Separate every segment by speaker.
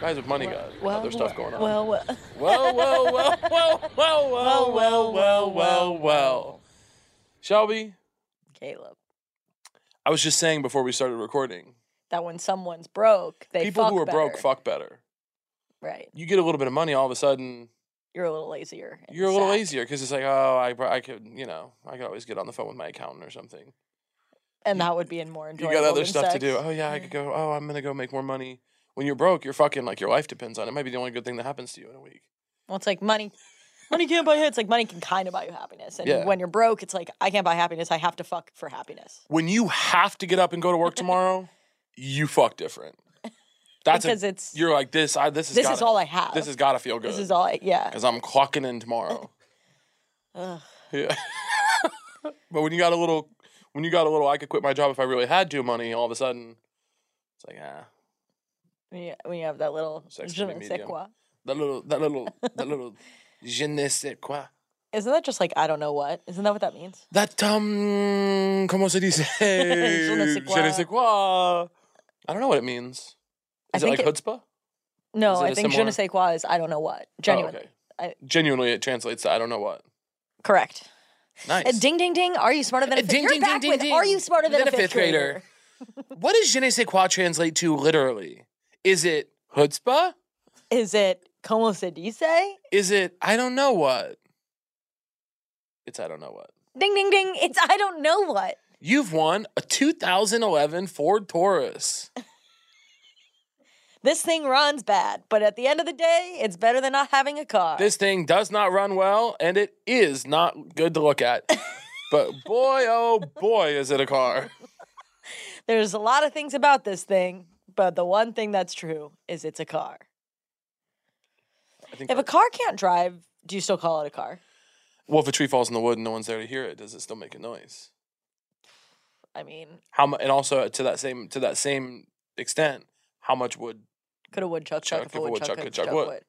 Speaker 1: Guys with money got
Speaker 2: Well,
Speaker 1: other stuff going on.
Speaker 2: Well, well,
Speaker 1: well, well, well, well, well, well, well, well, well, well. Shelby,
Speaker 2: Caleb.
Speaker 1: I was just saying before we started recording,
Speaker 2: That when someone's broke, they
Speaker 1: people who
Speaker 2: fuck
Speaker 1: are broke
Speaker 2: better.
Speaker 1: fuck better.
Speaker 2: Right,
Speaker 1: You get a little bit of money, all of a sudden
Speaker 2: you're a little lazier. and
Speaker 1: you're a little
Speaker 2: sack.
Speaker 1: lazier because it's like, oh, I, br- I could, you know, I could always get on the phone with my accountant or something.
Speaker 2: and that would be in more
Speaker 1: You
Speaker 2: enjoyable.
Speaker 1: got other
Speaker 2: than
Speaker 1: stuff to do.
Speaker 2: sex.
Speaker 1: Oh yeah, I could go. Oh, I'm gonna go make more money. When you're broke, you're fucking like your life depends on it. it. Might be the only good thing that happens to you in a week.
Speaker 2: Well, it's like money. Money can't buy It's like money can kind of buy you happiness. And
Speaker 1: Yeah.
Speaker 2: when you're broke, it's like I can't buy happiness. I have to fuck for happiness
Speaker 1: when you have to get up and go to work tomorrow, you fuck different. That's a-
Speaker 2: because it's
Speaker 1: you're like this. I this is
Speaker 2: this
Speaker 1: gotta,
Speaker 2: is all I have.
Speaker 1: This has got to feel good.
Speaker 2: This is all. I, yeah.
Speaker 1: because I'm clocking in tomorrow.
Speaker 2: Ugh.
Speaker 1: Yeah, but when you got a little, when you got a little, I could quit my job if I really had to. Money, all of a sudden, it's like ah,
Speaker 2: When you, when you have that little
Speaker 1: Sex
Speaker 2: je
Speaker 1: can
Speaker 2: ne
Speaker 1: be
Speaker 2: sais
Speaker 1: medium.
Speaker 2: quoi.
Speaker 1: that little, that little, that little, je ne sais quoi.
Speaker 2: Isn't that just like I don't know what? Isn't that what that means?
Speaker 1: That um, comment se dice? je
Speaker 2: ne sais
Speaker 1: ne sais quoi. I don't know what it means.
Speaker 2: I
Speaker 1: Is it
Speaker 2: think
Speaker 1: like
Speaker 2: it-
Speaker 1: chutzpah?
Speaker 2: No,
Speaker 1: Is it
Speaker 2: I
Speaker 1: a
Speaker 2: think je ne
Speaker 1: similar-
Speaker 2: sais quoi is I don't know what.
Speaker 1: Oh,
Speaker 2: Genuinely.
Speaker 1: okay.
Speaker 2: I-
Speaker 1: Genuinely, it translates to I don't know what.
Speaker 2: Correct.
Speaker 1: Nice.
Speaker 2: Uh, Ding ding ding! Are you smarter than a
Speaker 1: Uh,
Speaker 2: fifth? You're back with Are you smarter than, a fifth, grader?
Speaker 1: what does je ne sais quoi translate to literally? Is it chutzpah?
Speaker 2: Is it como se dice?
Speaker 1: Is it I don't know what? It's I don't know what.
Speaker 2: Ding ding ding! It's I don't know what.
Speaker 1: You've won a 2011 Ford Taurus.
Speaker 2: This thing runs bad, but at the end of the day, it's better than not having a car.
Speaker 1: This thing does not run well, and it is not good to look at. but boy, oh boy, is it a car.
Speaker 2: There's a lot of things about this thing, but the one thing that's true is it's a car.
Speaker 1: I think
Speaker 2: If a car can't drive, do you still call it a car?
Speaker 1: well, if a tree falls in the wood and no one's there to hear it, does it still make a noise?
Speaker 2: I mean,
Speaker 1: How mu- and also to that same to that same extent, how much would
Speaker 2: could a woodchuck
Speaker 1: Chuck
Speaker 2: chuck, if a woodchuck could chuck wood?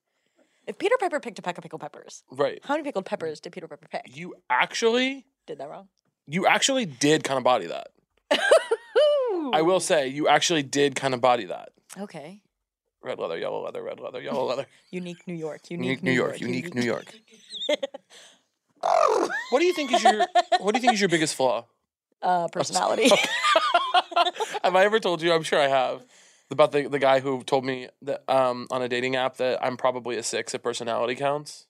Speaker 2: If Peter Piper picked a peck of pickled peppers,
Speaker 1: right?
Speaker 2: how many pickled peppers did Peter Piper pick?
Speaker 1: You actually
Speaker 2: Did that wrong?
Speaker 1: you actually did kind of body that. I will say you actually did kind of body that.
Speaker 2: Okay.
Speaker 1: Red leather, yellow leather, red leather, yellow leather.
Speaker 2: Unique New York. Unique,
Speaker 1: Unique New York, unique New York. What do you think is your what do you think is your biggest flaw?
Speaker 2: Uh, personality.
Speaker 1: have I ever told you? I'm sure I have. About the, the guy who told me that um, on a dating app that I'm probably a six at personality counts.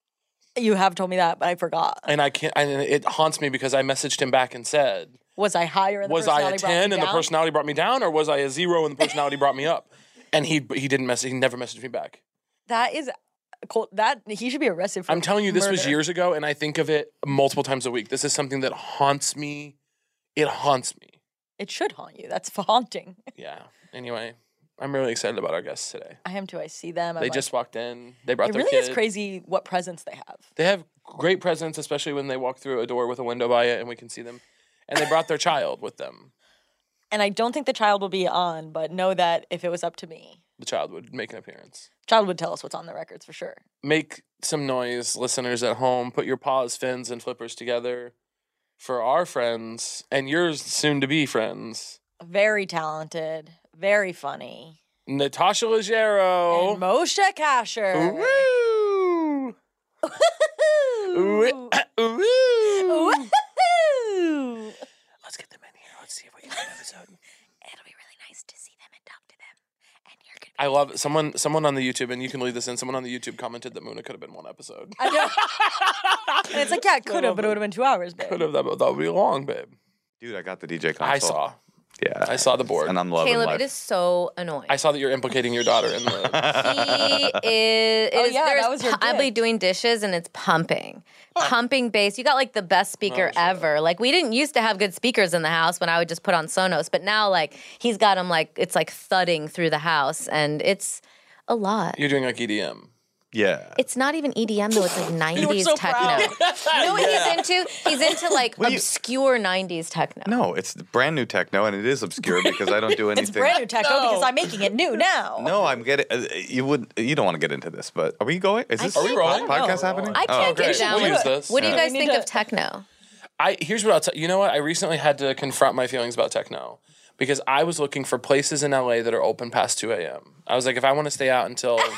Speaker 2: you have told me that, but I forgot.
Speaker 1: And I can't and it haunts me because I messaged him back and said
Speaker 2: Was I higher? And the
Speaker 1: was I a
Speaker 2: personality brought me
Speaker 1: ten and the
Speaker 2: down?
Speaker 1: personality brought me down, or was I a zero and the personality brought me up? And he he didn't message. He never messaged me back.
Speaker 2: That is cool. That he should be arrested for.
Speaker 1: I'm telling you, this was
Speaker 2: murder.
Speaker 1: years ago, and I think of it multiple times a week. This is something that haunts me. It haunts me.
Speaker 2: It should haunt you. That's haunting.
Speaker 1: Yeah. Anyway, I'm really excited about our guests today.
Speaker 2: I am too. I see them. I'm
Speaker 1: They
Speaker 2: like-
Speaker 1: just walked in. They brought
Speaker 2: It
Speaker 1: their
Speaker 2: really
Speaker 1: kid.
Speaker 2: is crazy what presence they have.
Speaker 1: They have great presence, especially when they walk through a door with a window by it, and we can see them. And they brought their child with them.
Speaker 2: And I don't think the child will be on, but know that if it was up to me,
Speaker 1: The child would make an appearance.
Speaker 2: child would tell us what's on the records for sure.
Speaker 1: make some noise, listeners at home. Put your paws, fins, and flippers together for our friends and yours soon to be friends.
Speaker 2: Very talented, very funny.
Speaker 1: Natasha
Speaker 2: And
Speaker 1: Leggero.
Speaker 2: Moshe Kasher.
Speaker 1: Woo! Woo! Woo!
Speaker 2: Woohoo!
Speaker 1: Let's get them in here. Let's see if we can have an episode.
Speaker 2: It'll be really nice to see them and talk to them. And you're going to be
Speaker 1: I love someone. Someone on the YouTube, and you can leave this in. Someone on the YouTube commented that Muna could have been one episode.
Speaker 2: I know. and it's like, yeah, it could have, but it would have been two hours, babe.
Speaker 1: Could have that, that would be long, babe.
Speaker 3: Dude, I got the DJ console.
Speaker 1: I saw.
Speaker 3: Yeah.
Speaker 1: I saw the board.
Speaker 3: And I'm loving
Speaker 4: Caleb,
Speaker 3: life.
Speaker 4: it is so annoying.
Speaker 1: I saw that you're implicating your daughter in the.
Speaker 4: he is, it
Speaker 2: Oh,
Speaker 4: is-
Speaker 2: yeah, that
Speaker 4: there's
Speaker 2: was your
Speaker 4: pu- I'll be
Speaker 2: dick.
Speaker 4: doing dishes and it's pumping. Pumping bass. You got like the best speaker ever. Like we didn't used to have good speakers in the house when I would just put on Sonos, but now like he's got them like it's like thudding through the house and it's a lot.
Speaker 1: You're doing like E EDM.
Speaker 3: yeah.
Speaker 4: It's not even EDM though, it's like 90s
Speaker 2: so
Speaker 4: techno.
Speaker 2: proud.
Speaker 4: you know what he's into? He's into like obscure 90s techno.
Speaker 3: No, it's brand new techno, and it is obscure because I don't do anything.
Speaker 2: It's brand new taco because I'm making it new now.
Speaker 3: No, I'm getting. Uh, you would. You don't want to get into this, but are we going? Is this
Speaker 4: Are we
Speaker 1: rolling?
Speaker 3: podcast happening? Oh,
Speaker 4: I can't
Speaker 1: great.
Speaker 4: get down
Speaker 1: We'll
Speaker 4: with
Speaker 1: use
Speaker 4: it.
Speaker 1: this.
Speaker 4: What do you
Speaker 1: Yeah.
Speaker 4: guys
Speaker 2: We
Speaker 4: think
Speaker 2: need
Speaker 4: of
Speaker 2: to-
Speaker 4: techno?
Speaker 1: I here's what I'll tell you. Know what? I recently had to confront my feelings about techno because I was looking for places in LA that are open past 2 a.m. I was like, if I want to stay out until
Speaker 4: I love that.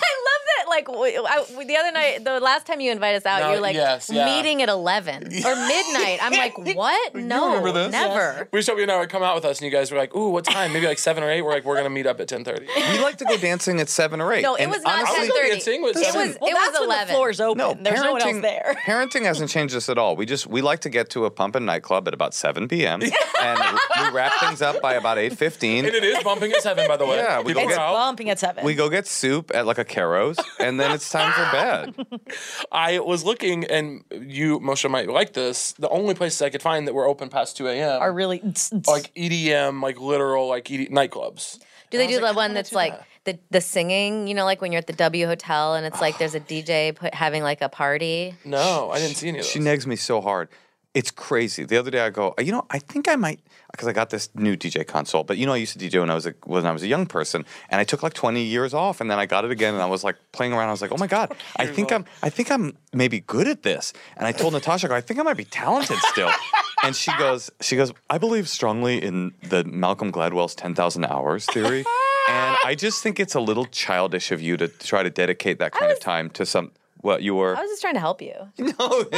Speaker 4: Like w I w the other night, the last time you invited us out,
Speaker 1: No,
Speaker 4: you were like
Speaker 1: yes, yeah.
Speaker 4: meeting at eleven or midnight. I'm like, what? No,
Speaker 1: remember this?
Speaker 4: never.
Speaker 1: we showed you and I would come out with us, and you guys were like, ooh, what time? Maybe like seven or eight. We're like, we're gonna meet up at 10:30.
Speaker 3: we like to go dancing at seven or eight.
Speaker 4: No, it
Speaker 3: and
Speaker 4: was not
Speaker 3: honestly-
Speaker 4: ten
Speaker 1: gonna be
Speaker 4: thirty.
Speaker 1: at Sing with
Speaker 4: It was
Speaker 1: someone.
Speaker 4: it
Speaker 2: well, that's
Speaker 4: was
Speaker 2: when the
Speaker 4: eleven.
Speaker 2: floor's open.
Speaker 3: No,
Speaker 2: There's no one else there.
Speaker 3: parenting hasn't changed us at all. We just we like to get to a pumping nightclub at about seven p.m. and we wrap things up by about eight fifteen.
Speaker 1: and it is bumping at seven, by the way.
Speaker 3: Yeah, we
Speaker 1: People
Speaker 3: go
Speaker 2: It's
Speaker 3: get-
Speaker 1: are out.
Speaker 2: bumping at seven.
Speaker 3: We go get soup at like a Caro's, and then it's time for bed.
Speaker 1: I was looking, and you, Moshe, might like this. The only places I could find that were open past 2 a.m.
Speaker 2: Are really
Speaker 1: like EDM, like literal, like ED- nightclubs.
Speaker 4: Do they do the one that's like the the singing? You know, like when you're at the W Hotel and it's like there's a DJ put, having like a party.
Speaker 1: No, I didn't see any of those.
Speaker 3: She nags me so hard. It's crazy. The other day I go, you know, I think I might because I got this new DJ console. But you know, I used to DJ when I was a, when I was a young person, and I took like twenty years off, and then I got it again, and I was like playing around. I was like, oh my god, I think I'm I think I'm maybe good at this. And I told Natasha, I go, I think I might be talented still. And she goes, she goes, I believe strongly in the Malcolm Gladwell's ten thousand hours theory. And I just think it's a little childish of you to try to dedicate that kind of time to some. What you were?
Speaker 4: I was just trying to help you. No. well,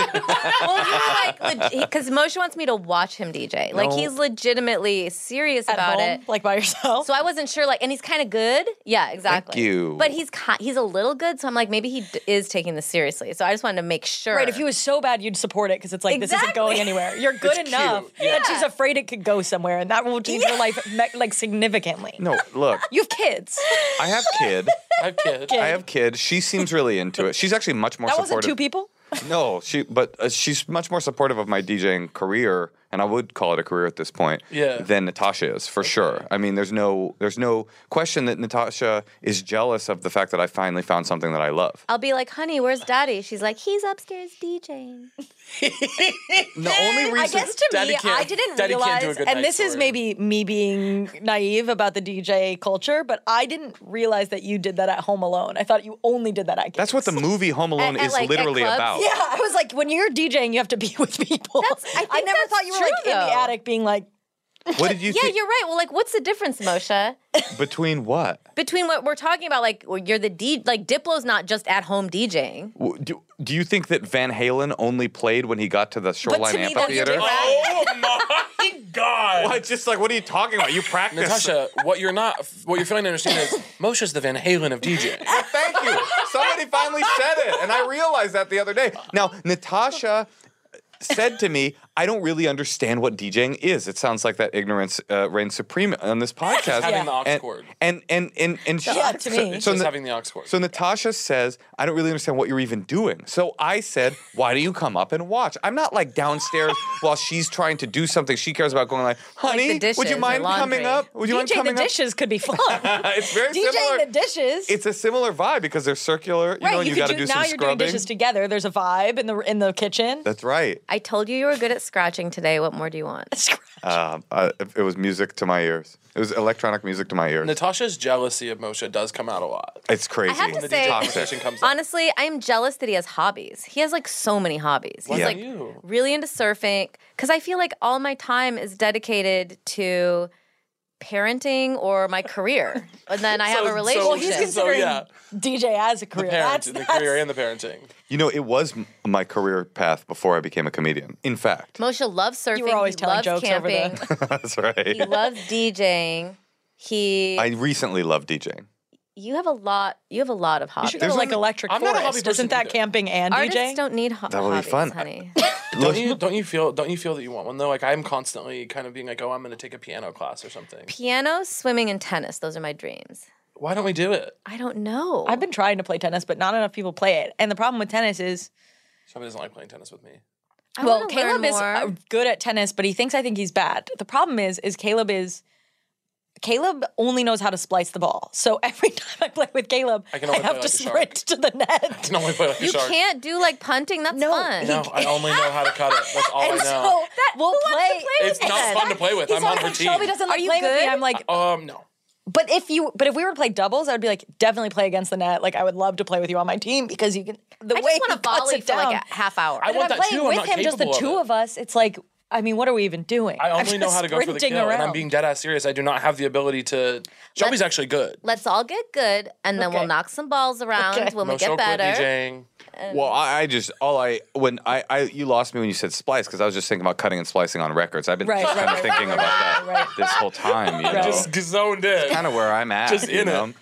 Speaker 4: you're like because Moshe wants me to watch him DJ. Like he's legitimately serious
Speaker 2: at
Speaker 4: about
Speaker 2: home,
Speaker 4: it.
Speaker 2: like by yourself.
Speaker 4: So I wasn't sure, like, and he's kind of good. Yeah, exactly.
Speaker 3: you.
Speaker 4: But he's ki- he's a little good, so I'm like, maybe he d- is taking this seriously. So I just wanted to make sure.
Speaker 2: Right, if he was so bad, you'd support it because it's like this isn't
Speaker 4: Exactly.
Speaker 2: going anywhere. You're good enough that she's afraid it could go somewhere, and that will change your life me- like significantly.
Speaker 3: no, look.
Speaker 2: You have kids.
Speaker 3: I have kid.
Speaker 1: I have kids.
Speaker 3: I have kid. She seems really into it. She's actually much more
Speaker 2: That wasn't
Speaker 3: supportive.
Speaker 2: two people.
Speaker 3: No, she but uh, she's much more supportive of my DJing career, and I would call it a career at this point.
Speaker 1: Yeah.
Speaker 3: Than Natasha is for sure. I mean, there's no there's no question that Natasha is jealous of the fact that I finally found something that I love.
Speaker 4: I'll be like, honey, where's daddy? She's like, he's upstairs DJing.
Speaker 3: The only
Speaker 2: I
Speaker 3: reason
Speaker 2: guess to
Speaker 1: Daddy
Speaker 2: me,
Speaker 1: can't-
Speaker 2: I didn't
Speaker 1: Daddy can't do a
Speaker 2: realize,
Speaker 1: good night
Speaker 2: and this is
Speaker 1: story.
Speaker 2: maybe me being naive about the DJ culture, but I didn't realize that you did that at home alone. I thought you only did that at gigs.
Speaker 3: that's what the movie Home Alone
Speaker 4: At- at,
Speaker 3: is
Speaker 4: like, at
Speaker 3: literally
Speaker 4: clubs?
Speaker 3: about.
Speaker 2: Yeah, I was like, when you're DJing, you have to be with people.
Speaker 4: That's- I think
Speaker 2: never
Speaker 4: that's
Speaker 2: thought you were
Speaker 4: true,
Speaker 2: like in the
Speaker 4: though.
Speaker 2: attic being like,
Speaker 3: What did you
Speaker 4: Yeah,
Speaker 3: think
Speaker 4: you're right. Well, like, what's the difference, Moshe,
Speaker 3: between what?
Speaker 4: between what we're talking about? Like, well, you're the D, like Diplo's not just at home DJing.
Speaker 3: W- Do, do you think that Van Halen only played when he got to the Shoreline
Speaker 4: me, that's
Speaker 3: Amphitheater?
Speaker 4: different.
Speaker 1: Oh my god!
Speaker 3: What? Oh, Just like what are you talking about? You practice.
Speaker 1: Natasha, what you're not, what you're failing to understand is Moshe's the Van Halen of DJing.
Speaker 3: Thank you. Somebody finally said it, and I realized that the other day. Now, Natasha said to me, "I don't really understand what DJing is. It sounds like that ignorance uh, reigns supreme on this podcast."
Speaker 1: having the aux
Speaker 3: and,
Speaker 1: chord.
Speaker 3: And and and and she,
Speaker 2: Yeah, to me.
Speaker 1: Just having the aux chord.
Speaker 3: So Natasha says, "I don't really understand what you're even doing." So I said, "Why don't you come up and watch?" I'm not like downstairs while she's trying to do something she cares about, going like, "Honey, would
Speaker 4: dishes
Speaker 3: you
Speaker 4: or
Speaker 3: mind
Speaker 4: laundry."
Speaker 3: coming up? Would you
Speaker 2: DJing
Speaker 3: mind
Speaker 2: the
Speaker 3: coming up?"
Speaker 2: dishes could be fun. DJing
Speaker 3: It's very similar.
Speaker 2: the dishes.
Speaker 3: it's a similar vibe because they're circular, you
Speaker 2: right,
Speaker 3: know, and
Speaker 2: you,
Speaker 3: you,
Speaker 2: could
Speaker 3: got to
Speaker 2: do,
Speaker 3: do,
Speaker 2: now
Speaker 3: some
Speaker 2: you're
Speaker 3: scrubbing.
Speaker 2: doing dishes together. There's a vibe in the in the kitchen.
Speaker 3: That's right.
Speaker 4: I told you you were good at scratching today. What more do you want?
Speaker 3: Um, uh, it was music to my ears. It was electronic music to my ears.
Speaker 1: Natasha's jealousy of Moshe does come out a lot.
Speaker 3: it's crazy.
Speaker 4: I have to
Speaker 1: The
Speaker 4: say-
Speaker 1: conversation
Speaker 3: toxic.
Speaker 1: comes up.
Speaker 4: Honestly, I'm jealous that he has hobbies. He has like so many hobbies. He's
Speaker 3: Yeah.
Speaker 4: like
Speaker 1: You.
Speaker 4: really into surfing because I feel like all my time is dedicated to parenting or my career, and then I have
Speaker 1: So-
Speaker 4: a
Speaker 1: so-
Speaker 4: relationship.
Speaker 1: Well, he's
Speaker 2: Considering
Speaker 1: yeah.
Speaker 2: DJ as a career.
Speaker 1: The
Speaker 2: that's,
Speaker 1: parent, the
Speaker 2: that's
Speaker 1: career, and the parenting.
Speaker 3: You know, it was m- my career path before I became a comedian. In fact,
Speaker 4: Moshe loves surfing.
Speaker 2: were always
Speaker 4: he
Speaker 2: telling
Speaker 4: loves
Speaker 2: jokes over
Speaker 4: camping.
Speaker 3: that's
Speaker 4: he
Speaker 3: right.
Speaker 4: loves DJing. He
Speaker 3: I recently loved DJing.
Speaker 4: you have a lot. You have a lot of
Speaker 2: You
Speaker 4: hobbies.
Speaker 2: should go to like electric
Speaker 1: I'm not a
Speaker 2: forest.
Speaker 1: hobby person
Speaker 2: Isn't that
Speaker 1: either.
Speaker 2: camping and
Speaker 4: Artists
Speaker 2: DJ?
Speaker 4: don't need ho-
Speaker 3: That would be
Speaker 4: hobbies,
Speaker 3: fun.
Speaker 4: honey.
Speaker 1: Don't you don't you feel don't you feel that you want one though? Like I'm constantly kind of being like, oh, I'm going to take a piano class or something.
Speaker 4: Piano, swimming, and tennis. Those are my dreams.
Speaker 1: Why don't we do it?
Speaker 4: I don't know.
Speaker 2: I've been trying to play tennis, but not enough people play it. And the problem with tennis is,
Speaker 1: Somebody doesn't like playing tennis with me.
Speaker 4: I
Speaker 2: well,
Speaker 4: wanna
Speaker 2: Caleb
Speaker 4: learn
Speaker 2: is
Speaker 4: more.
Speaker 2: uh, good at tennis, but he thinks I think he's bad. The problem is, is Caleb is. Caleb only knows how to splice the ball. So every time I play with Caleb, I,
Speaker 1: can only play
Speaker 2: have
Speaker 1: like
Speaker 2: to
Speaker 1: a shark.
Speaker 2: sprint to the
Speaker 1: I
Speaker 2: net.
Speaker 1: can only play like a
Speaker 4: you
Speaker 1: shark.
Speaker 4: can't do like punting. That's
Speaker 2: No,
Speaker 4: fun.
Speaker 1: No, I only know how to cut it. That's all I
Speaker 2: and
Speaker 1: know.
Speaker 2: so we'll play.
Speaker 1: It's not fun to play with.
Speaker 2: He's
Speaker 1: I'm on
Speaker 2: always
Speaker 1: her
Speaker 2: like,
Speaker 1: team.
Speaker 2: Shelby doesn't like
Speaker 4: Are you
Speaker 2: playing with me.
Speaker 4: good?
Speaker 2: I'm like,
Speaker 1: Um, no.
Speaker 2: but if you, but if we were to play doubles, I would be like, definitely play against the net. Like, I would love to play with you on my team because you can. The
Speaker 4: I
Speaker 2: way
Speaker 4: just want
Speaker 2: he
Speaker 4: to
Speaker 2: cuts
Speaker 4: volley
Speaker 2: it
Speaker 4: for
Speaker 2: down,
Speaker 4: like a half hour.
Speaker 1: I
Speaker 2: And
Speaker 1: want
Speaker 2: I'm
Speaker 1: that
Speaker 2: playing
Speaker 1: too. I'm
Speaker 2: with
Speaker 1: not
Speaker 2: him, just the
Speaker 1: capable of
Speaker 2: two
Speaker 1: it.
Speaker 2: of us. It's like, I mean, what are we even doing?
Speaker 1: I
Speaker 2: I'm
Speaker 1: only know
Speaker 2: just
Speaker 1: how to go for the
Speaker 2: sprinting
Speaker 1: kill, and I'm
Speaker 2: around.
Speaker 1: being dead ass serious. I do not have the ability to. Shelby's actually good.
Speaker 4: Let's all get good, and then
Speaker 2: Okay.
Speaker 4: we'll knock some balls around
Speaker 2: Okay.
Speaker 4: when
Speaker 1: No
Speaker 4: we get
Speaker 1: chocolate
Speaker 4: better.
Speaker 1: DJing.
Speaker 3: Well, I, I just all I when I, I you lost me when you said splice because I was just thinking about cutting and splicing on records. I've been
Speaker 2: Right,
Speaker 3: just
Speaker 2: right,
Speaker 3: kind of
Speaker 2: right,
Speaker 3: thinking
Speaker 2: right,
Speaker 3: about
Speaker 2: right,
Speaker 3: that
Speaker 2: right, right.
Speaker 3: this whole time. You know,
Speaker 1: Just zoned in.
Speaker 3: kind of where I'm at.
Speaker 1: Just
Speaker 3: you
Speaker 1: in it.
Speaker 3: know?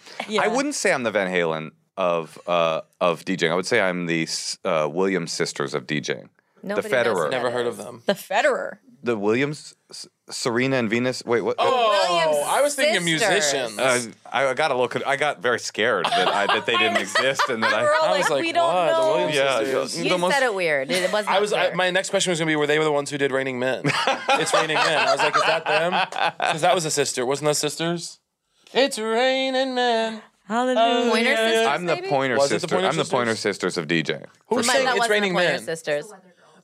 Speaker 3: I wouldn't say I'm the Van Halen of uh, of DJing. I would say I'm the s- uh, Williams sisters of DJing.
Speaker 4: Nobody
Speaker 3: the
Speaker 4: knows who
Speaker 3: Federer,
Speaker 4: that
Speaker 1: Never heard of them.
Speaker 2: the Federer.
Speaker 3: the Williams, S- Serena and Venus. Wait, what? Oh.
Speaker 1: Oh, I was thinking
Speaker 4: sisters.
Speaker 1: musicians.
Speaker 3: I, I got a little. I got very scared that I, that they didn't exist and that
Speaker 2: We're
Speaker 3: I.
Speaker 2: all
Speaker 1: I was like,
Speaker 2: we don't
Speaker 1: what? The
Speaker 2: know.
Speaker 1: Williams
Speaker 3: Yeah,
Speaker 1: sisters.
Speaker 3: yeah.
Speaker 4: You
Speaker 3: The most-
Speaker 4: said it weird. It wasn't.
Speaker 1: I was. I,
Speaker 4: clear.
Speaker 1: my next question was going to be, were they the ones who did Raining Men? it's Raining Men. I was like, is that them? Because that was a sister. Wasn't that sisters? It's Raining Men.
Speaker 2: Hallelujah.
Speaker 4: Pointer sisters,
Speaker 3: I'm the
Speaker 4: maybe?
Speaker 3: pointer
Speaker 1: Was it the
Speaker 3: sister.
Speaker 1: Pointer
Speaker 3: I'm the
Speaker 1: Sisters?
Speaker 3: pointer sisters of DJing.
Speaker 1: Who
Speaker 4: Might-
Speaker 1: sang
Speaker 4: that
Speaker 1: It's
Speaker 4: wasn't
Speaker 1: Raining
Speaker 4: the Pointer
Speaker 1: Men?
Speaker 4: sisters.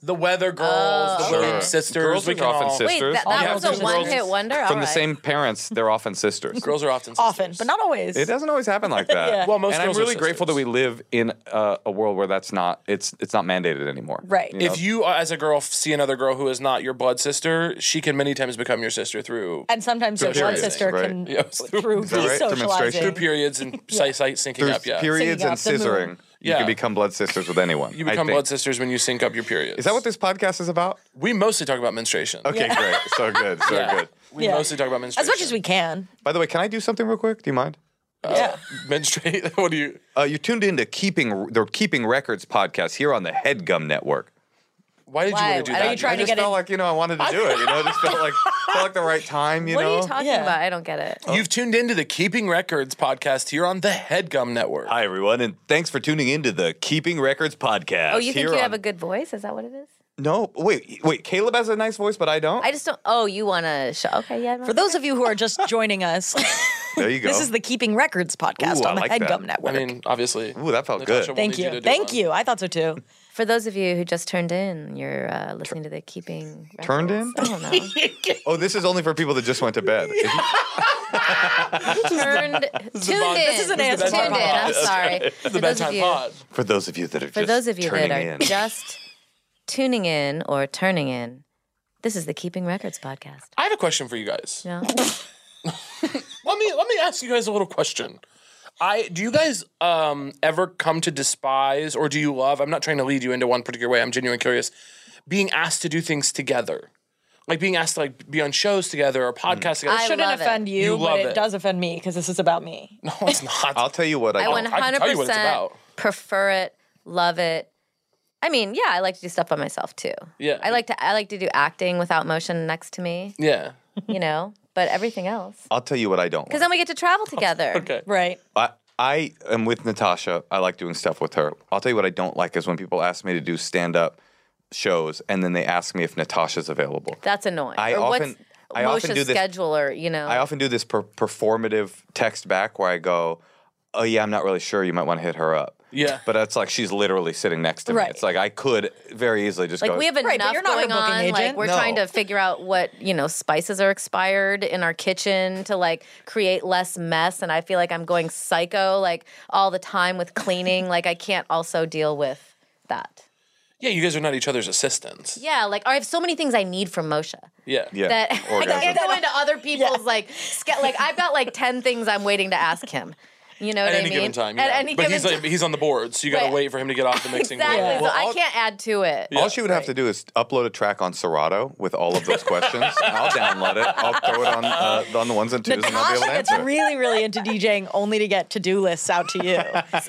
Speaker 1: The Weather Girls,
Speaker 2: Oh.
Speaker 1: the
Speaker 3: Sure.
Speaker 1: Williams sisters.
Speaker 3: Girls
Speaker 1: we
Speaker 3: are
Speaker 1: can
Speaker 3: often
Speaker 1: all-
Speaker 3: sisters.
Speaker 4: Wait, that,
Speaker 3: All
Speaker 4: that was a
Speaker 1: Pointer Sisters.
Speaker 4: one-hit wonder. All
Speaker 3: From the
Speaker 4: right.
Speaker 3: same parents, they're often sisters.
Speaker 1: Girls are often sisters.
Speaker 2: Often, but not always.
Speaker 3: It doesn't always happen like that.
Speaker 2: Yeah.
Speaker 1: Well, most
Speaker 3: and I'm
Speaker 1: girls are
Speaker 3: really grateful that we
Speaker 1: sisters.
Speaker 3: live in uh, a world where that's not it's it's not mandated anymore.
Speaker 2: Right.
Speaker 3: You know?
Speaker 1: If you, uh, as a girl, f- see another girl who is not your blood sister, she can many times become your sister through
Speaker 2: And sometimes your blood
Speaker 3: Period.
Speaker 2: sister
Speaker 3: Right.
Speaker 2: can
Speaker 1: Yeah, through-
Speaker 2: through
Speaker 3: that right? Through menstruation?
Speaker 2: socializing.
Speaker 3: Through
Speaker 1: periods and si- si- syncing
Speaker 3: There's
Speaker 1: up. Yeah,
Speaker 3: periods
Speaker 2: Singing up
Speaker 3: and
Speaker 2: the moon.
Speaker 3: scissoring, you
Speaker 1: Yeah.
Speaker 3: can become blood sisters with anyone.
Speaker 1: you
Speaker 3: I
Speaker 1: become
Speaker 3: think.
Speaker 1: blood sisters when you sync up your periods.
Speaker 3: Is that what this podcast is about?
Speaker 1: we mostly talk about menstruation?
Speaker 3: Okay, great. So good. So good.
Speaker 1: We
Speaker 2: Yeah.
Speaker 1: mostly talk about menstruation
Speaker 2: As much as we can.
Speaker 3: By the way, can I do something real quick? Do you mind?
Speaker 2: yeah.
Speaker 1: menstruate. What do you?
Speaker 3: Uh, you're tuned into keeping the Keeping Records podcast here on the Headgum Network.
Speaker 1: Why did you
Speaker 4: Why?
Speaker 1: want to do
Speaker 4: Are
Speaker 1: that?
Speaker 4: you trying
Speaker 3: I
Speaker 4: to
Speaker 3: just
Speaker 4: get
Speaker 3: felt
Speaker 4: in-
Speaker 3: like you know I wanted to do it. You know, it just felt like felt like the right time. You
Speaker 4: What
Speaker 3: know,
Speaker 4: are you talking
Speaker 2: Yeah.
Speaker 4: about? I don't get it.
Speaker 1: You've tuned into the Keeping Records podcast here on the Headgum Network.
Speaker 3: Hi everyone, and thanks for tuning into the Keeping Records podcast.
Speaker 4: Oh, you think
Speaker 3: here
Speaker 4: you have
Speaker 3: on-
Speaker 4: a good voice? Is that what it is?
Speaker 3: No, wait, wait. Caleb has a nice voice, but I don't.
Speaker 4: I just don't. Oh, you want to show? Okay, yeah.
Speaker 2: For those of you who are just joining us,
Speaker 3: there you go.
Speaker 2: this is the Keeping Records podcast
Speaker 3: Ooh, I
Speaker 2: on the
Speaker 3: like that.
Speaker 2: Headgum
Speaker 1: I
Speaker 2: Network.
Speaker 1: mean, obviously.
Speaker 3: Ooh, that felt
Speaker 1: Natasha
Speaker 3: good.
Speaker 1: will
Speaker 2: Thank
Speaker 1: need to
Speaker 2: you.
Speaker 1: do
Speaker 2: Thank
Speaker 1: one.
Speaker 2: you. I thought so too.
Speaker 4: for those of you who just turned in, you're uh, listening to the keeping
Speaker 3: Turned
Speaker 4: Records. I
Speaker 3: in?
Speaker 4: don't know.
Speaker 3: oh, this is only for people that just went to bed. If you-
Speaker 4: turned tuned in.
Speaker 1: This
Speaker 2: is an
Speaker 4: tuned
Speaker 2: answer.
Speaker 4: in. I'm sorry. For
Speaker 1: The
Speaker 4: those of
Speaker 1: bedtime
Speaker 4: you-
Speaker 1: pod.
Speaker 3: for those of you that are
Speaker 4: For
Speaker 3: just
Speaker 4: those of you
Speaker 3: turning
Speaker 4: that are
Speaker 3: in,
Speaker 4: just tuning in or turning in, this is the Keeping Records podcast.
Speaker 1: I have a question for you guys.
Speaker 4: No.
Speaker 1: Let me let me ask you guys a little question. I do you guys um, ever come to despise or do you love? I'm not trying to lead you into one particular way. I'm genuinely curious. Being asked to do things together, like being asked to like be on shows together or podcasts together.
Speaker 4: I
Speaker 1: Shouldn't-
Speaker 2: Shouldn't
Speaker 4: love it.
Speaker 2: offend you,
Speaker 1: You
Speaker 2: but
Speaker 1: love
Speaker 2: it,
Speaker 1: it.
Speaker 2: does offend me because this is about me.
Speaker 1: no, it's not.
Speaker 3: I'll tell you what I,
Speaker 4: I
Speaker 3: don't-
Speaker 4: one
Speaker 1: I can
Speaker 4: hundred
Speaker 1: tell you what it's
Speaker 4: percent
Speaker 1: about.
Speaker 4: prefer it, love it. I mean, yeah, I like to do stuff by myself too.
Speaker 1: Yeah.
Speaker 4: I like to I like to do acting without motion next to me,
Speaker 1: yeah.
Speaker 4: you know. But everything else,
Speaker 3: I'll tell you what I don't.
Speaker 4: because then we get to travel together.
Speaker 1: Okay.
Speaker 2: Right.
Speaker 3: I, I am with Natasha. I like doing stuff with her. I'll tell you what I don't like is when people ask me to do stand up shows and then they ask me if Natasha's available.
Speaker 4: That's annoying.
Speaker 3: I
Speaker 4: or
Speaker 3: often-
Speaker 4: what's
Speaker 3: I often
Speaker 4: Moshe's
Speaker 3: do this-
Speaker 4: schedule, or you know,
Speaker 3: I often do this per- performative text back where I go, "Oh yeah, I'm not really sure. You might want to hit her up."
Speaker 1: Yeah.
Speaker 3: but it's like she's literally sitting next to me.
Speaker 2: Right.
Speaker 3: It's like I could very easily just
Speaker 4: like
Speaker 3: go.
Speaker 4: we have
Speaker 2: Right,
Speaker 4: enough
Speaker 2: but you're not her
Speaker 4: going on.
Speaker 2: booking
Speaker 4: Like
Speaker 2: agent.
Speaker 4: we're
Speaker 3: No.
Speaker 4: trying to figure out what you know spices are expired in our kitchen to like create less mess. And I feel like I'm going psycho like all the time with cleaning. like I can't also deal with that.
Speaker 1: Yeah, you guys are not each other's assistants.
Speaker 4: Yeah, like I have so many things I need from Moshe
Speaker 1: Yeah.
Speaker 3: yeah,
Speaker 4: that I
Speaker 3: orgasm.
Speaker 4: can't go into other people's like ske- like I've got like ten things I'm waiting to ask him. You know
Speaker 1: at
Speaker 4: what I
Speaker 1: any
Speaker 4: mean?
Speaker 1: given time.
Speaker 4: At
Speaker 1: yeah.
Speaker 4: any
Speaker 1: but
Speaker 4: given
Speaker 1: he's like,
Speaker 4: time.
Speaker 1: he's on the board, so you got to
Speaker 4: Right.
Speaker 1: wait for him to get off the mixing
Speaker 4: Exactly.
Speaker 1: board.
Speaker 4: So I can't add to it.
Speaker 3: all she would have to do is upload a track on Serato with all of those questions. I'll download it. I'll throw it on uh, on the ones and twos, and I'll be
Speaker 2: Natasha
Speaker 3: able to
Speaker 2: gets
Speaker 3: answer. it.
Speaker 2: really, really into DJing only to get to do lists out to you.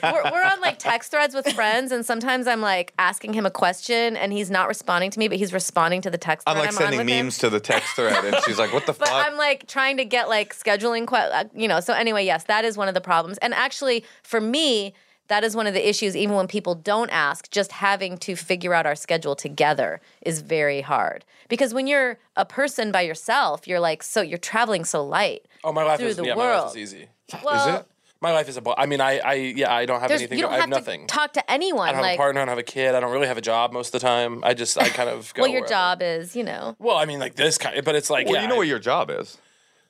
Speaker 4: we're, we're on like text threads with friends, and sometimes I'm like asking him a question, and he's not responding to me, but he's responding to the text.
Speaker 3: I'm
Speaker 4: thread
Speaker 3: like
Speaker 4: I'm on
Speaker 3: sending
Speaker 4: with him.
Speaker 3: memes to the text thread, and she's like, "What the
Speaker 4: But
Speaker 3: fuck?"
Speaker 4: I'm like trying to get like scheduling, que- uh, you know. So anyway, yes, that is one of the problems. And actually, for me, that is one of the issues. Even when people don't ask, just having to figure out our schedule together is very hard. Because when you're a person by yourself, you're like so you're traveling so light.
Speaker 1: Oh, my life
Speaker 4: through
Speaker 1: is
Speaker 4: the
Speaker 1: yeah, my life
Speaker 4: world.
Speaker 1: is easy.
Speaker 4: Well,
Speaker 3: it?
Speaker 1: My life is a. bu- I mean, I, I yeah, I don't have
Speaker 4: there's,
Speaker 1: anything.
Speaker 4: you don't
Speaker 1: I
Speaker 4: have
Speaker 1: have
Speaker 4: to
Speaker 1: nothing.
Speaker 4: talk to anyone.
Speaker 1: I don't
Speaker 4: like,
Speaker 1: have a partner. I don't have a kid. I don't really have a job most of the time. I just I kind of go.
Speaker 4: well, your
Speaker 1: wherever.
Speaker 4: job is, you know.
Speaker 1: Well, I mean, like this kind, but it's like
Speaker 3: well,
Speaker 1: yeah,
Speaker 3: you know what your job is.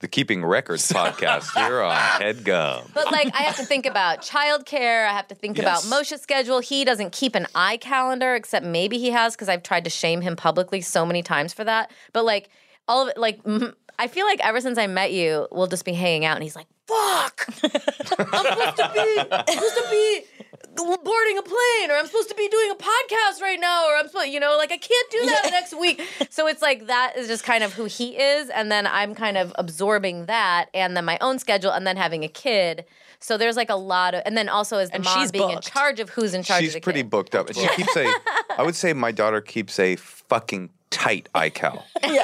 Speaker 3: The Keeping Records podcast here on HeadGum.
Speaker 4: But like, I have to think about childcare. I have to think about
Speaker 1: Yes.
Speaker 4: Moshe's schedule. He doesn't keep an eye calendar, except maybe he has because I've tried to shame him publicly so many times for that. But like, all of it, like, mm, I feel like ever since I met you, we'll just be hanging out, and he's like, "Fuck, I'm supposed to be, I'm supposed to be." Boarding a plane, or I'm supposed to be doing a podcast right now, or I'm supposed, you know, like I can't do that next week. So it's like that is just kind of who he is, and then I'm kind of absorbing that, and then my own schedule, and then having a kid. So there's like a lot of, and then also as the
Speaker 2: And
Speaker 4: mom
Speaker 2: she's
Speaker 4: being in
Speaker 2: booked.
Speaker 4: charge of who's in charge.
Speaker 3: She's
Speaker 4: of the
Speaker 3: pretty
Speaker 4: kid.
Speaker 3: booked up. and She keeps a, I would say my daughter keeps a fucking tight iCal. Yeah.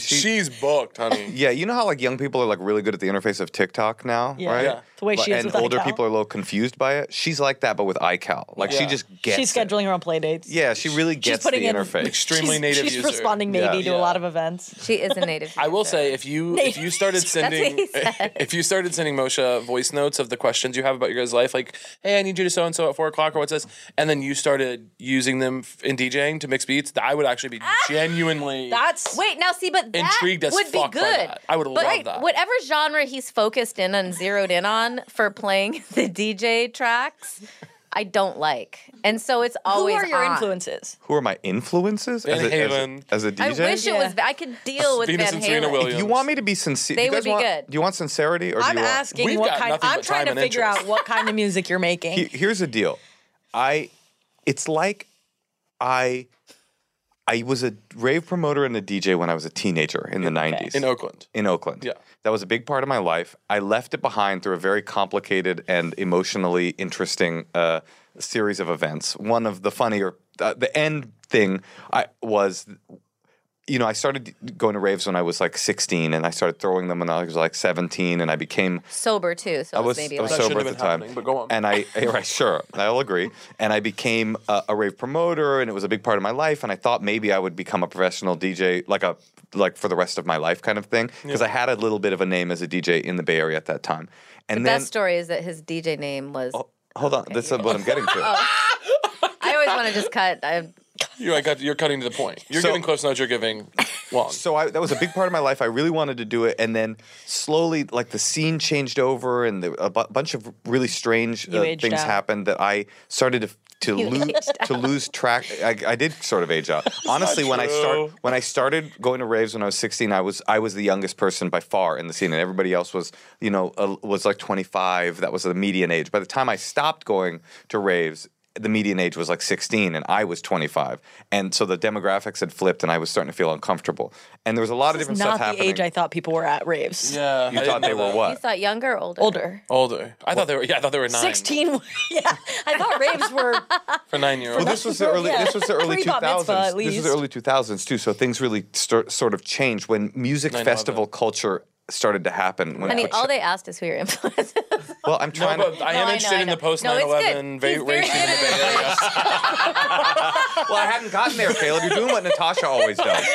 Speaker 1: she's booked, honey.
Speaker 3: yeah, you know how like young people are like really good at the interface of TikTok now,
Speaker 2: Yeah.
Speaker 3: right?
Speaker 2: Yeah. The way she
Speaker 3: But-
Speaker 2: is
Speaker 3: and
Speaker 2: with
Speaker 3: older
Speaker 2: iCal.
Speaker 3: people are a little confused by it. She's like that, but with iCal, like she
Speaker 1: Yeah.
Speaker 3: just gets.
Speaker 2: She's
Speaker 3: it.
Speaker 2: scheduling her own play dates.
Speaker 3: Yeah, she really gets the
Speaker 2: putting in-
Speaker 3: interface.
Speaker 1: Extremely
Speaker 2: she's,
Speaker 1: native
Speaker 2: She's
Speaker 1: user.
Speaker 2: responding
Speaker 3: Yeah.
Speaker 2: maybe to
Speaker 3: Yeah.
Speaker 2: a lot of events.
Speaker 4: She is a native.
Speaker 1: I will say if you if you started sending
Speaker 4: he said.
Speaker 1: if you started sending Moshe voice notes of the questions you have about your guys' life, like hey, I need you to so and so at four o'clock or what's this, and then you started using them f- in DJing to mix beats, I would actually be
Speaker 4: Ah,
Speaker 1: genuinely
Speaker 2: That's
Speaker 4: Wait, now see, but that
Speaker 1: Intrigued as
Speaker 4: would be
Speaker 1: fuck by
Speaker 4: good.
Speaker 1: that. I would
Speaker 4: But,
Speaker 1: love
Speaker 4: like,
Speaker 1: that.
Speaker 4: Whatever genre he's focused in and zeroed in on for playing the DJ tracks, I don't like, and so it's
Speaker 2: who
Speaker 4: always
Speaker 2: are your
Speaker 4: on.
Speaker 2: influences?
Speaker 3: Who are my influences
Speaker 1: Van
Speaker 3: as, a, as, a,
Speaker 1: Halen.
Speaker 3: as a
Speaker 4: I
Speaker 3: DJ?
Speaker 4: wish it
Speaker 2: Yeah.
Speaker 4: was. I could deal with
Speaker 1: Venus
Speaker 4: Van
Speaker 1: and Serena
Speaker 4: Halen.
Speaker 1: Williams.
Speaker 3: if you want me to be sincere,
Speaker 4: They
Speaker 3: you
Speaker 4: would
Speaker 3: guys
Speaker 4: be
Speaker 3: want,
Speaker 4: good.
Speaker 3: Do you want sincerity or do
Speaker 2: I'm
Speaker 3: you want?
Speaker 2: asking
Speaker 1: We've
Speaker 2: what
Speaker 1: got
Speaker 2: kind.
Speaker 1: nothing
Speaker 2: I'm
Speaker 1: but
Speaker 2: trying
Speaker 1: time
Speaker 2: to
Speaker 1: and
Speaker 2: figure
Speaker 1: interest.
Speaker 2: out what kind of music you're making.
Speaker 3: He- here's the deal i it's like i i was a rave promoter and a dj when i was a teenager in the 90s
Speaker 1: in Oakland.
Speaker 3: in Oakland.
Speaker 1: Yeah.
Speaker 3: That was a big part of my life. I left it behind through a very complicated and emotionally interesting uh, series of events. One of the funnier, uh, the end thing I was, you know, I started going to raves when I was like 16 and I started throwing them when I was like 17 and I became
Speaker 4: Sober too, so
Speaker 3: I
Speaker 4: it was
Speaker 3: was,
Speaker 4: maybe
Speaker 3: I was
Speaker 4: like.
Speaker 3: sober at
Speaker 1: shouldn't
Speaker 3: the
Speaker 1: have been
Speaker 3: time.
Speaker 1: happening, but go on.
Speaker 3: And I, yeah, right, sure, I'll agree. And I became a, a rave promoter, and it was a big part of my life. And I thought maybe I would become a professional DJ, like a like for the rest of my life kind of thing, because I had a little bit of a name as a DJ in the Bay Area at that time.
Speaker 4: The
Speaker 3: And then,
Speaker 4: best story is that his DJ name was.
Speaker 1: Oh.
Speaker 3: hold on, that's what I'm getting to.
Speaker 4: I always want to just cut. I,
Speaker 1: You're, like, you're cutting to the point. You're
Speaker 3: So-
Speaker 1: giving close notes. You're giving long.
Speaker 3: so I, that was a big part of my life. I really wanted to do it, and then slowly, like the scene changed over, and there, a bu- bunch of really strange
Speaker 2: You
Speaker 3: uh,
Speaker 2: aged
Speaker 3: things
Speaker 2: out.
Speaker 3: happened that I started to to lose to lose track. I, I did sort of age out. Honestly, when I start
Speaker 1: true.
Speaker 3: when I started going to raves when I was sixteen, I was I was the youngest person by far in the scene, and everybody else was you know uh, was like twenty five. That was the median age. By the time I stopped going to raves. The median age was like 16 and I was 25. And so the demographics had flipped and I was starting to feel uncomfortable. And there was a lot of
Speaker 2: This is
Speaker 3: different
Speaker 2: not
Speaker 3: stuff
Speaker 2: the
Speaker 3: happening.
Speaker 2: age I thought people were at raves.
Speaker 1: yeah,
Speaker 3: you thought they were
Speaker 1: Uh,
Speaker 4: you
Speaker 3: what?
Speaker 4: thought younger or older?
Speaker 2: Older.
Speaker 1: older. I thought they were. Yeah, I thought they were nine.
Speaker 2: 16. Yeah. I thought raves were.
Speaker 1: for nine year
Speaker 3: Well,
Speaker 1: olds.
Speaker 3: this was the early.
Speaker 2: Yeah.
Speaker 3: This was the early two
Speaker 2: Pre-bat mitzvah,
Speaker 3: thousands.
Speaker 2: at
Speaker 3: This was
Speaker 2: least.
Speaker 3: the early two thousands too. So things really stor- sort of changed when music
Speaker 1: know
Speaker 3: festival culture started to happen. When
Speaker 4: I mean,
Speaker 3: it-
Speaker 4: all they asked is who your influences.
Speaker 3: well, I'm
Speaker 1: No,
Speaker 3: trying
Speaker 1: but
Speaker 3: to.
Speaker 1: I
Speaker 4: No,
Speaker 1: am
Speaker 4: I
Speaker 1: interested
Speaker 4: know, I
Speaker 1: in the
Speaker 4: know.
Speaker 1: post
Speaker 4: No,
Speaker 1: 9
Speaker 4: it's
Speaker 1: 11
Speaker 4: good. He's
Speaker 1: va-
Speaker 4: very
Speaker 1: race scene in the Bay Area.
Speaker 3: Well, I hadn't gotten there, Caleb. You're doing what Natasha always does.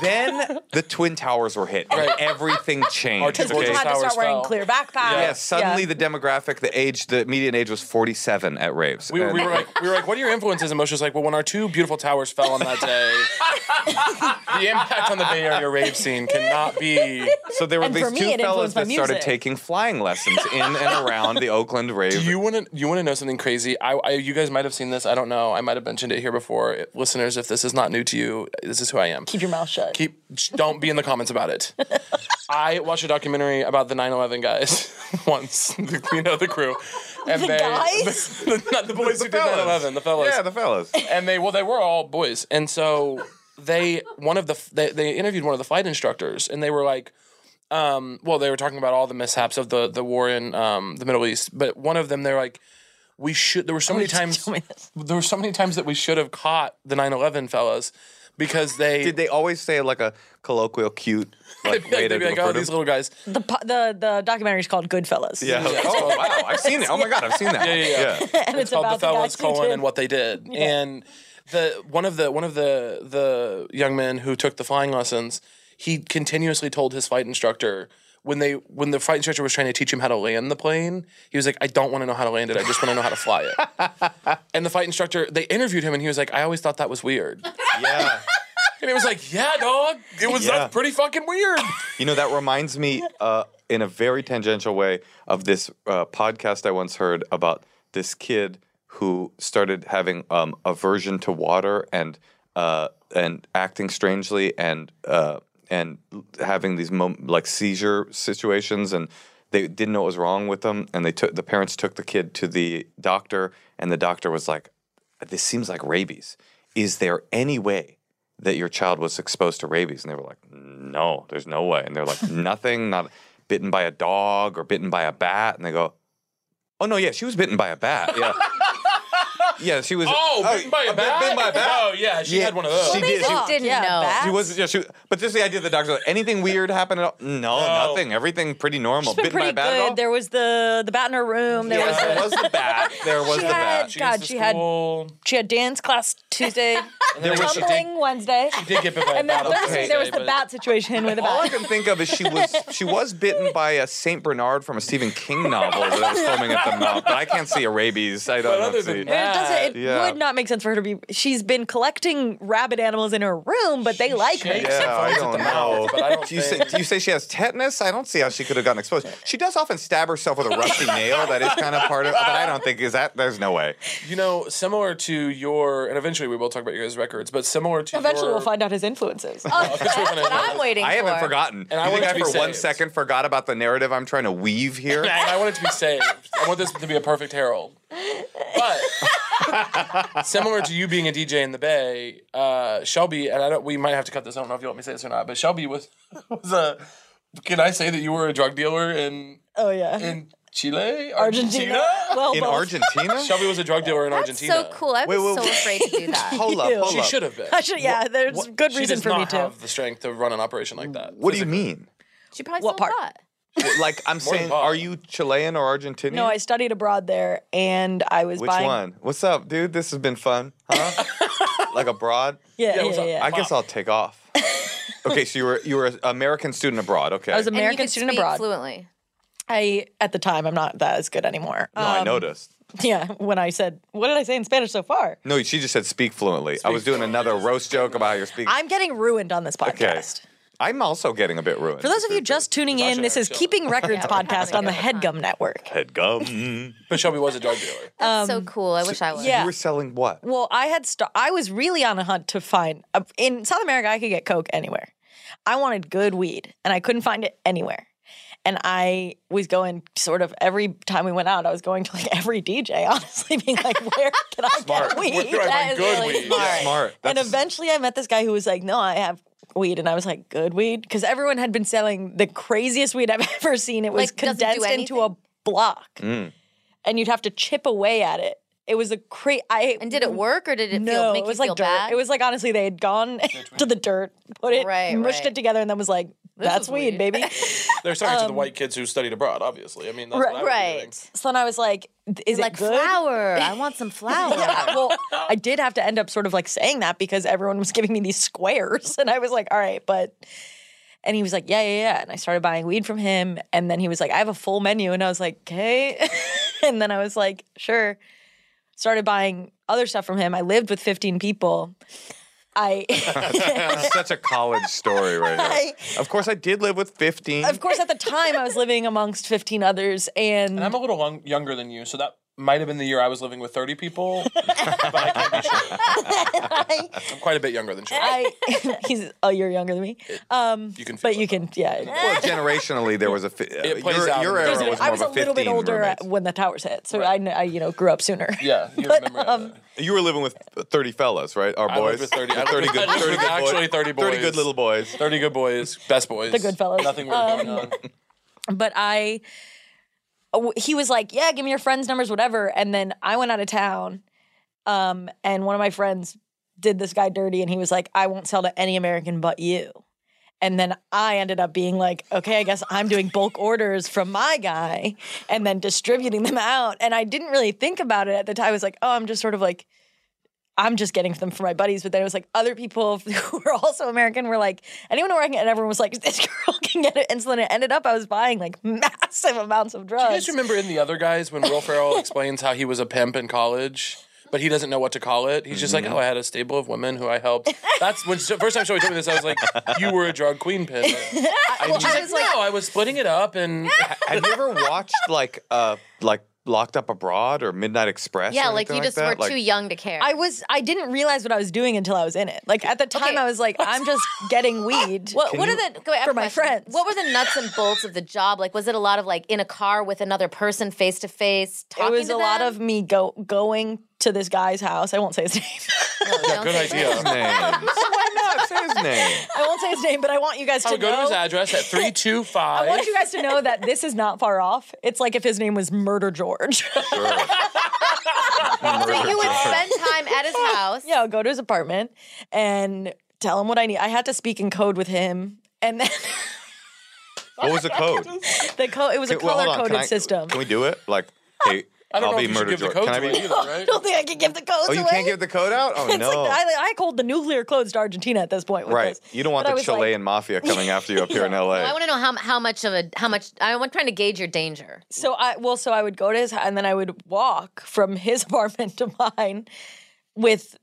Speaker 3: then the twin towers were hit, and
Speaker 1: Right.
Speaker 3: everything changed.
Speaker 1: Because people
Speaker 3: okay?
Speaker 2: Had to
Speaker 1: Towers
Speaker 2: start wearing
Speaker 1: fell.
Speaker 2: clear backpacks.
Speaker 3: Yeah, suddenly the demographic, the age, the median age was 47 at raves.
Speaker 1: We, were- we
Speaker 3: And-
Speaker 1: were like, we were like, what are your influences? And Moshe was like, well, when our two beautiful towers fell on that day, the impact on the Bay Area rave scene cannot be
Speaker 3: so there were
Speaker 2: And
Speaker 3: these
Speaker 2: for me,
Speaker 3: two
Speaker 2: it
Speaker 3: fellas
Speaker 2: influenced my
Speaker 3: that started
Speaker 2: music.
Speaker 3: taking flying lessons in and around the Oakland rave.
Speaker 1: Do you want to? You want to know something crazy? I, I, you guys might have seen this. I don't know. I might have mentioned it here before. It- listeners, if this is not new to you, this is who I am.
Speaker 2: Keep your mouth shut.
Speaker 1: Keep. sh- Don't be in the comments about it. I watched a documentary about the 9/11 guys once. The, you know the crew. And
Speaker 2: The guys?
Speaker 1: not the boys who did
Speaker 3: fellas.
Speaker 1: 9/11. The fellas
Speaker 3: yeah, the fellas.
Speaker 1: and they well they were all boys and so they one of the they, they interviewed one of the flight instructors and they were like um well they were talking about all the mishaps of the the war in um the middle east but one of them they're like we should there were so many times
Speaker 2: Oh, Tell me this.
Speaker 1: there were so many times that we should have caught the 9-11 fellas because they
Speaker 3: Did they always say like a colloquial, cute like,
Speaker 1: they'd
Speaker 3: way to
Speaker 1: be like oh
Speaker 3: refer to
Speaker 1: these
Speaker 3: them?
Speaker 1: little guys
Speaker 2: The, po- the the documentary is called Goodfellas.
Speaker 3: Yeah. Oh wow, I've seen it. Oh my god, I've seen that.
Speaker 1: Yeah, yeah, yeah.
Speaker 2: and it's,
Speaker 1: called
Speaker 2: about
Speaker 1: the
Speaker 2: the
Speaker 1: fellas
Speaker 2: guys who
Speaker 1: colon
Speaker 2: did-
Speaker 1: and what they did and the one of the one of the the young men who took the flying lessons he continuously told his flight instructor when they when the flight instructor was trying to teach him how to land the plane he was like i don't want to know how to land it i just want to know how to fly it and the flight instructor they interviewed him and he was like i always thought that was weird
Speaker 3: yeah.
Speaker 1: and it was like yeah dog it was
Speaker 3: Yeah.
Speaker 1: that's pretty fucking weird
Speaker 3: You know, that reminds me uh, in a very tangential way of this uh, podcast I once heard about this kid who started having um, aversion to water and uh, and acting strangely and uh, and having these mom- like seizure situations and they didn't know what was wrong with them and they took the parents took the kid to the doctor and the doctor was like this seems like rabies. Is there any way that your child was exposed to rabies? And they were like, no, there's no way. And they're like, nothing, not bitten by a dog or bitten by a bat. And they go, oh, no, yeah, she was bitten by a bat. Yeah. yeah, she was.
Speaker 1: oh, bitten by a
Speaker 3: bit-
Speaker 1: bat
Speaker 3: Bitten by a bat.
Speaker 1: oh yeah Oh, she
Speaker 3: Yeah,
Speaker 1: had one of those
Speaker 3: she did. She-
Speaker 4: Didn't
Speaker 2: Yeah,
Speaker 4: know.
Speaker 2: bats.
Speaker 3: She was, yeah, she, but just the idea that the doctor, like, anything weird happened at all? No, nothing. Everything pretty normal.
Speaker 2: It's been
Speaker 3: Bitten by
Speaker 2: pretty
Speaker 3: a bat at all?
Speaker 2: good. There was the the bat in her room. There was
Speaker 3: Yeah, there was the bat. There was
Speaker 2: She
Speaker 3: the bat.
Speaker 2: had-
Speaker 1: She
Speaker 2: God,
Speaker 1: used the
Speaker 2: she had-
Speaker 1: school.
Speaker 2: she had dance class Tuesday,
Speaker 1: There was- she did-
Speaker 2: tumbling Wednesday,
Speaker 1: she did get bit by a
Speaker 2: and then
Speaker 1: bat on
Speaker 2: Thursday there was
Speaker 1: Tuesday,
Speaker 2: the
Speaker 1: but-
Speaker 2: bat situation with a
Speaker 3: All I
Speaker 2: bat.
Speaker 3: can think of is she was she was bitten by a Saint Bernard from a Stephen King novel that I was filming at the mouth. But I can't see a rabies. I don't,
Speaker 1: But other
Speaker 3: see.
Speaker 2: It
Speaker 1: than
Speaker 2: doesn't. It
Speaker 3: Yeah.
Speaker 2: would not make sense for her to be. She's been collecting rabbit animals in her room, but they like her.
Speaker 1: shakes.
Speaker 3: yeah, I don't know.
Speaker 1: but I don't
Speaker 3: Do you, say, do you say she has tetanus? I don't see how she could have gotten exposed. She does often stab herself with a rusty nail. That is kind of part of. But I don't think is that. There's no way.
Speaker 1: You know, similar to your, and eventually we will talk about your guys' records, but similar to
Speaker 2: Eventually,
Speaker 1: your,
Speaker 2: we'll find out his influences.
Speaker 4: Oh, that's what I'm waiting
Speaker 3: I haven't
Speaker 4: for.
Speaker 3: forgotten.
Speaker 1: And I
Speaker 3: you
Speaker 1: want it
Speaker 3: think I
Speaker 1: to
Speaker 3: for
Speaker 1: be
Speaker 3: one
Speaker 1: saved.
Speaker 3: second forgot about the narrative I'm trying to weave here?
Speaker 1: And I want it to be saved. I want this to be a perfect herald. But similar to you being a DJ in the Bay, uh, Shelby, and I don't. We might have to cut this. I don't know if you want me to say this or not, but Shelby was was a. Can I say that you were a drug dealer in
Speaker 2: oh yeah,
Speaker 1: in Chile,
Speaker 2: Argentina. Well,
Speaker 3: In
Speaker 2: both.
Speaker 3: Argentina?
Speaker 1: Shelby was a drug dealer in
Speaker 4: That's
Speaker 1: Argentina.
Speaker 4: so cool. I was
Speaker 3: Wait, wait,
Speaker 4: so
Speaker 3: wait.
Speaker 4: afraid to do that.
Speaker 3: Hold up,
Speaker 2: Ew.
Speaker 3: hold
Speaker 1: She
Speaker 3: up.
Speaker 1: should have been.
Speaker 2: I should- yeah, there's good
Speaker 1: She
Speaker 2: reason
Speaker 1: does
Speaker 2: for
Speaker 1: not
Speaker 2: me too.
Speaker 1: have the strength to run an operation like that.
Speaker 3: What do you mean?
Speaker 4: She probably
Speaker 2: What
Speaker 4: still
Speaker 2: part?
Speaker 4: thought.
Speaker 3: Like I'm saying,
Speaker 1: Bob.
Speaker 3: are you Chilean or Argentinian?
Speaker 2: No, I studied abroad there, and I was
Speaker 3: Which
Speaker 2: buying.
Speaker 3: one? What's up, dude? This has been fun, huh? like abroad?
Speaker 2: Yeah,
Speaker 1: what's
Speaker 2: yeah,
Speaker 1: up?
Speaker 2: yeah.
Speaker 3: I guess I'll take off. okay, so you were you were an American student abroad. Okay.
Speaker 2: I was an
Speaker 4: And you
Speaker 2: American
Speaker 4: could
Speaker 2: student
Speaker 4: speak
Speaker 2: abroad.
Speaker 4: fluently.
Speaker 2: I at the time I'm not that as good anymore.
Speaker 3: no, I noticed.
Speaker 2: Yeah, when I said, "What did I say in Spanish so far?"
Speaker 3: No, she just said speak fluently. I was doing another roast joke about how you're speaking.
Speaker 2: I'm getting ruined on this podcast.
Speaker 3: I'm also getting a bit ruined.
Speaker 2: For those of you just tuning in, this is Keeping Records podcast on the Headgum Network.
Speaker 3: head gum.
Speaker 1: But Shelby was a drug dealer.
Speaker 4: That's so cool. I wish I was.
Speaker 2: yeah.
Speaker 3: You were selling what?
Speaker 2: Well, I had st- I was really on a hunt to find uh, in South America I could get coke anywhere. I wanted good weed and I couldn't find it anywhere. And I was going sort of every time we went out, I was going to like every DJ, honestly, being like, "Where can I get weed?"
Speaker 4: That is
Speaker 1: good
Speaker 4: really
Speaker 1: weed.
Speaker 4: smart.
Speaker 3: Smart.
Speaker 2: and
Speaker 3: That's-
Speaker 2: eventually I met this guy who was like, No, I have weed. And I was like, Good weed? Because everyone had been selling the craziest weed I've ever seen. It was
Speaker 4: Like, doesn't do
Speaker 2: condensed into a
Speaker 4: anything.
Speaker 2: block. And you'd have to chip away at it. It was a crazy. I
Speaker 4: And did it work or did it
Speaker 2: No,
Speaker 4: feel make
Speaker 2: it was
Speaker 4: you feel
Speaker 2: like dirt.
Speaker 4: bad?
Speaker 2: It was like honestly, they had gone to the dirt, put it,
Speaker 4: Right,
Speaker 2: mushed
Speaker 4: right.
Speaker 2: it together, and then was like, "That's
Speaker 4: is
Speaker 2: weed,
Speaker 4: weed."
Speaker 2: baby."
Speaker 1: They're talking to the white kids who studied abroad, obviously. I mean, that's what I would be doing.
Speaker 4: um, right.
Speaker 2: so then I was like, "Is it
Speaker 4: Like
Speaker 2: good?"
Speaker 4: flour. I want some flour.
Speaker 2: Yeah, well, I did have to end up sort of like saying that because everyone was giving me these squares, and I was like, "All right," but. And he was like, "Yeah, yeah, yeah," and I started buying weed from him. And then he was like, "I have a full menu," and I was like, "Okay." and then I was like, "Sure." Started buying other stuff from him. I lived with 15 people, I
Speaker 3: That's such a college story right here. Of course, I did live with 15.
Speaker 2: of course at the time I was living amongst 15 others and,
Speaker 1: And I'm a little long, younger than you, so that might have been the year I was living with 30 people. but I can't be sure. I'm quite a bit younger than you.
Speaker 2: I he's oh you're younger than me. Um
Speaker 1: You can feel
Speaker 2: but you
Speaker 1: it.
Speaker 2: can yeah.
Speaker 3: Well, generationally, there was a. Fi- it
Speaker 1: plays
Speaker 3: your,
Speaker 1: out in
Speaker 3: your
Speaker 1: the
Speaker 3: era
Speaker 1: There's
Speaker 3: was more
Speaker 2: I was a
Speaker 3: of a
Speaker 2: little bit
Speaker 3: 15
Speaker 2: older uh,
Speaker 3: roommates.
Speaker 2: at- when the towers hit, so I, kn- I you know grew up sooner.
Speaker 1: Yeah, you
Speaker 2: But,
Speaker 1: remember.
Speaker 2: um,
Speaker 3: You were living with 30 fellas, right? Our
Speaker 1: I lived
Speaker 3: boys.
Speaker 1: with 30 I
Speaker 3: The
Speaker 1: lived with- I lived with actually 30
Speaker 3: 30
Speaker 1: boys.
Speaker 3: good little boys.
Speaker 1: 30 good boys, best boys.
Speaker 2: The Um, good fellas.
Speaker 1: Nothing weird going on.
Speaker 2: but I, w- he was like, yeah, give me your friends' numbers, whatever. And then I went out of town, um, and one of my friends did this guy dirty, and he was like, I won't sell to any American but you. And then I ended up being like, okay, I guess I'm doing bulk orders from my guy and then distributing them out. And I didn't really think about it at the time. I was like, oh, I'm just sort of like, I'm just getting them for my buddies. But then it was like other people who were also American were like, anyone who I can get, and everyone was like, this girl can get it. And so then it ended up, I was buying like massive amounts of
Speaker 1: You
Speaker 2: drugs.
Speaker 1: guys remember in The Other Guys when Will Ferrell explains how he was a pimp in college? But he doesn't know what to call it. He's just
Speaker 3: Mm-hmm.
Speaker 1: like, oh, I had a stable of women who I helped. That's when so- first time Joey told me this. I was like, you were a drug queen pimp. I was like, no, I was splitting it up, and
Speaker 3: Have you ever watched, like, uh, like Locked Up Abroad or Midnight Express?
Speaker 4: Yeah,
Speaker 3: or
Speaker 4: like you
Speaker 3: anything
Speaker 4: just
Speaker 3: that?
Speaker 4: were
Speaker 3: Like-
Speaker 4: too young to care.
Speaker 2: I was, I didn't realize what I was doing until I was in it. Like at the time,
Speaker 4: Okay.
Speaker 2: I was like, I'm just getting weed.
Speaker 4: What, what are the go, I have
Speaker 2: for
Speaker 4: a
Speaker 2: my
Speaker 4: question.
Speaker 2: friends.
Speaker 4: What were the nuts and bolts of the job? Like, was it a lot of like in a car with another person, face to face,
Speaker 2: it
Speaker 4: talking?
Speaker 2: was
Speaker 4: to
Speaker 2: a lot
Speaker 4: them?
Speaker 2: of me go going to this guy's house. I won't say his name.
Speaker 4: No, don't
Speaker 1: good
Speaker 4: say that.
Speaker 1: idea.
Speaker 3: Names. Why not? Oh, Say his name.
Speaker 2: I won't say his name, but I want you guys
Speaker 1: I
Speaker 2: to
Speaker 1: would go
Speaker 2: know.
Speaker 1: to his address at three two
Speaker 2: I
Speaker 1: five.
Speaker 2: want you guys to know that this is not far off. It's like if his name was Murder George.
Speaker 4: So you would spend time at his house.
Speaker 2: yeah, I'll go to his apartment and tell him what I need. I had to speak in code with him. And then
Speaker 3: What was the code?
Speaker 2: the co- it was a
Speaker 3: Well, hold
Speaker 2: color
Speaker 3: on, can
Speaker 2: coded
Speaker 3: I-
Speaker 2: system.
Speaker 3: Can we do it? Like, hey,
Speaker 1: I don't
Speaker 3: will
Speaker 1: know
Speaker 3: be
Speaker 1: if you should
Speaker 3: murder
Speaker 1: give the
Speaker 3: George.
Speaker 1: code
Speaker 3: Can I
Speaker 1: away
Speaker 3: be?
Speaker 1: either, right?
Speaker 2: I don't think I can give the codes
Speaker 3: Oh, you
Speaker 2: away.
Speaker 3: can't give the code out? Oh,
Speaker 2: it's
Speaker 3: no.
Speaker 2: like I, I called the nuclear codes to Argentina at this point. With
Speaker 3: right.
Speaker 2: this.
Speaker 3: You don't want
Speaker 2: But I
Speaker 3: the
Speaker 2: was like-
Speaker 3: Chilean mafia coming after you up here in LA.
Speaker 4: I want to know how how much of a how much I'm trying to gauge your danger.
Speaker 2: So I well, so I would go to his hou- and then I would walk from his apartment to mine with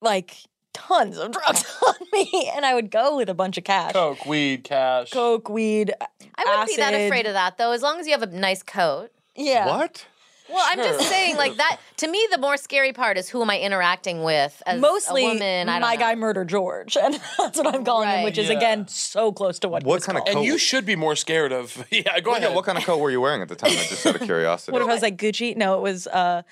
Speaker 2: like tons of drugs on me, and I would go with a bunch of cash,
Speaker 3: Oh.
Speaker 1: Coke, weed, cash.
Speaker 2: coke, weed.
Speaker 4: I wouldn't be that
Speaker 2: acid.
Speaker 4: afraid of that though, as long as you have a nice coat.
Speaker 2: Yeah.
Speaker 3: What?
Speaker 4: Well, I'm just saying, like that to me, the more scary part is who am I interacting with as
Speaker 2: Mostly,
Speaker 4: a woman? I don't
Speaker 2: my
Speaker 4: know.
Speaker 2: guy murder George, and that's what I'm calling him,
Speaker 4: Right.
Speaker 2: which is again so close to what. he
Speaker 3: What
Speaker 2: was
Speaker 3: kind of
Speaker 2: called.
Speaker 3: coat?
Speaker 1: And you should be more scared of. Yeah, go
Speaker 3: yeah,
Speaker 1: ahead.
Speaker 3: what kind of coat were you wearing at the time? Just out of curiosity.
Speaker 2: What if I was like Gucci? No, it was uh,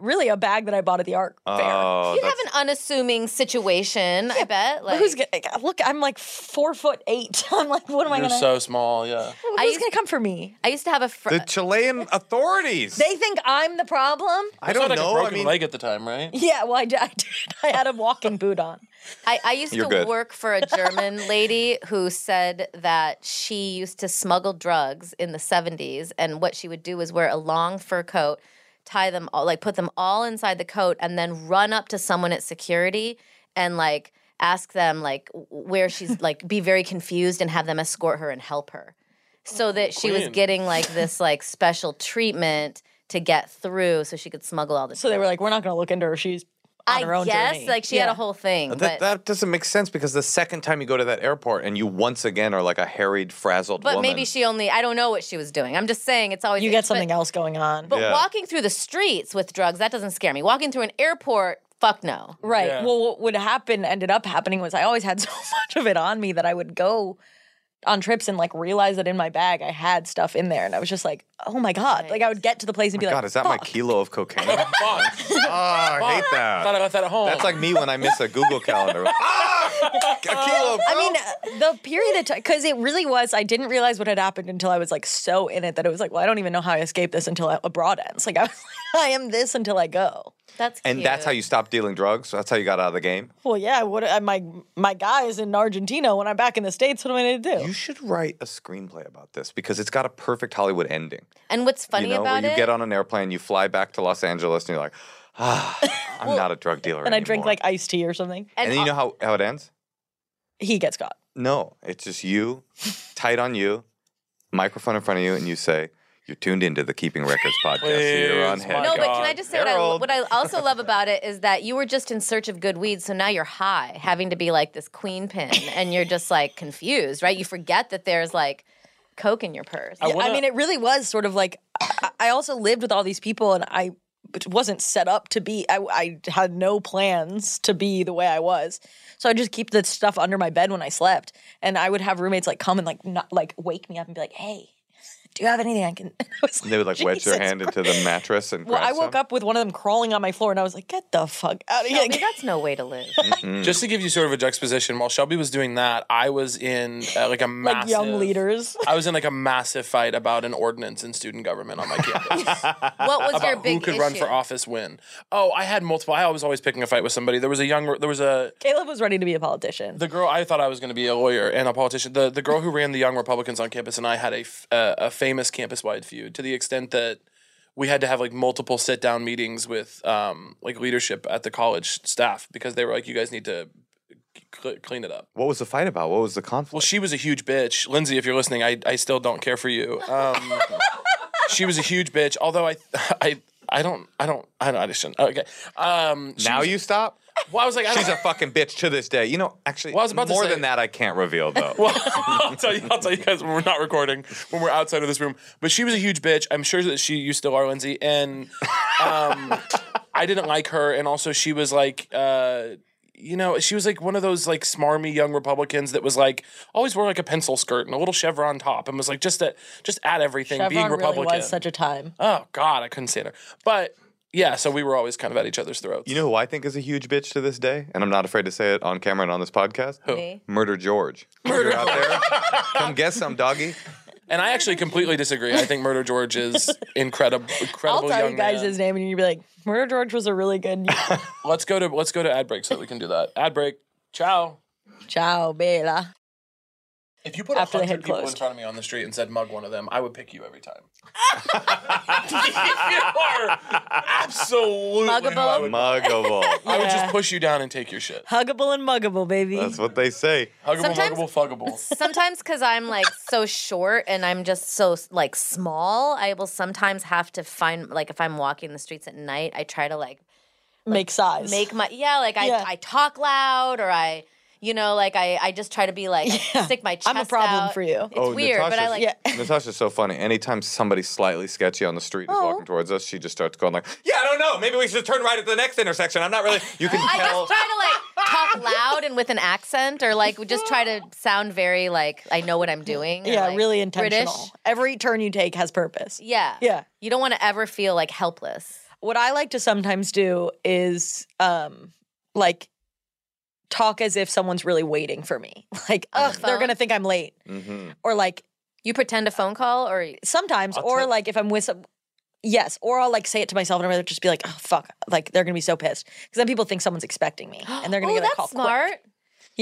Speaker 2: really a bag that I bought at the art fair.
Speaker 3: Oh,
Speaker 4: You'd
Speaker 3: that's-
Speaker 4: have an unassuming situation, I bet.
Speaker 2: But
Speaker 4: Like,
Speaker 2: who's gonna look? I'm like four foot eight. I'm like, what am I
Speaker 1: You're
Speaker 2: gonna?
Speaker 1: so small. Yeah.
Speaker 4: I
Speaker 2: who's
Speaker 4: used,
Speaker 2: gonna come for me?
Speaker 4: I used to have a
Speaker 3: the
Speaker 4: friend.
Speaker 3: Chilean authorities.
Speaker 2: They think I'm the problem.
Speaker 3: I
Speaker 1: It's
Speaker 3: don't
Speaker 1: not like a
Speaker 3: know. I
Speaker 1: broken
Speaker 3: mean,
Speaker 1: leg at the time, right?
Speaker 2: Yeah, well, I did. I, did. I had a walking boot on.
Speaker 4: I, I used
Speaker 3: You're
Speaker 4: to
Speaker 3: good.
Speaker 4: work for a German lady who said that she used to smuggle drugs in the 70s. And what she would do is wear a long fur coat, tie them all, like put them all inside the coat, and then run up to someone at security and like ask them, like, w- where she's like, be very confused and have them escort her and help her.
Speaker 3: Oh,
Speaker 4: So that she was
Speaker 1: Queen.
Speaker 4: getting like this like special treatment to get through so she could smuggle all this.
Speaker 2: So they were like, "We're not going to look into her. She's on
Speaker 4: I
Speaker 2: her own
Speaker 4: guess
Speaker 2: journey."
Speaker 4: like she had a whole thing.
Speaker 3: that,
Speaker 4: but
Speaker 3: that doesn't make sense because the second time you go to that airport and you once again are like a harried, frazzled
Speaker 4: But
Speaker 3: woman.
Speaker 4: maybe she only, I don't know what she was doing. I'm just saying it's always.
Speaker 2: you
Speaker 4: but-
Speaker 2: get something else going on,
Speaker 4: But
Speaker 3: Yeah.
Speaker 4: walking through the streets with drugs, that doesn't scare me. Walking through an airport, fuck no.
Speaker 2: right?
Speaker 1: Yeah.
Speaker 2: Well, what would happen ended up happening was I always had so much of it on me that I would go on trips and like realize that in my bag I had stuff in there, and I was just like, "Oh my god!" Like I would get to the place and be like,
Speaker 3: God, is that my
Speaker 2: "Fuck."
Speaker 3: kilo of cocaine? oh,
Speaker 1: Fuck.
Speaker 3: I hate
Speaker 1: Thought I
Speaker 3: that.
Speaker 1: left that at home.
Speaker 3: Uh, That's like me when I miss a Google calendar. ah, a kilo of
Speaker 2: I mean, uh, the period of time, because it really was, I didn't realize what had happened until I was like so in it that it was like, well, I don't even know how I escaped this until I, abroad ends. Like, I was like, I am this until I go.
Speaker 4: That's
Speaker 3: And
Speaker 4: cute.
Speaker 3: that's how you stopped dealing drugs. That's how you got out of the game.
Speaker 2: Well, yeah, what I, my my guy is in Argentina. When I'm back in the states, what am I going to do?
Speaker 3: You should write a screenplay about this because it's got a perfect Hollywood ending.
Speaker 4: And what's funny
Speaker 3: you know,
Speaker 4: about
Speaker 3: where you
Speaker 4: it?
Speaker 3: get on an airplane, you fly back to Los Angeles, and you're like, ah, I'm not a drug dealer.
Speaker 2: and I drink
Speaker 3: anymore."
Speaker 2: like iced tea or something.
Speaker 3: and, then you know how, how it ends?
Speaker 2: He gets caught.
Speaker 3: No, it's just you, tight on you, microphone in front of you, and you say, You're tuned into the Keeping Records podcast. so you're on
Speaker 1: Please,
Speaker 3: head.
Speaker 1: my
Speaker 4: No,
Speaker 3: Gum.
Speaker 4: but can I
Speaker 1: God.
Speaker 4: just say what I,
Speaker 3: Oh Harold.
Speaker 4: what I also love about it is that you were just in search of good weed, so now you're high, having to be like this queen pin, and you're just like confused, right? You forget that there's like coke in your purse.
Speaker 1: I wanna-
Speaker 2: I mean, it really was sort of like I, I also lived with all these people, and I but wasn't set up to be. I, I had no plans to be the way I was, so I just keep the stuff under my bed when I slept, and I would have roommates like come and like not like wake me up and be like, "Hey, do you have anything I can?" I was
Speaker 3: They would like wedge their
Speaker 2: "Jesus
Speaker 3: hand
Speaker 2: Christ."
Speaker 3: into the mattress and
Speaker 2: Well,
Speaker 3: grab
Speaker 2: I woke
Speaker 3: some.
Speaker 2: up with one of them crawling on my floor, and I was like, "Get the fuck out of
Speaker 4: Shelby,
Speaker 2: here!"
Speaker 4: that's no way to live.
Speaker 1: Just to give you sort of a juxtaposition, while Shelby was doing that, I was in uh, like a massive
Speaker 2: Like young leaders.
Speaker 1: I was in like a massive fight about an ordinance in student government on my campus.
Speaker 4: What was your
Speaker 1: about
Speaker 4: big
Speaker 1: who could
Speaker 4: issue?
Speaker 1: run for office when. Oh, I had multiple. I was always picking a fight with somebody. There was a young. There was a
Speaker 2: Caleb was ready to be a politician.
Speaker 1: the girl I thought I was going to be a lawyer and a politician. The the girl who ran the Young Republicans on campus and I had a f- uh, a famous campus wide feud to the extent that we had to have like multiple sit down meetings with um, like leadership at the college staff because they were like, you guys need to cl- clean it up.
Speaker 3: What was the fight about? What was the conflict?
Speaker 1: Well, she was a huge bitch, Lindsay. If you're listening, I I still don't care for you. Um, she was a huge bitch. Although I I. I don't, I don't, I don't, I just shouldn't. Okay. Um, she
Speaker 3: now
Speaker 1: was-
Speaker 3: you stop.
Speaker 1: well, I was like, I
Speaker 3: She's
Speaker 1: don't,
Speaker 3: a fucking bitch to this day. You know, actually,
Speaker 1: Well, I was about to
Speaker 3: more
Speaker 1: say-
Speaker 3: than that, I can't reveal though.
Speaker 1: I'll tell you. I'll tell you guys when we're not recording, when we're outside of this room. But she was a huge bitch. I'm sure that she you still are, Lindsay. And um, I didn't like her. And also, she was like, uh, you know, she was like one of those like smarmy young Republicans that was like always wore like a pencil skirt and a little chevron top and was like just that just at everything being
Speaker 2: Chevron
Speaker 1: Republican.
Speaker 2: really was such a time.
Speaker 1: oh God, I couldn't stand her. But yeah, so we were always kind of at each other's throats.
Speaker 3: you know who I think is a huge bitch to this day, and I'm not afraid to say it on camera and on this podcast.
Speaker 4: Me?
Speaker 3: Murder George. Murder out there. Come get some, doggy.
Speaker 1: and I actually completely disagree. I think Murder George is incredible.
Speaker 2: I'll
Speaker 1: Incredible
Speaker 2: tell
Speaker 1: young
Speaker 2: you guys
Speaker 1: man.
Speaker 2: his name, and you'd be like, "Murder George was a really good."
Speaker 1: Let's go to let's go to ad break so that we can do that. Ad break. Ciao.
Speaker 2: Ciao, Bela.
Speaker 1: If you put
Speaker 2: After they had
Speaker 1: 100 people in
Speaker 2: closed.
Speaker 1: front of me on the street and said mug one of them, I would pick you every time. you are absolutely
Speaker 4: Muggable?
Speaker 1: who I would,
Speaker 3: Muggable.
Speaker 1: I would just
Speaker 2: Yeah.
Speaker 1: push you down and take your shit.
Speaker 2: Huggable and muggable, baby.
Speaker 3: That's what they say.
Speaker 1: Huggable,
Speaker 4: Sometimes-
Speaker 1: huggable, fuggable.
Speaker 4: Sometimes because I'm like so short and I'm just so like small, I will sometimes have to find like if I'm walking the streets at night, I try to like
Speaker 2: make size.
Speaker 4: make my yeah like I,
Speaker 2: Yeah.
Speaker 4: I talk loud or i you know like i, I just try to be like stick my chest
Speaker 2: I'm a problem
Speaker 4: out.
Speaker 2: for you.
Speaker 4: it's weird but i like
Speaker 3: Oh, Natasha's- Natasha's so funny. Anytime somebody's slightly sketchy on the street is walking towards us, she just starts going like, "Yeah, I don't know. Maybe we should turn right at the next intersection. I'm not really. You can
Speaker 4: i
Speaker 3: tell."
Speaker 4: just try to like talk loud and with an accent or like just try to sound very like i know what i'm doing or,
Speaker 2: yeah,
Speaker 4: like,
Speaker 2: really intentional.
Speaker 4: British.
Speaker 2: Every turn you take has purpose.
Speaker 4: yeah
Speaker 2: Yeah.
Speaker 4: you don't want to ever feel like helpless
Speaker 2: What I like to sometimes do is um like talk as if someone's really waiting for me. Like,
Speaker 4: On the
Speaker 2: ugh, they're
Speaker 4: phone?
Speaker 2: gonna think I'm late.
Speaker 3: Mhm.
Speaker 2: Or like
Speaker 4: you pretend a phone call or
Speaker 2: sometimes, or like if I'm with some Yes, or I'll like say it to myself and I'll just be like, "Oh fuck!" Like they're gonna be so pissed because then people think someone's expecting me and they're gonna
Speaker 4: oh
Speaker 2: get
Speaker 4: that's
Speaker 2: a call. quick.
Speaker 4: smart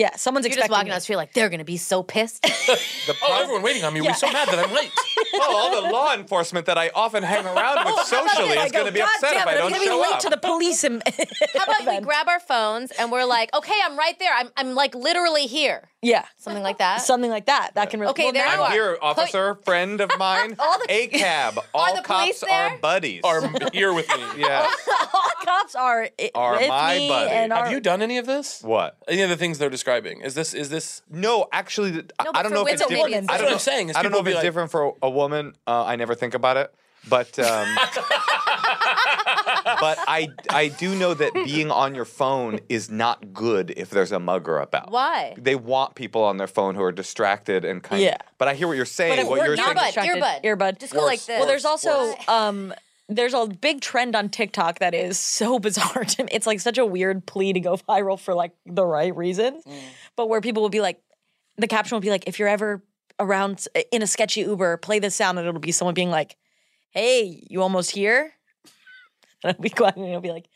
Speaker 2: Yeah, someone's
Speaker 4: you're
Speaker 2: expecting
Speaker 4: just walking
Speaker 2: me.
Speaker 4: down the street like they're gonna be so pissed
Speaker 3: The
Speaker 1: Oh,
Speaker 3: pro-
Speaker 1: everyone waiting on me. We're so mad that I'm late.
Speaker 3: oh, all the law enforcement that I often hang around with socially
Speaker 2: I
Speaker 3: is going
Speaker 2: go,
Speaker 3: to be
Speaker 2: "God
Speaker 3: upset
Speaker 2: damn
Speaker 3: if
Speaker 2: oh, it,
Speaker 3: I don't
Speaker 2: I'm gonna be
Speaker 3: show
Speaker 2: late
Speaker 3: up."
Speaker 2: to the police. And
Speaker 4: how about we grab our phones and we're like okay i'm right there i'm, I'm like literally here
Speaker 2: yeah,
Speaker 4: something like that
Speaker 2: something like that. That can really
Speaker 4: Okay,
Speaker 2: Well,
Speaker 4: there
Speaker 2: now
Speaker 4: you
Speaker 2: I-
Speaker 4: are.
Speaker 3: I'm here, officer, friend of mine.
Speaker 4: All the-
Speaker 3: A cab. All
Speaker 4: the police
Speaker 3: cops
Speaker 4: there?
Speaker 3: are buddies.
Speaker 1: Are here with me.
Speaker 3: yeah.
Speaker 2: all cops are i-
Speaker 3: Are
Speaker 2: with
Speaker 3: my
Speaker 2: me
Speaker 3: buddy.
Speaker 2: and
Speaker 1: Have
Speaker 2: are-
Speaker 1: you done any of this?
Speaker 3: What?
Speaker 1: Any of the things they're describing? Is this is this
Speaker 3: No, actually, th- I-
Speaker 4: No, but
Speaker 3: I don't
Speaker 4: for
Speaker 3: know if
Speaker 4: women,
Speaker 3: it's different.
Speaker 4: maybe it's
Speaker 1: different. That's
Speaker 3: I don't
Speaker 1: what
Speaker 3: know.
Speaker 1: I'm saying, is
Speaker 3: I don't know
Speaker 1: people be
Speaker 3: if it's
Speaker 1: like-
Speaker 3: different for a woman. Uh, I never think about it, but um, but I I do know that being on your phone is not good if there's a mugger about.
Speaker 4: Why?
Speaker 3: They want people on their phone who are distracted and kind.
Speaker 2: Yeah.
Speaker 3: Of, but I hear what you're saying.
Speaker 2: But if
Speaker 3: what
Speaker 2: we're
Speaker 3: you're
Speaker 2: not
Speaker 3: saying.
Speaker 4: Earbud,
Speaker 2: distracted-
Speaker 4: earbud,
Speaker 2: earbud.
Speaker 4: Just go like this.
Speaker 2: Well, there's also um, there's a big trend on TikTok that is so bizarre to me. It's like such a weird plea to go viral for like the right reasons,
Speaker 1: Mm.
Speaker 2: but where people will be like, the caption will be like, if you're ever around s- in a sketchy Uber, play this sound, and it'll be someone being like, "Hey, you almost here?" And I'll be quiet, and it'll be like.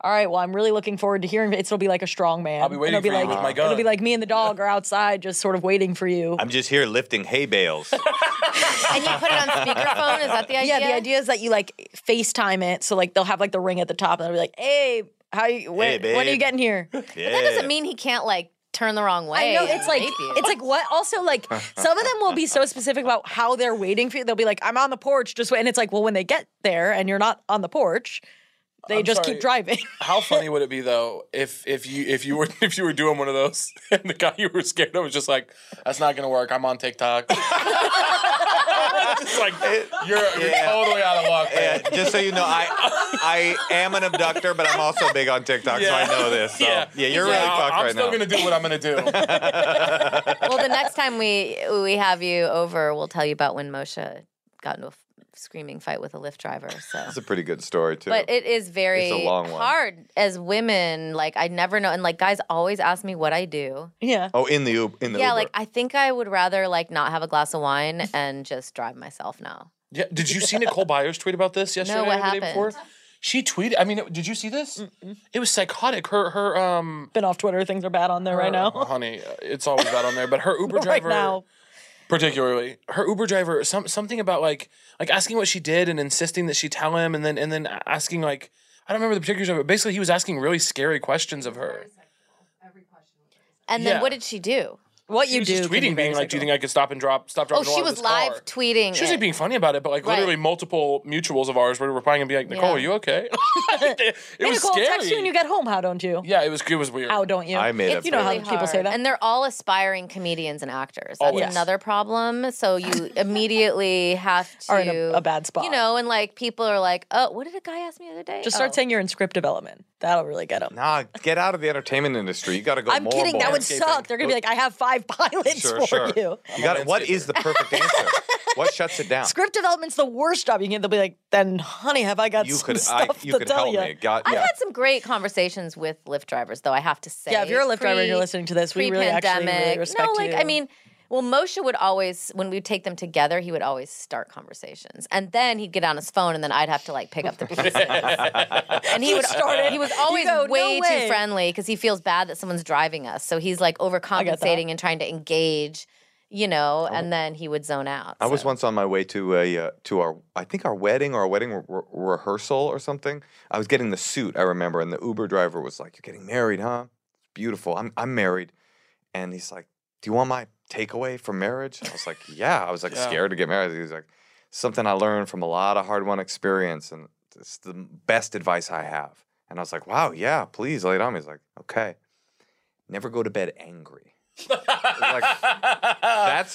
Speaker 2: All right. Well, I'm really looking forward to hearing. it." It's- It'll be like a strong man.
Speaker 1: I'll be waiting
Speaker 2: it'll be
Speaker 1: for you
Speaker 2: like,
Speaker 1: with my
Speaker 2: It'll be
Speaker 1: gun.
Speaker 2: like me and the dog are outside, just sort of waiting for you.
Speaker 3: I'm just here lifting hay bales.
Speaker 4: and you put it on speakerphone. Is that the idea?
Speaker 2: Yeah, the idea is that you like FaceTime it, so like they'll have like the ring at the top, and they'll be like, "Hey, how you? When,
Speaker 3: Hey,
Speaker 2: when are you
Speaker 3: babe."
Speaker 2: getting here?"
Speaker 4: That doesn't mean he can't like turn the wrong way.
Speaker 2: I know
Speaker 4: and
Speaker 2: it's like
Speaker 4: rape you.
Speaker 2: it's like what also like some of them will be so specific about how they're waiting for you. They'll be like, "I'm on the porch, just wait." And it's like, well, when they get there and you're not on the porch, they
Speaker 1: I'm
Speaker 2: just
Speaker 1: sorry.
Speaker 2: keep driving.
Speaker 1: How funny would it be though if if you if you were if you were doing one of those and the guy you were scared of was just like, that's not gonna work. I'm on TikTok. just like you're, you're
Speaker 3: Yeah.
Speaker 1: totally out of luck. Man.
Speaker 3: Yeah, just so you know, I I am an abductor, but I'm also big on TikTok, so I know this. So yeah, you're really
Speaker 1: I-
Speaker 3: fucked
Speaker 1: I'm
Speaker 3: right
Speaker 1: still
Speaker 3: now.
Speaker 1: gonna do what I'm gonna do.
Speaker 4: well, the next time we we have you over, we'll tell you about when Moshe got into a f- screaming fight with a Lyft driver. So.
Speaker 3: That's a pretty good story too.
Speaker 4: But it is very
Speaker 3: It's a long one.
Speaker 4: hard as women. Like I never know, and like guys always ask me what I do.
Speaker 2: yeah,
Speaker 3: oh, in the Ub- in the
Speaker 4: yeah,
Speaker 3: Uber.
Speaker 4: like I think I would rather like not have a glass of wine and just drive myself now.
Speaker 1: Yeah, did you see Nicole Byers tweet about this yesterday
Speaker 4: what
Speaker 1: or the day
Speaker 4: happened?
Speaker 1: before? She tweeted. I mean, it- did you see this? It was psychotic. Her her um
Speaker 2: been off Twitter. Things are bad on there right
Speaker 1: her-
Speaker 2: now.
Speaker 1: honey, uh, it's always bad on there. But her Uber
Speaker 2: right
Speaker 1: driver,
Speaker 2: now,
Speaker 1: particularly her Uber driver, some something about like like asking what she did and insisting that she tell him, and then and then asking like I don't remember the particulars of it. Basically, he was asking really scary questions of her.
Speaker 4: And then
Speaker 1: Yeah.
Speaker 4: what did she do?
Speaker 2: what
Speaker 1: She
Speaker 2: you
Speaker 1: was
Speaker 2: do?
Speaker 1: just
Speaker 2: can be
Speaker 1: tweeting,
Speaker 2: very
Speaker 1: being like, "Do
Speaker 2: sexual.
Speaker 1: you think I could stop and drop stop
Speaker 4: Oh,
Speaker 1: dropping?"
Speaker 4: she was live tweeting.
Speaker 1: She was like
Speaker 4: it.
Speaker 1: being funny about it, but like
Speaker 4: Right.
Speaker 1: literally multiple mutuals of ours were replying and be like, "Nicole,
Speaker 4: Yeah.
Speaker 1: are you okay?" it
Speaker 2: Hey,
Speaker 1: was
Speaker 2: Nicole,
Speaker 1: scary.
Speaker 2: text you when you get home. How don't you?
Speaker 1: Yeah, it was it was weird.
Speaker 2: How don't you?
Speaker 3: I made It's
Speaker 2: You know how
Speaker 4: really
Speaker 2: people say
Speaker 4: hard.
Speaker 2: that.
Speaker 4: And they're all aspiring comedians and actors. That's
Speaker 1: Always.
Speaker 4: another problem. So you immediately have to
Speaker 2: Are in a- a bad spot.
Speaker 4: You know, and like people are like, "Oh, what did a guy ask me the other day?"
Speaker 2: just
Speaker 4: Oh.
Speaker 2: start saying you're in script development. That'll really get them.
Speaker 3: nah, get out of the entertainment industry. You got to go.
Speaker 2: I'm
Speaker 3: more
Speaker 2: kidding.
Speaker 3: More.
Speaker 2: That would
Speaker 1: landscaping.
Speaker 2: suck. They're gonna be like, I have five pilots
Speaker 3: sure,
Speaker 2: for
Speaker 3: sure.
Speaker 2: you.
Speaker 3: You got what is the perfect answer? what shuts it down?
Speaker 2: Script development's the worst job you can get. They'll be like, then, honey, have I got
Speaker 3: you
Speaker 2: some
Speaker 3: could I,
Speaker 2: stuff
Speaker 3: you
Speaker 2: to
Speaker 3: could
Speaker 2: tell
Speaker 3: help
Speaker 2: you?
Speaker 3: me. Got
Speaker 4: I've
Speaker 3: yeah.
Speaker 4: had some great conversations with Lyft drivers, though. I have to say,
Speaker 2: Yeah, if you're a Lyft driver and you're
Speaker 4: Pre-
Speaker 2: listening to this, we really actually
Speaker 4: pre-pandemic,
Speaker 2: really respect
Speaker 4: no, like
Speaker 2: you.
Speaker 4: I mean, well, Moshe would always when we would take them together, he would always start conversations, and then he'd get on his phone, and then I'd have to like pick up the pieces. and he would
Speaker 2: started.
Speaker 4: He was always
Speaker 2: You go, "No
Speaker 4: way
Speaker 2: way."
Speaker 4: too friendly because he feels bad that someone's driving us, so he's like overcompensating and trying to engage, you know, and then he would zone out.
Speaker 3: I was
Speaker 4: so.
Speaker 3: once on my way to a uh, to our I think our wedding or a wedding re- re- rehearsal or something. I was getting the suit, I remember, and the Uber driver was like, "You're getting married, huh? It's beautiful. I'm I'm married," and he's like, "Do you want my takeaway from marriage?" I was like, "Yeah." I was like
Speaker 1: Yeah.
Speaker 3: scared to get married. He's like, "Something I learned from a lot of hard won experience, and it's the best advice I have." And I was like, "Wow, yeah, please lay it on me." He's like, "Okay, never go to bed angry." like, That's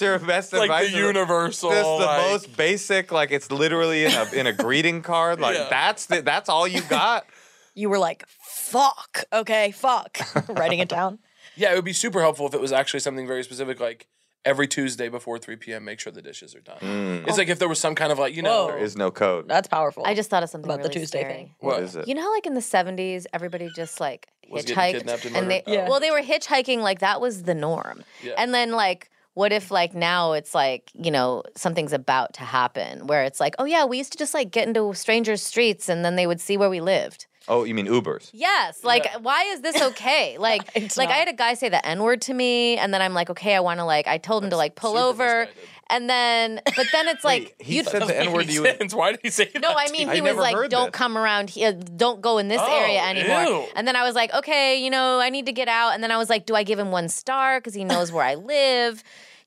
Speaker 3: your best
Speaker 1: like
Speaker 3: advice.
Speaker 1: the universal.
Speaker 3: This the
Speaker 1: like-
Speaker 3: most basic. Like it's literally in a in a greeting card. Like
Speaker 1: Yeah.
Speaker 3: that's the, that's all you got.
Speaker 2: you were like, fuck, okay, fuck. Writing it down.
Speaker 1: Yeah, it would be super helpful if it was actually something very specific, like every Tuesday before 3 p.m. Make sure the dishes are done.
Speaker 2: Mm.
Speaker 1: It's like if there was some kind of like you know.
Speaker 2: Whoa.
Speaker 3: there is no code.
Speaker 2: Oh, That's powerful.
Speaker 4: I just thought of something
Speaker 2: About the
Speaker 4: really
Speaker 2: Tuesday
Speaker 4: scary.
Speaker 2: thing.
Speaker 3: what is it?
Speaker 4: Uh, You know, how, like in the seventies, everybody just like
Speaker 1: Was getting
Speaker 4: hitchhiked,
Speaker 1: kidnapped and
Speaker 4: they
Speaker 1: murdered? Yeah.
Speaker 4: well, they were hitchhiking like that was the norm. And then like, what if like now it's like you know something's about to happen where it's like, oh yeah, we used to just like get into strangers' streets and then they would see where we lived.
Speaker 3: oh, you mean Ubers?
Speaker 4: Yes, like why is this okay? Like, like
Speaker 2: It's
Speaker 4: I
Speaker 2: not.
Speaker 4: had a guy say the n word to me, and then I'm like, okay, I want to like, I told him to like pull
Speaker 1: super
Speaker 4: over,
Speaker 1: misguided.
Speaker 4: and then but then it's like
Speaker 3: he
Speaker 4: you'd-
Speaker 3: said the N word to you.
Speaker 1: Sense. Why did he say that?
Speaker 4: no, I mean
Speaker 3: I
Speaker 4: he was
Speaker 3: never
Speaker 4: like,
Speaker 3: heard
Speaker 4: "Don't
Speaker 3: this.
Speaker 4: come around here. Don't go in this
Speaker 1: Oh,
Speaker 4: area anymore."
Speaker 1: ew.
Speaker 4: And then I was like, "Okay, you know, I need to get out." And then I was like, "Do I give him one star because he knows where I live?"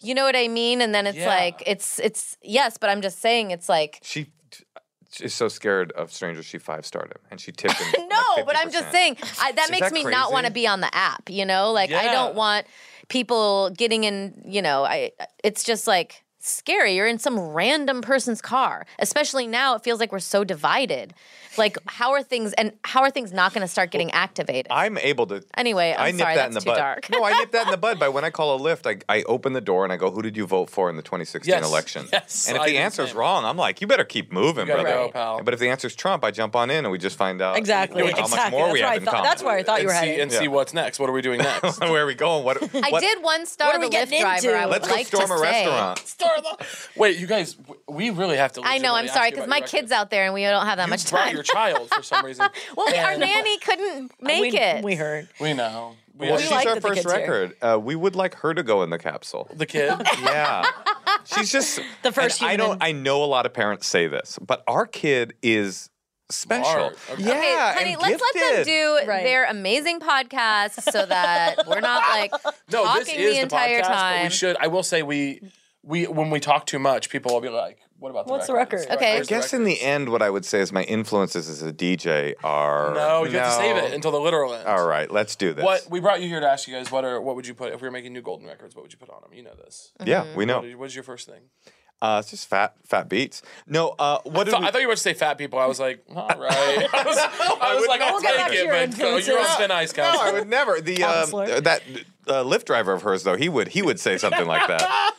Speaker 4: You know what I mean? And then it's
Speaker 1: Yeah.
Speaker 4: like, it's it's yes, but I'm just saying, it's like
Speaker 3: She she's so scared of strangers. She five starred him, and she tipped him. like,
Speaker 4: no. But I'm just
Speaker 3: 50%.
Speaker 4: saying I, that
Speaker 3: Is
Speaker 4: makes
Speaker 3: that
Speaker 4: me not want to
Speaker 3: crazy?
Speaker 4: be on the app. You know, like I
Speaker 1: Yeah.
Speaker 4: don't want people getting in. You know, I it's just like. Scary. You're in some random person's car, especially now. It feels like we're so divided. Like, how are things and how are things not going to start getting activated?
Speaker 3: I'm able to.
Speaker 4: Anyway, I'm
Speaker 3: I nipped
Speaker 4: sorry,
Speaker 3: that in the
Speaker 4: that's too
Speaker 3: bud.
Speaker 4: dark.
Speaker 3: no, I nipped that in the bud. By when I call a lift, I, I open the door and I go, "Who did you vote for in the 2016
Speaker 1: Yes.
Speaker 3: election?"
Speaker 1: Yes,
Speaker 3: and if
Speaker 1: I
Speaker 3: the
Speaker 1: do the
Speaker 3: answer's
Speaker 1: same.
Speaker 3: wrong, I'm like, "You better keep moving,
Speaker 1: gotta
Speaker 3: brother."
Speaker 1: go, pal.
Speaker 3: But if the answer's Trump, I jump on in and we just find out
Speaker 2: exactly.
Speaker 3: how much
Speaker 2: exactly.
Speaker 3: more
Speaker 2: that's
Speaker 3: we
Speaker 2: where
Speaker 3: have
Speaker 2: I
Speaker 3: in
Speaker 2: thought,
Speaker 3: common.
Speaker 2: that's where I thought you
Speaker 1: and
Speaker 2: were
Speaker 1: see,
Speaker 2: heading.
Speaker 1: and see what's next. What are we doing next?
Speaker 3: where are we going? What?
Speaker 4: I
Speaker 3: what-
Speaker 4: did one
Speaker 2: What
Speaker 4: star
Speaker 2: are
Speaker 4: the
Speaker 2: we
Speaker 4: Lyft
Speaker 2: getting
Speaker 4: driver. I
Speaker 2: into?
Speaker 4: would
Speaker 3: Let's
Speaker 4: like
Speaker 3: go storm
Speaker 4: to
Speaker 3: a
Speaker 4: say.
Speaker 3: restaurant.
Speaker 1: Wait, you guys, w- we really have to.
Speaker 4: I know. I'm sorry
Speaker 1: legitimately ask you
Speaker 4: because
Speaker 1: about
Speaker 4: my
Speaker 1: your
Speaker 4: kids
Speaker 1: record.
Speaker 4: out there and we don't have that
Speaker 1: You
Speaker 4: much
Speaker 1: brought
Speaker 4: time.
Speaker 1: your child for some reason.
Speaker 4: well, we, our
Speaker 1: And-
Speaker 4: nanny couldn't make
Speaker 2: we,
Speaker 4: it.
Speaker 2: We heard.
Speaker 1: We know. We
Speaker 3: Well,
Speaker 1: have-
Speaker 3: she's
Speaker 2: like
Speaker 3: our
Speaker 2: that the
Speaker 3: first
Speaker 2: kids are-
Speaker 3: record. Uh, we would like her to go in the capsule.
Speaker 1: the kid.
Speaker 3: Yeah, she's just
Speaker 2: The first
Speaker 3: and I
Speaker 2: human.
Speaker 3: don't. I know a lot of parents say this, but our kid is special.
Speaker 1: Smart. Okay.
Speaker 3: Yeah,
Speaker 4: Okay, honey,
Speaker 3: and
Speaker 4: let's let them
Speaker 3: gifted.
Speaker 4: do
Speaker 2: Right.
Speaker 4: their amazing podcast so that we're not like
Speaker 1: No,
Speaker 4: talking
Speaker 1: this is
Speaker 4: the
Speaker 1: the,
Speaker 4: entire
Speaker 1: podcast, but
Speaker 4: time.
Speaker 1: we should. I will say we we when we talk too much, people will be like, "What about the
Speaker 2: What's the
Speaker 1: records?
Speaker 2: record?
Speaker 4: Okay.
Speaker 3: I
Speaker 1: Where's
Speaker 3: guess in the end, what I would say is my influences as a DJ are.
Speaker 1: No, you have to save it until the literal end.
Speaker 3: All right, let's do this.
Speaker 1: What we brought you here to ask you guys what are what would you put if we were making new golden records? What would you put on them? You know this.
Speaker 4: Mm-hmm.
Speaker 3: Yeah, we know.
Speaker 1: What is- What is your first thing?
Speaker 3: Uh, it's just fat, fat beats. No, uh, what
Speaker 1: I
Speaker 3: did
Speaker 1: thought,
Speaker 3: we?
Speaker 1: I thought you were about to say fat people. I was like, all right. I was, I was
Speaker 3: would
Speaker 1: like,
Speaker 3: not
Speaker 1: I'll
Speaker 3: say that.
Speaker 1: take
Speaker 2: We'll
Speaker 1: it,
Speaker 2: get back
Speaker 1: but
Speaker 2: to your
Speaker 1: no, you're on
Speaker 2: influences.
Speaker 1: thin ice,
Speaker 3: no, I
Speaker 1: Council.
Speaker 3: would never. The um,
Speaker 2: Counselor.
Speaker 3: that uh, Lyft driver of hers though, he would he would say something like that.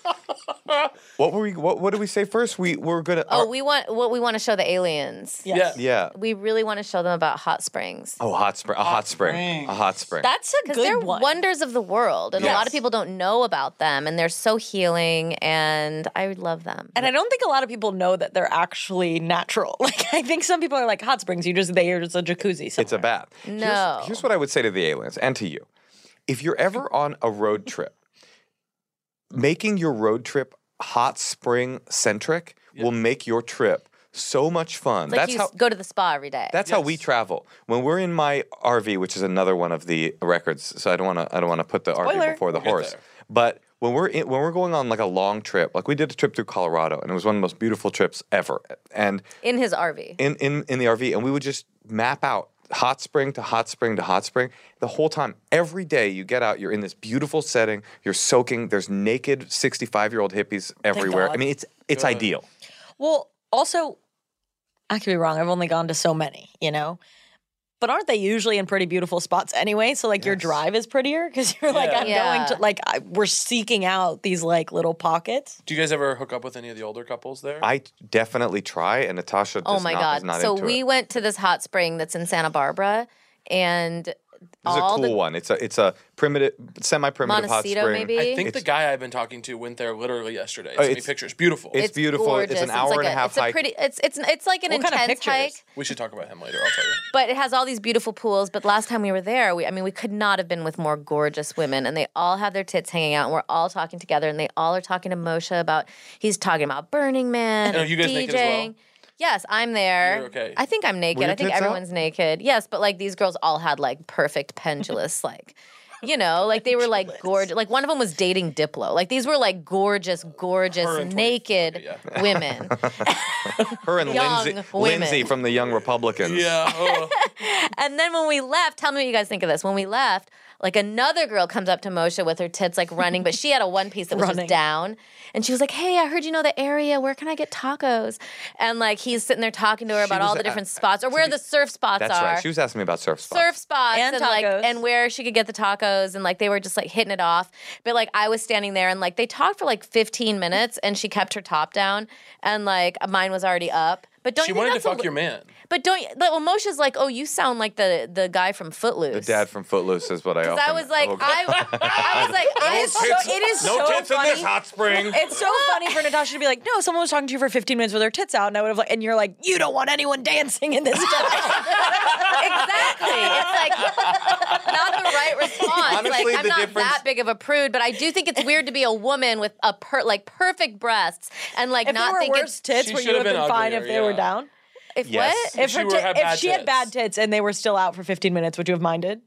Speaker 3: what were we? What what did we say first? We were gonna.
Speaker 4: oh,
Speaker 3: our-
Speaker 4: we want what we want to show the aliens.
Speaker 1: Yeah.
Speaker 3: yeah.
Speaker 4: We really want to show them about hot springs.
Speaker 3: Oh, hot spring. A hot spring.
Speaker 1: springs.
Speaker 3: A hot spring.
Speaker 2: That's a
Speaker 4: Because
Speaker 2: good
Speaker 4: they're
Speaker 2: one.
Speaker 4: wonders of the world, and a lot of people don't know about them, and they're so healing, and I love them.
Speaker 2: And I don't think a lot of people know that they're actually natural. Like I think some people are like hot springs. You just they are just a jacuzzi. Somewhere.
Speaker 3: It's a bath.
Speaker 4: No.
Speaker 3: Here's, here's what I would say to the aliens and to you. If you're ever on a road trip, making your road trip hot spring centric will make your trip so much fun.
Speaker 4: It's like
Speaker 3: that's
Speaker 4: you
Speaker 3: how
Speaker 4: s- go to the spa every day.
Speaker 3: that's how we travel. When we're in my RV, which is another one of the records, so I don't want to I don't want to put the RV
Speaker 2: Spoiler.
Speaker 3: before the
Speaker 1: We'll get
Speaker 3: horse.
Speaker 1: there.
Speaker 3: But when we're in, when we're going on like a long trip, like we did a trip through Colorado, and it was one of the most beautiful trips ever. And
Speaker 4: in his RV.
Speaker 3: in, in in the RV, and we would just map out hot spring to hot spring to hot spring the whole time. Every day you get out, you're in this beautiful setting, you're soaking. There's naked 65 year old hippies everywhere. I
Speaker 2: God.
Speaker 3: mean, it's it's ideal.
Speaker 2: Well, also, I could be wrong. I've only gone to so many, you know? But aren't they usually in pretty beautiful spots anyway? So, like, your drive is prettier because you're like, I'm
Speaker 4: Yeah.
Speaker 2: going to, like, I, we're seeking out these, like, little pockets.
Speaker 1: Do you guys ever hook up with any of the older couples there?
Speaker 3: I definitely try, and Natasha.
Speaker 4: Oh
Speaker 3: does
Speaker 4: my
Speaker 3: not, Is
Speaker 4: god!
Speaker 3: not
Speaker 4: So
Speaker 3: into
Speaker 4: we
Speaker 3: it.
Speaker 4: went to this hot spring that's in Santa Barbara, and
Speaker 3: This is a
Speaker 4: all
Speaker 3: cool
Speaker 4: the
Speaker 3: one. It's a it's a primitive, semi primitive hot
Speaker 4: Montecito
Speaker 3: spring.
Speaker 4: maybe.
Speaker 1: I think the
Speaker 3: It's- Oh,
Speaker 1: guy I've been talking to went there literally yesterday. Sent me
Speaker 3: it's-
Speaker 1: pictures. Beautiful.
Speaker 3: it's- beautiful. It's an hour
Speaker 4: like
Speaker 3: and a half
Speaker 4: It's
Speaker 3: hike.
Speaker 4: pretty. It's it's it's like an
Speaker 2: What kind of
Speaker 4: intense
Speaker 2: pictures?
Speaker 4: hike,
Speaker 1: we should talk about him later. I'll tell you.
Speaker 4: but it has all these beautiful pools. But last time we were there, we I mean we could not have been with more gorgeous women, and they all have their tits hanging out, and we're all talking together, and they all are talking to Moshe about he's talking about Burning Man,
Speaker 1: Oh,
Speaker 4: and
Speaker 1: you guys
Speaker 4: DJing.
Speaker 1: naked as well?
Speaker 4: Yes, I'm there.
Speaker 1: You're okay.
Speaker 4: I think I'm naked.
Speaker 3: your
Speaker 4: I think
Speaker 3: tits out?
Speaker 4: everyone's naked. Yes, but like these girls all had like perfect pendulous like you know, like they were like gorgeous. Like one of them was dating Diplo. Like these were like gorgeous, gorgeous,
Speaker 1: Her and
Speaker 4: naked women.
Speaker 3: her and
Speaker 4: young
Speaker 3: Lindsay,
Speaker 4: women.
Speaker 3: Lindsay from the Young Republicans.
Speaker 1: Yeah. oh.
Speaker 4: and then when we left, tell me what you guys think of this. When we left, like another girl comes up to Moshe with her tits like running, but she had a one piece that was
Speaker 2: Running.
Speaker 4: just down. And she was like, Hey, I heard you know the area. Where can I get tacos? And like he's sitting there talking to her about
Speaker 3: was
Speaker 4: all the
Speaker 3: at-
Speaker 4: different spots or where the surf spots
Speaker 3: that's
Speaker 4: are.
Speaker 3: right. She was asking me about surf spots.
Speaker 4: surf spots and,
Speaker 2: And
Speaker 4: like
Speaker 2: tacos.
Speaker 4: and where she could get the tacos and like they were just like hitting it off but like i was standing there and like they talked for like 15 minutes and she kept her top down and like mine was already up but don't
Speaker 1: she
Speaker 4: you think
Speaker 1: wanted to
Speaker 4: that's a
Speaker 1: fuck
Speaker 4: li-
Speaker 1: your man.
Speaker 4: but don't you, well moshe's like oh you sound like the the guy from footloose
Speaker 3: The dad from Footloose is what I.
Speaker 4: because
Speaker 3: often
Speaker 4: I was like,
Speaker 3: look-
Speaker 4: I, I e-" was like, it
Speaker 2: Oh,
Speaker 4: is so, it is so funny.
Speaker 3: spring.
Speaker 2: It's so funny for Natasha to be like, no, someone was talking to you for 15 minutes with their tits out. And I would have, like, and you're like, you don't want anyone dancing in this time.
Speaker 4: exactly. It's like not the right response.
Speaker 3: Honestly,
Speaker 4: like I'm
Speaker 3: the
Speaker 4: not
Speaker 3: difference-
Speaker 4: that big of a prude, but I do think it's weird to be a woman with a per, like perfect breasts and like
Speaker 2: if
Speaker 4: not
Speaker 2: there were
Speaker 4: think
Speaker 2: worse tits,
Speaker 1: She
Speaker 2: would
Speaker 1: should
Speaker 2: you
Speaker 1: have
Speaker 2: have
Speaker 1: been
Speaker 2: been fine
Speaker 1: uglier,
Speaker 2: if they were
Speaker 1: yeah.
Speaker 2: down?
Speaker 4: it's if
Speaker 3: Yes.
Speaker 4: what?
Speaker 2: If,
Speaker 1: she
Speaker 2: her
Speaker 1: were-
Speaker 2: ti-
Speaker 1: had
Speaker 2: if
Speaker 1: bad
Speaker 2: she had bad tits and they were still out for 15 minutes, would you have minded?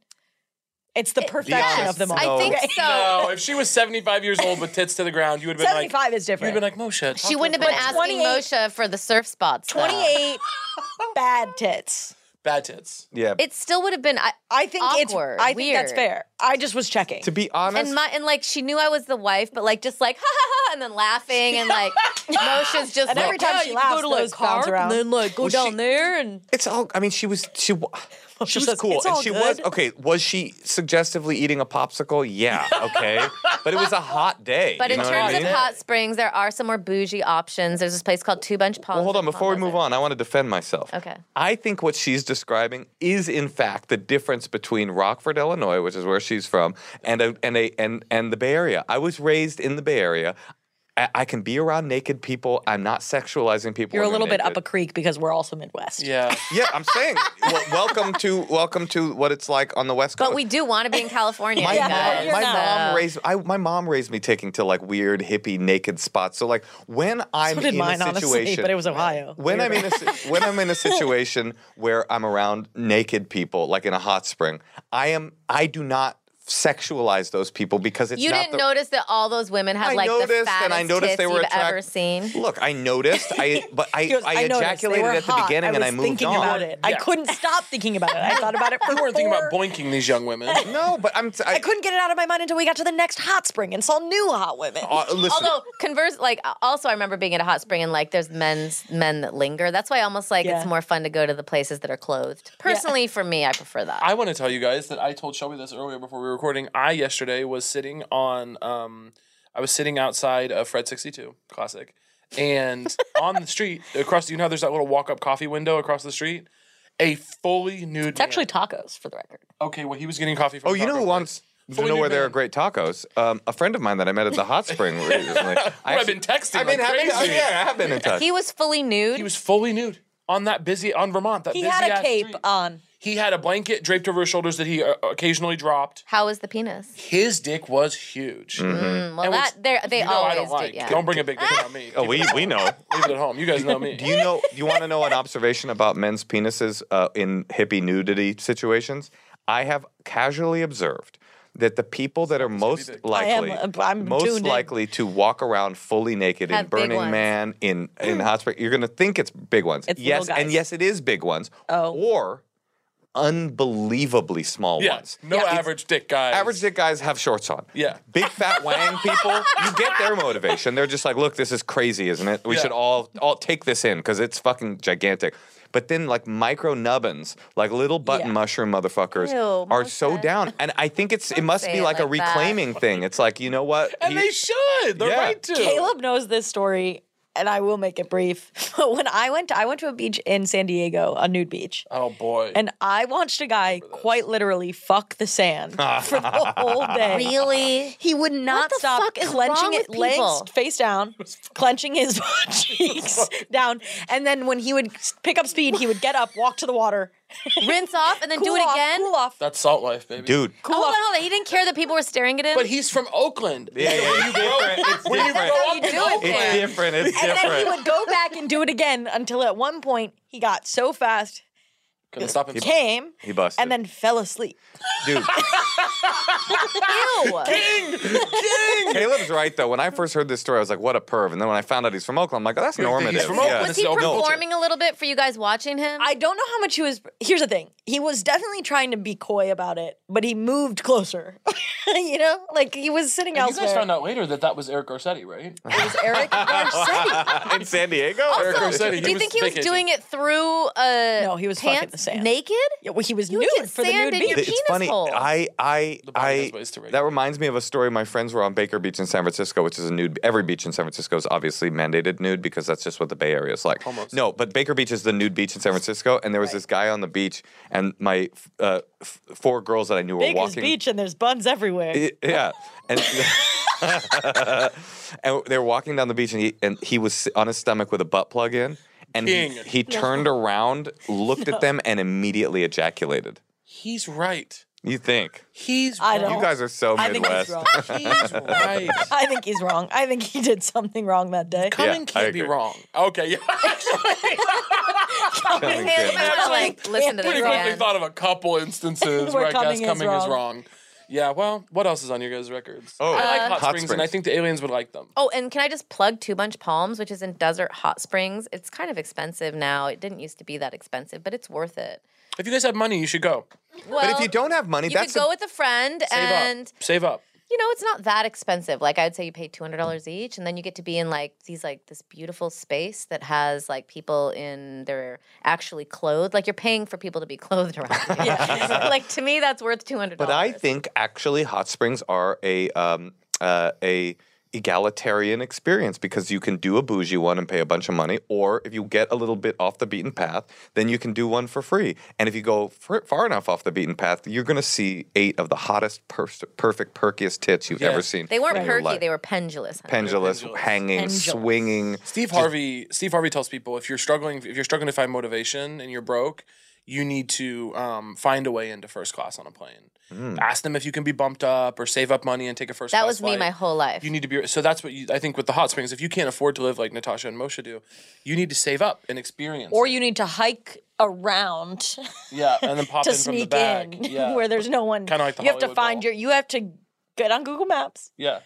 Speaker 2: It's the perfection of them all.
Speaker 4: I think
Speaker 2: Okay.
Speaker 4: so.
Speaker 1: No, if she was 75 years old with tits to the ground, you would have been like,
Speaker 2: 75 is
Speaker 1: you'd have
Speaker 2: different.
Speaker 1: been like, Moshe. talk
Speaker 4: She
Speaker 1: to
Speaker 4: wouldn't
Speaker 1: her
Speaker 4: have been
Speaker 1: for a
Speaker 4: asking
Speaker 2: 28
Speaker 4: Moshe for the surf spots. though.
Speaker 2: 28 bad tits.
Speaker 1: minute." Bad tits.
Speaker 3: yeah.
Speaker 4: It still would have been. I,
Speaker 2: I think
Speaker 4: Awkward,
Speaker 2: it's I think that's
Speaker 4: weird.
Speaker 2: fair. I just was checking.
Speaker 3: to be honest,
Speaker 4: and my and like she knew I was the wife, but like just like ha ha ha, and then laughing and like Moshe's just
Speaker 2: And
Speaker 4: like,
Speaker 2: every time
Speaker 4: yeah,
Speaker 2: she
Speaker 4: you can
Speaker 2: laughs,
Speaker 4: go to
Speaker 2: those
Speaker 4: the
Speaker 2: bounce
Speaker 4: car and
Speaker 2: around.
Speaker 4: then like go
Speaker 3: Well,
Speaker 4: down
Speaker 3: she-
Speaker 4: there and
Speaker 3: It's all. I mean, she was she. wa- She was
Speaker 2: says,
Speaker 3: cool,
Speaker 2: "It's
Speaker 3: and
Speaker 2: all
Speaker 3: she was
Speaker 2: good."
Speaker 3: okay. Was she suggestively eating a popsicle? Yeah, okay, but it was a hot day.
Speaker 4: But
Speaker 3: you
Speaker 4: in
Speaker 3: know what
Speaker 4: terms
Speaker 3: I
Speaker 4: of
Speaker 3: mean?
Speaker 4: hot springs, there are some more bougie options. There's this place called Two Bunch Palms.
Speaker 3: well, hold on.
Speaker 4: in
Speaker 3: Before we move
Speaker 4: Palm
Speaker 3: on, I want to defend myself.
Speaker 4: Okay.
Speaker 3: I think what she's describing is, in fact, the difference between Rockford, Illinois, which is where she's from, and a, and a and and the Bay Area. I was raised in the Bay Area. I, I can be around naked people. I'm not sexualizing people.
Speaker 2: You're a
Speaker 3: when
Speaker 2: little
Speaker 3: they're
Speaker 2: bit up a
Speaker 3: naked.
Speaker 2: creek because we're also Midwest.
Speaker 1: Yeah.
Speaker 3: yeah, I'm saying. well, welcome to welcome to what it's like on the West Coast.
Speaker 4: But we do want to be in California.
Speaker 3: My,
Speaker 4: you
Speaker 2: Yeah,
Speaker 4: guys,
Speaker 2: you're
Speaker 3: mom, my
Speaker 2: not.
Speaker 3: mom
Speaker 4: so-
Speaker 3: raised I, my mom raised me taking to like weird hippie naked spots. So like when I'm
Speaker 2: So did
Speaker 3: in
Speaker 2: mine,
Speaker 3: a situation,
Speaker 2: honestly, but it was Ohio.
Speaker 3: when I'm in a si- when I'm in a situation where I'm around naked people, like in a hot spring, I am I do not sexualize those people because it's
Speaker 4: You
Speaker 3: not
Speaker 4: didn't
Speaker 3: the,
Speaker 4: notice that all those women had
Speaker 3: I
Speaker 4: like the
Speaker 3: noticed,
Speaker 4: fattest
Speaker 3: and I noticed
Speaker 4: tits
Speaker 3: they were
Speaker 4: you've
Speaker 3: attract-
Speaker 4: ever seen.
Speaker 3: Look, I noticed. I but I,
Speaker 2: She goes,
Speaker 3: I,
Speaker 2: noticed. They
Speaker 3: ejaculated
Speaker 2: were
Speaker 3: at the
Speaker 2: hot.
Speaker 3: beginning
Speaker 2: I
Speaker 3: and I
Speaker 2: was
Speaker 3: moved
Speaker 2: thinking
Speaker 3: on.
Speaker 2: about it. I
Speaker 1: Yeah.
Speaker 2: couldn't stop thinking about it. I thought about it for
Speaker 1: You weren't thinking about
Speaker 2: four-
Speaker 1: boinking these young women.
Speaker 3: No, but I'm t- I,
Speaker 2: I couldn't get it out of my mind until we got to the next hot spring and saw new hot women.
Speaker 3: uh, listen.
Speaker 4: Although converse, like also, I remember being at a hot spring and like there's men's men that linger. That's why almost like
Speaker 2: Yeah.
Speaker 4: it's more fun to go to the places that are clothed. Personally, for me, I prefer that.
Speaker 1: I want to tell you guys that I told Shelby this earlier before we were recording. I yesterday was sitting on, um, I was sitting outside of Fred 62, classic, and on the street across. You know, how there's that little walk-up coffee window across the street. A fully nude.
Speaker 2: It's actually tacos, for the record.
Speaker 1: okay. Well, he was getting coffee from.
Speaker 3: Oh,
Speaker 1: a
Speaker 3: you know
Speaker 1: taco
Speaker 3: who
Speaker 1: place.
Speaker 3: wants to
Speaker 1: Fully
Speaker 3: know
Speaker 1: nude
Speaker 3: where there are
Speaker 1: man.
Speaker 3: great tacos? Um, a friend of mine that I met at the hot spring recently. I
Speaker 1: I've been texting
Speaker 3: I've been
Speaker 1: like
Speaker 3: having,
Speaker 1: crazy.
Speaker 3: oh, yeah, I have been in touch.
Speaker 4: he was fully nude.
Speaker 1: He was fully nude on that busy on Vermont. That
Speaker 2: He
Speaker 1: busy
Speaker 2: had
Speaker 1: ass
Speaker 2: a cape uh,
Speaker 1: street.
Speaker 2: on.
Speaker 1: He had a blanket draped over his shoulders that he uh, occasionally dropped.
Speaker 4: How was the penis?
Speaker 1: His dick was huge.
Speaker 3: Mm-hmm.
Speaker 4: Mm, well,
Speaker 1: And which
Speaker 4: that they're- they
Speaker 1: you know I
Speaker 4: always
Speaker 1: don't like.
Speaker 4: do. Yeah.
Speaker 1: Don't bring a big dick on me.
Speaker 3: Oh, we, we know.
Speaker 1: Leave it at home. You guys know me.
Speaker 3: Do you know? Do you want to know an observation about men's penises uh, in hippie nudity situations? I have casually observed that the people that are most likely,
Speaker 2: am, uh, I'm
Speaker 3: most
Speaker 2: tuned in.
Speaker 3: likely to walk around fully naked in
Speaker 4: Have big
Speaker 3: Burning
Speaker 4: ones.
Speaker 3: Man, in in Hot Spring, you're gonna think it's big ones.
Speaker 2: It's
Speaker 3: yes,
Speaker 2: little
Speaker 3: and
Speaker 2: guys.
Speaker 3: yes, it is big ones.
Speaker 2: Oh.
Speaker 3: or unbelievably small
Speaker 1: yeah.
Speaker 3: ones.
Speaker 1: No average dick guys.
Speaker 3: Average dick guys have shorts on.
Speaker 1: Yeah.
Speaker 3: Big fat wang people, you get their motivation. They're just like, look, this is crazy, isn't it? We
Speaker 1: Yeah.
Speaker 3: should all all take this in because it's fucking gigantic. But then like micro nubbins, like little button
Speaker 2: Yeah.
Speaker 3: mushroom motherfuckers
Speaker 4: Ew,
Speaker 3: are so
Speaker 4: Melissa.
Speaker 3: down. And I think it's it must
Speaker 4: say
Speaker 3: be
Speaker 4: it
Speaker 3: like, a
Speaker 4: like that.
Speaker 3: reclaiming thing. It's like, you know what?
Speaker 1: And
Speaker 3: He-
Speaker 1: they should. They're
Speaker 3: Yeah.
Speaker 1: right to.
Speaker 2: Caleb knows this story, and I will make it brief. But when I went, to, I went to a beach in San Diego, a nude beach,
Speaker 1: Oh boy.
Speaker 2: and I watched a guy quite literally fuck the sand for the whole day.
Speaker 4: Really?
Speaker 2: He would not
Speaker 4: the
Speaker 2: stop
Speaker 4: fuck is wrong
Speaker 2: clenching it,
Speaker 4: with
Speaker 2: legs
Speaker 4: people?
Speaker 2: face down, clenching his cheeks down, and then when he would s- pick up speed, he would get up, walk to the water,
Speaker 4: Rinse off and then do
Speaker 2: cool
Speaker 4: it
Speaker 2: off,
Speaker 4: again.
Speaker 2: cool off,
Speaker 1: That's salt life, baby.
Speaker 3: dude.
Speaker 2: cool
Speaker 4: Hold
Speaker 2: off.
Speaker 4: on, hold on. He didn't care that people were staring at him.
Speaker 1: But he's from Oakland.
Speaker 3: Yeah, yeah, it's different. It's
Speaker 1: When you
Speaker 3: different.
Speaker 1: grow
Speaker 4: how
Speaker 1: up
Speaker 4: you
Speaker 1: in
Speaker 4: do it
Speaker 1: Oakland,
Speaker 4: there.
Speaker 3: It's different. It's
Speaker 2: And then he
Speaker 3: different.
Speaker 2: would go back and do it again until at one point he got so fast,
Speaker 1: couldn't stop him.
Speaker 2: came,
Speaker 3: He busted.
Speaker 2: and then fell asleep.
Speaker 3: dude.
Speaker 4: Ew.
Speaker 3: Caleb's right though. When I first heard this story, I was like, what a perv. And then when I found out he's from Oakland, I'm like, oh, that's normative.
Speaker 1: from
Speaker 3: Yeah.
Speaker 1: Oakland.
Speaker 4: Was
Speaker 1: This
Speaker 4: he
Speaker 1: is all culture.
Speaker 4: performing a little bit for you guys watching him?
Speaker 2: I don't know how much he was. Here's the thing: he was definitely trying to be coy about it, but he moved closer. you know, like he was sitting
Speaker 1: You
Speaker 2: elsewhere.
Speaker 1: guys found out later that that was Eric Garcetti, right?
Speaker 2: it was Eric Garcetti.
Speaker 3: in San Diego?
Speaker 4: also,
Speaker 1: Garcetti, he
Speaker 4: do you
Speaker 1: was
Speaker 4: think he was
Speaker 1: vacating.
Speaker 4: doing it through? Uh,
Speaker 2: No, he was fucking
Speaker 4: pants
Speaker 2: the sand.
Speaker 4: naked.
Speaker 2: Yeah, well, he was
Speaker 4: You would
Speaker 2: nude
Speaker 4: get
Speaker 2: for the nude
Speaker 4: sand in your
Speaker 2: beach.
Speaker 4: penis
Speaker 3: it's funny.
Speaker 4: hole.
Speaker 3: I, I,
Speaker 1: body
Speaker 3: I.
Speaker 1: has ways to regulate
Speaker 3: That reminds me of a story. My friends were on Baker Beach in San Francisco, which is a nude. Every beach in San Francisco is obviously mandated nude because that's just what the Bay Area is like. Almost. No, but Baker Beach is the nude beach in San Francisco, and there was this guy on the beach, and my uh, f- four girls that I knew
Speaker 2: Big
Speaker 3: were
Speaker 2: as
Speaker 3: walking.
Speaker 2: beach, and there's buns everywhere.
Speaker 3: Y- Yeah, and. and they were walking down the beach, and he, and he was si- on his stomach with a butt plug in, and he,
Speaker 1: King.
Speaker 3: he turned around, looked at them, and immediately ejaculated.
Speaker 1: He's right.
Speaker 3: You think?
Speaker 1: He's
Speaker 2: I
Speaker 1: right.
Speaker 2: don't-
Speaker 3: You guys are so
Speaker 2: I think he's
Speaker 3: Midwest.
Speaker 2: wrong.
Speaker 1: He's right.
Speaker 2: I think he's wrong. I think he did something wrong that day.
Speaker 1: Coming
Speaker 3: I
Speaker 1: can't be
Speaker 3: agree.
Speaker 1: wrong. Okay, yeah.
Speaker 3: Coming
Speaker 4: Caleb,
Speaker 3: in.
Speaker 4: I wanna, like listen to this
Speaker 1: Pretty quickly
Speaker 4: man.
Speaker 1: thought of a couple instances
Speaker 2: Where
Speaker 1: where I guess
Speaker 2: coming is
Speaker 1: coming is
Speaker 2: wrong.
Speaker 1: wrong. Yeah, well, what else is on your guys' records?
Speaker 3: Oh,
Speaker 1: I like Hot,
Speaker 3: Hot
Speaker 1: springs, and I
Speaker 3: Springs.
Speaker 1: think the aliens would like them.
Speaker 4: Oh, and can I just plug Two Bunch Palms, which is in Desert Hot Springs? It's kind of expensive now. It didn't used to be that expensive, but it's worth it.
Speaker 1: If you guys have money, you should go.
Speaker 4: Well,
Speaker 3: But if you don't have money,
Speaker 4: you
Speaker 3: that's
Speaker 4: could
Speaker 3: a-
Speaker 4: go with a friend,
Speaker 1: Save
Speaker 4: and
Speaker 1: up. Save up.
Speaker 4: you know it's not that expensive. Like I'd say, you pay two hundred dollars each, and then you get to be in like these like this beautiful space that has like people in their actually clothed. Like you're paying for people to be clothed around. You.
Speaker 2: Yeah.
Speaker 4: like to me, that's worth two hundred.
Speaker 3: But I think actually hot springs are a um, uh, a egalitarian experience because you can do a bougie one and pay a bunch of money, or if you get a little bit off the beaten path, then you can do one for free. And if you go fr- far enough off the beaten path, you're going to see eight of the hottest, per- perfect, perkiest tits you've ever
Speaker 1: Yes.
Speaker 3: seen.
Speaker 4: They weren't
Speaker 3: in your
Speaker 4: perky,
Speaker 3: life.
Speaker 4: they were pendulous. honey.
Speaker 3: pendulous,
Speaker 1: Pendulous.
Speaker 3: hanging,
Speaker 2: Pendulous.
Speaker 3: swinging.
Speaker 1: Steve Harvey. Steve Harvey tells people if you're struggling, if you're struggling to find motivation and you're broke, you need to um, find a way into first class on a plane. Ask them if you can be bumped up or save up money and take a first.
Speaker 4: That
Speaker 1: class
Speaker 4: was me
Speaker 1: flight.
Speaker 4: my whole life.
Speaker 1: You need to be so that's what you, I think with the hot springs. If you can't afford to live like Natasha and Moshe do, you need to save up and experience.
Speaker 2: Or
Speaker 1: it.
Speaker 2: you need to hike around
Speaker 1: yeah, and then pop
Speaker 2: to
Speaker 1: in from the
Speaker 2: sneak
Speaker 1: bag.
Speaker 2: in
Speaker 1: Yeah,
Speaker 2: where there's no one.
Speaker 1: Kinda like the
Speaker 2: you have to
Speaker 1: Hollywood
Speaker 2: find
Speaker 1: Bowl.
Speaker 2: your. You have to get on Google Maps,
Speaker 1: yeah.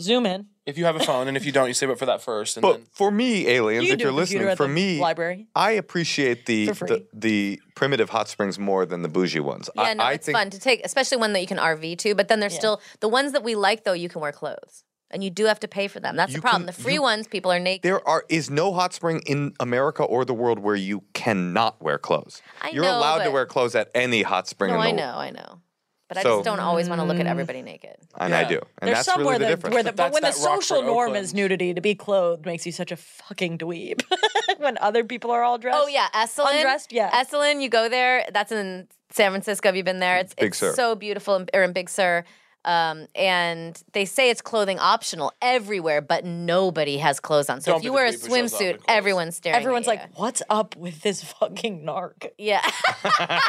Speaker 2: zoom in.
Speaker 1: If you have a phone, and if you don't, you save up for that first, and then
Speaker 3: But for me, aliens,
Speaker 2: You can
Speaker 3: if
Speaker 2: do a computer
Speaker 3: you're listening,
Speaker 2: at
Speaker 3: for
Speaker 2: the
Speaker 3: me,
Speaker 2: library.
Speaker 3: I appreciate the,
Speaker 2: For
Speaker 3: the
Speaker 2: free.
Speaker 3: the primitive hot springs more than the bougie ones.
Speaker 4: yeah,
Speaker 3: I,
Speaker 4: no,
Speaker 3: I
Speaker 4: it's
Speaker 3: think
Speaker 4: fun to take, especially one that you can RV to. But then there's still the ones that we like, though. You can wear clothes, and you do have to pay for them. That's
Speaker 3: You
Speaker 4: the problem.
Speaker 3: can-
Speaker 4: the free
Speaker 3: you-
Speaker 4: ones, people are naked.
Speaker 3: there are is no hot spring in America or the world where you cannot wear clothes.
Speaker 4: I
Speaker 3: you're
Speaker 4: know,
Speaker 3: allowed to
Speaker 4: but-
Speaker 3: wear clothes at any hot spring.
Speaker 4: No,
Speaker 3: in the
Speaker 4: I
Speaker 3: wo-
Speaker 4: know, I know. But I
Speaker 3: So-
Speaker 4: just don't always want to look at everybody naked.
Speaker 3: and I
Speaker 1: Yeah.
Speaker 3: do, and
Speaker 2: There's
Speaker 3: that's
Speaker 2: somewhere
Speaker 3: really the
Speaker 2: that,
Speaker 3: difference.
Speaker 2: where the, but
Speaker 1: That's
Speaker 2: when the
Speaker 1: that Rockford,
Speaker 2: social norm
Speaker 1: Oakland.
Speaker 2: is nudity, to be clothed makes you such a fucking dweeb. when other people are all dressed.
Speaker 4: Oh yeah, Esalen.
Speaker 2: Undressed, yeah.
Speaker 4: Esalen. You go there. That's in San Francisco. Have you been there? It's,
Speaker 3: Big
Speaker 4: it's
Speaker 3: Sur.
Speaker 4: so beautiful, in, or in Big Sur. Um, and they say it's clothing optional everywhere, but nobody has clothes on. So
Speaker 1: Don't
Speaker 4: if
Speaker 1: be
Speaker 4: you
Speaker 1: the
Speaker 4: wear a
Speaker 1: creep who shows up with
Speaker 4: swimsuit,
Speaker 1: clothes.
Speaker 4: everyone's staring. at
Speaker 2: Everyone's
Speaker 4: you.
Speaker 2: like, "What's up with this fucking narc?"
Speaker 4: yeah.
Speaker 1: there's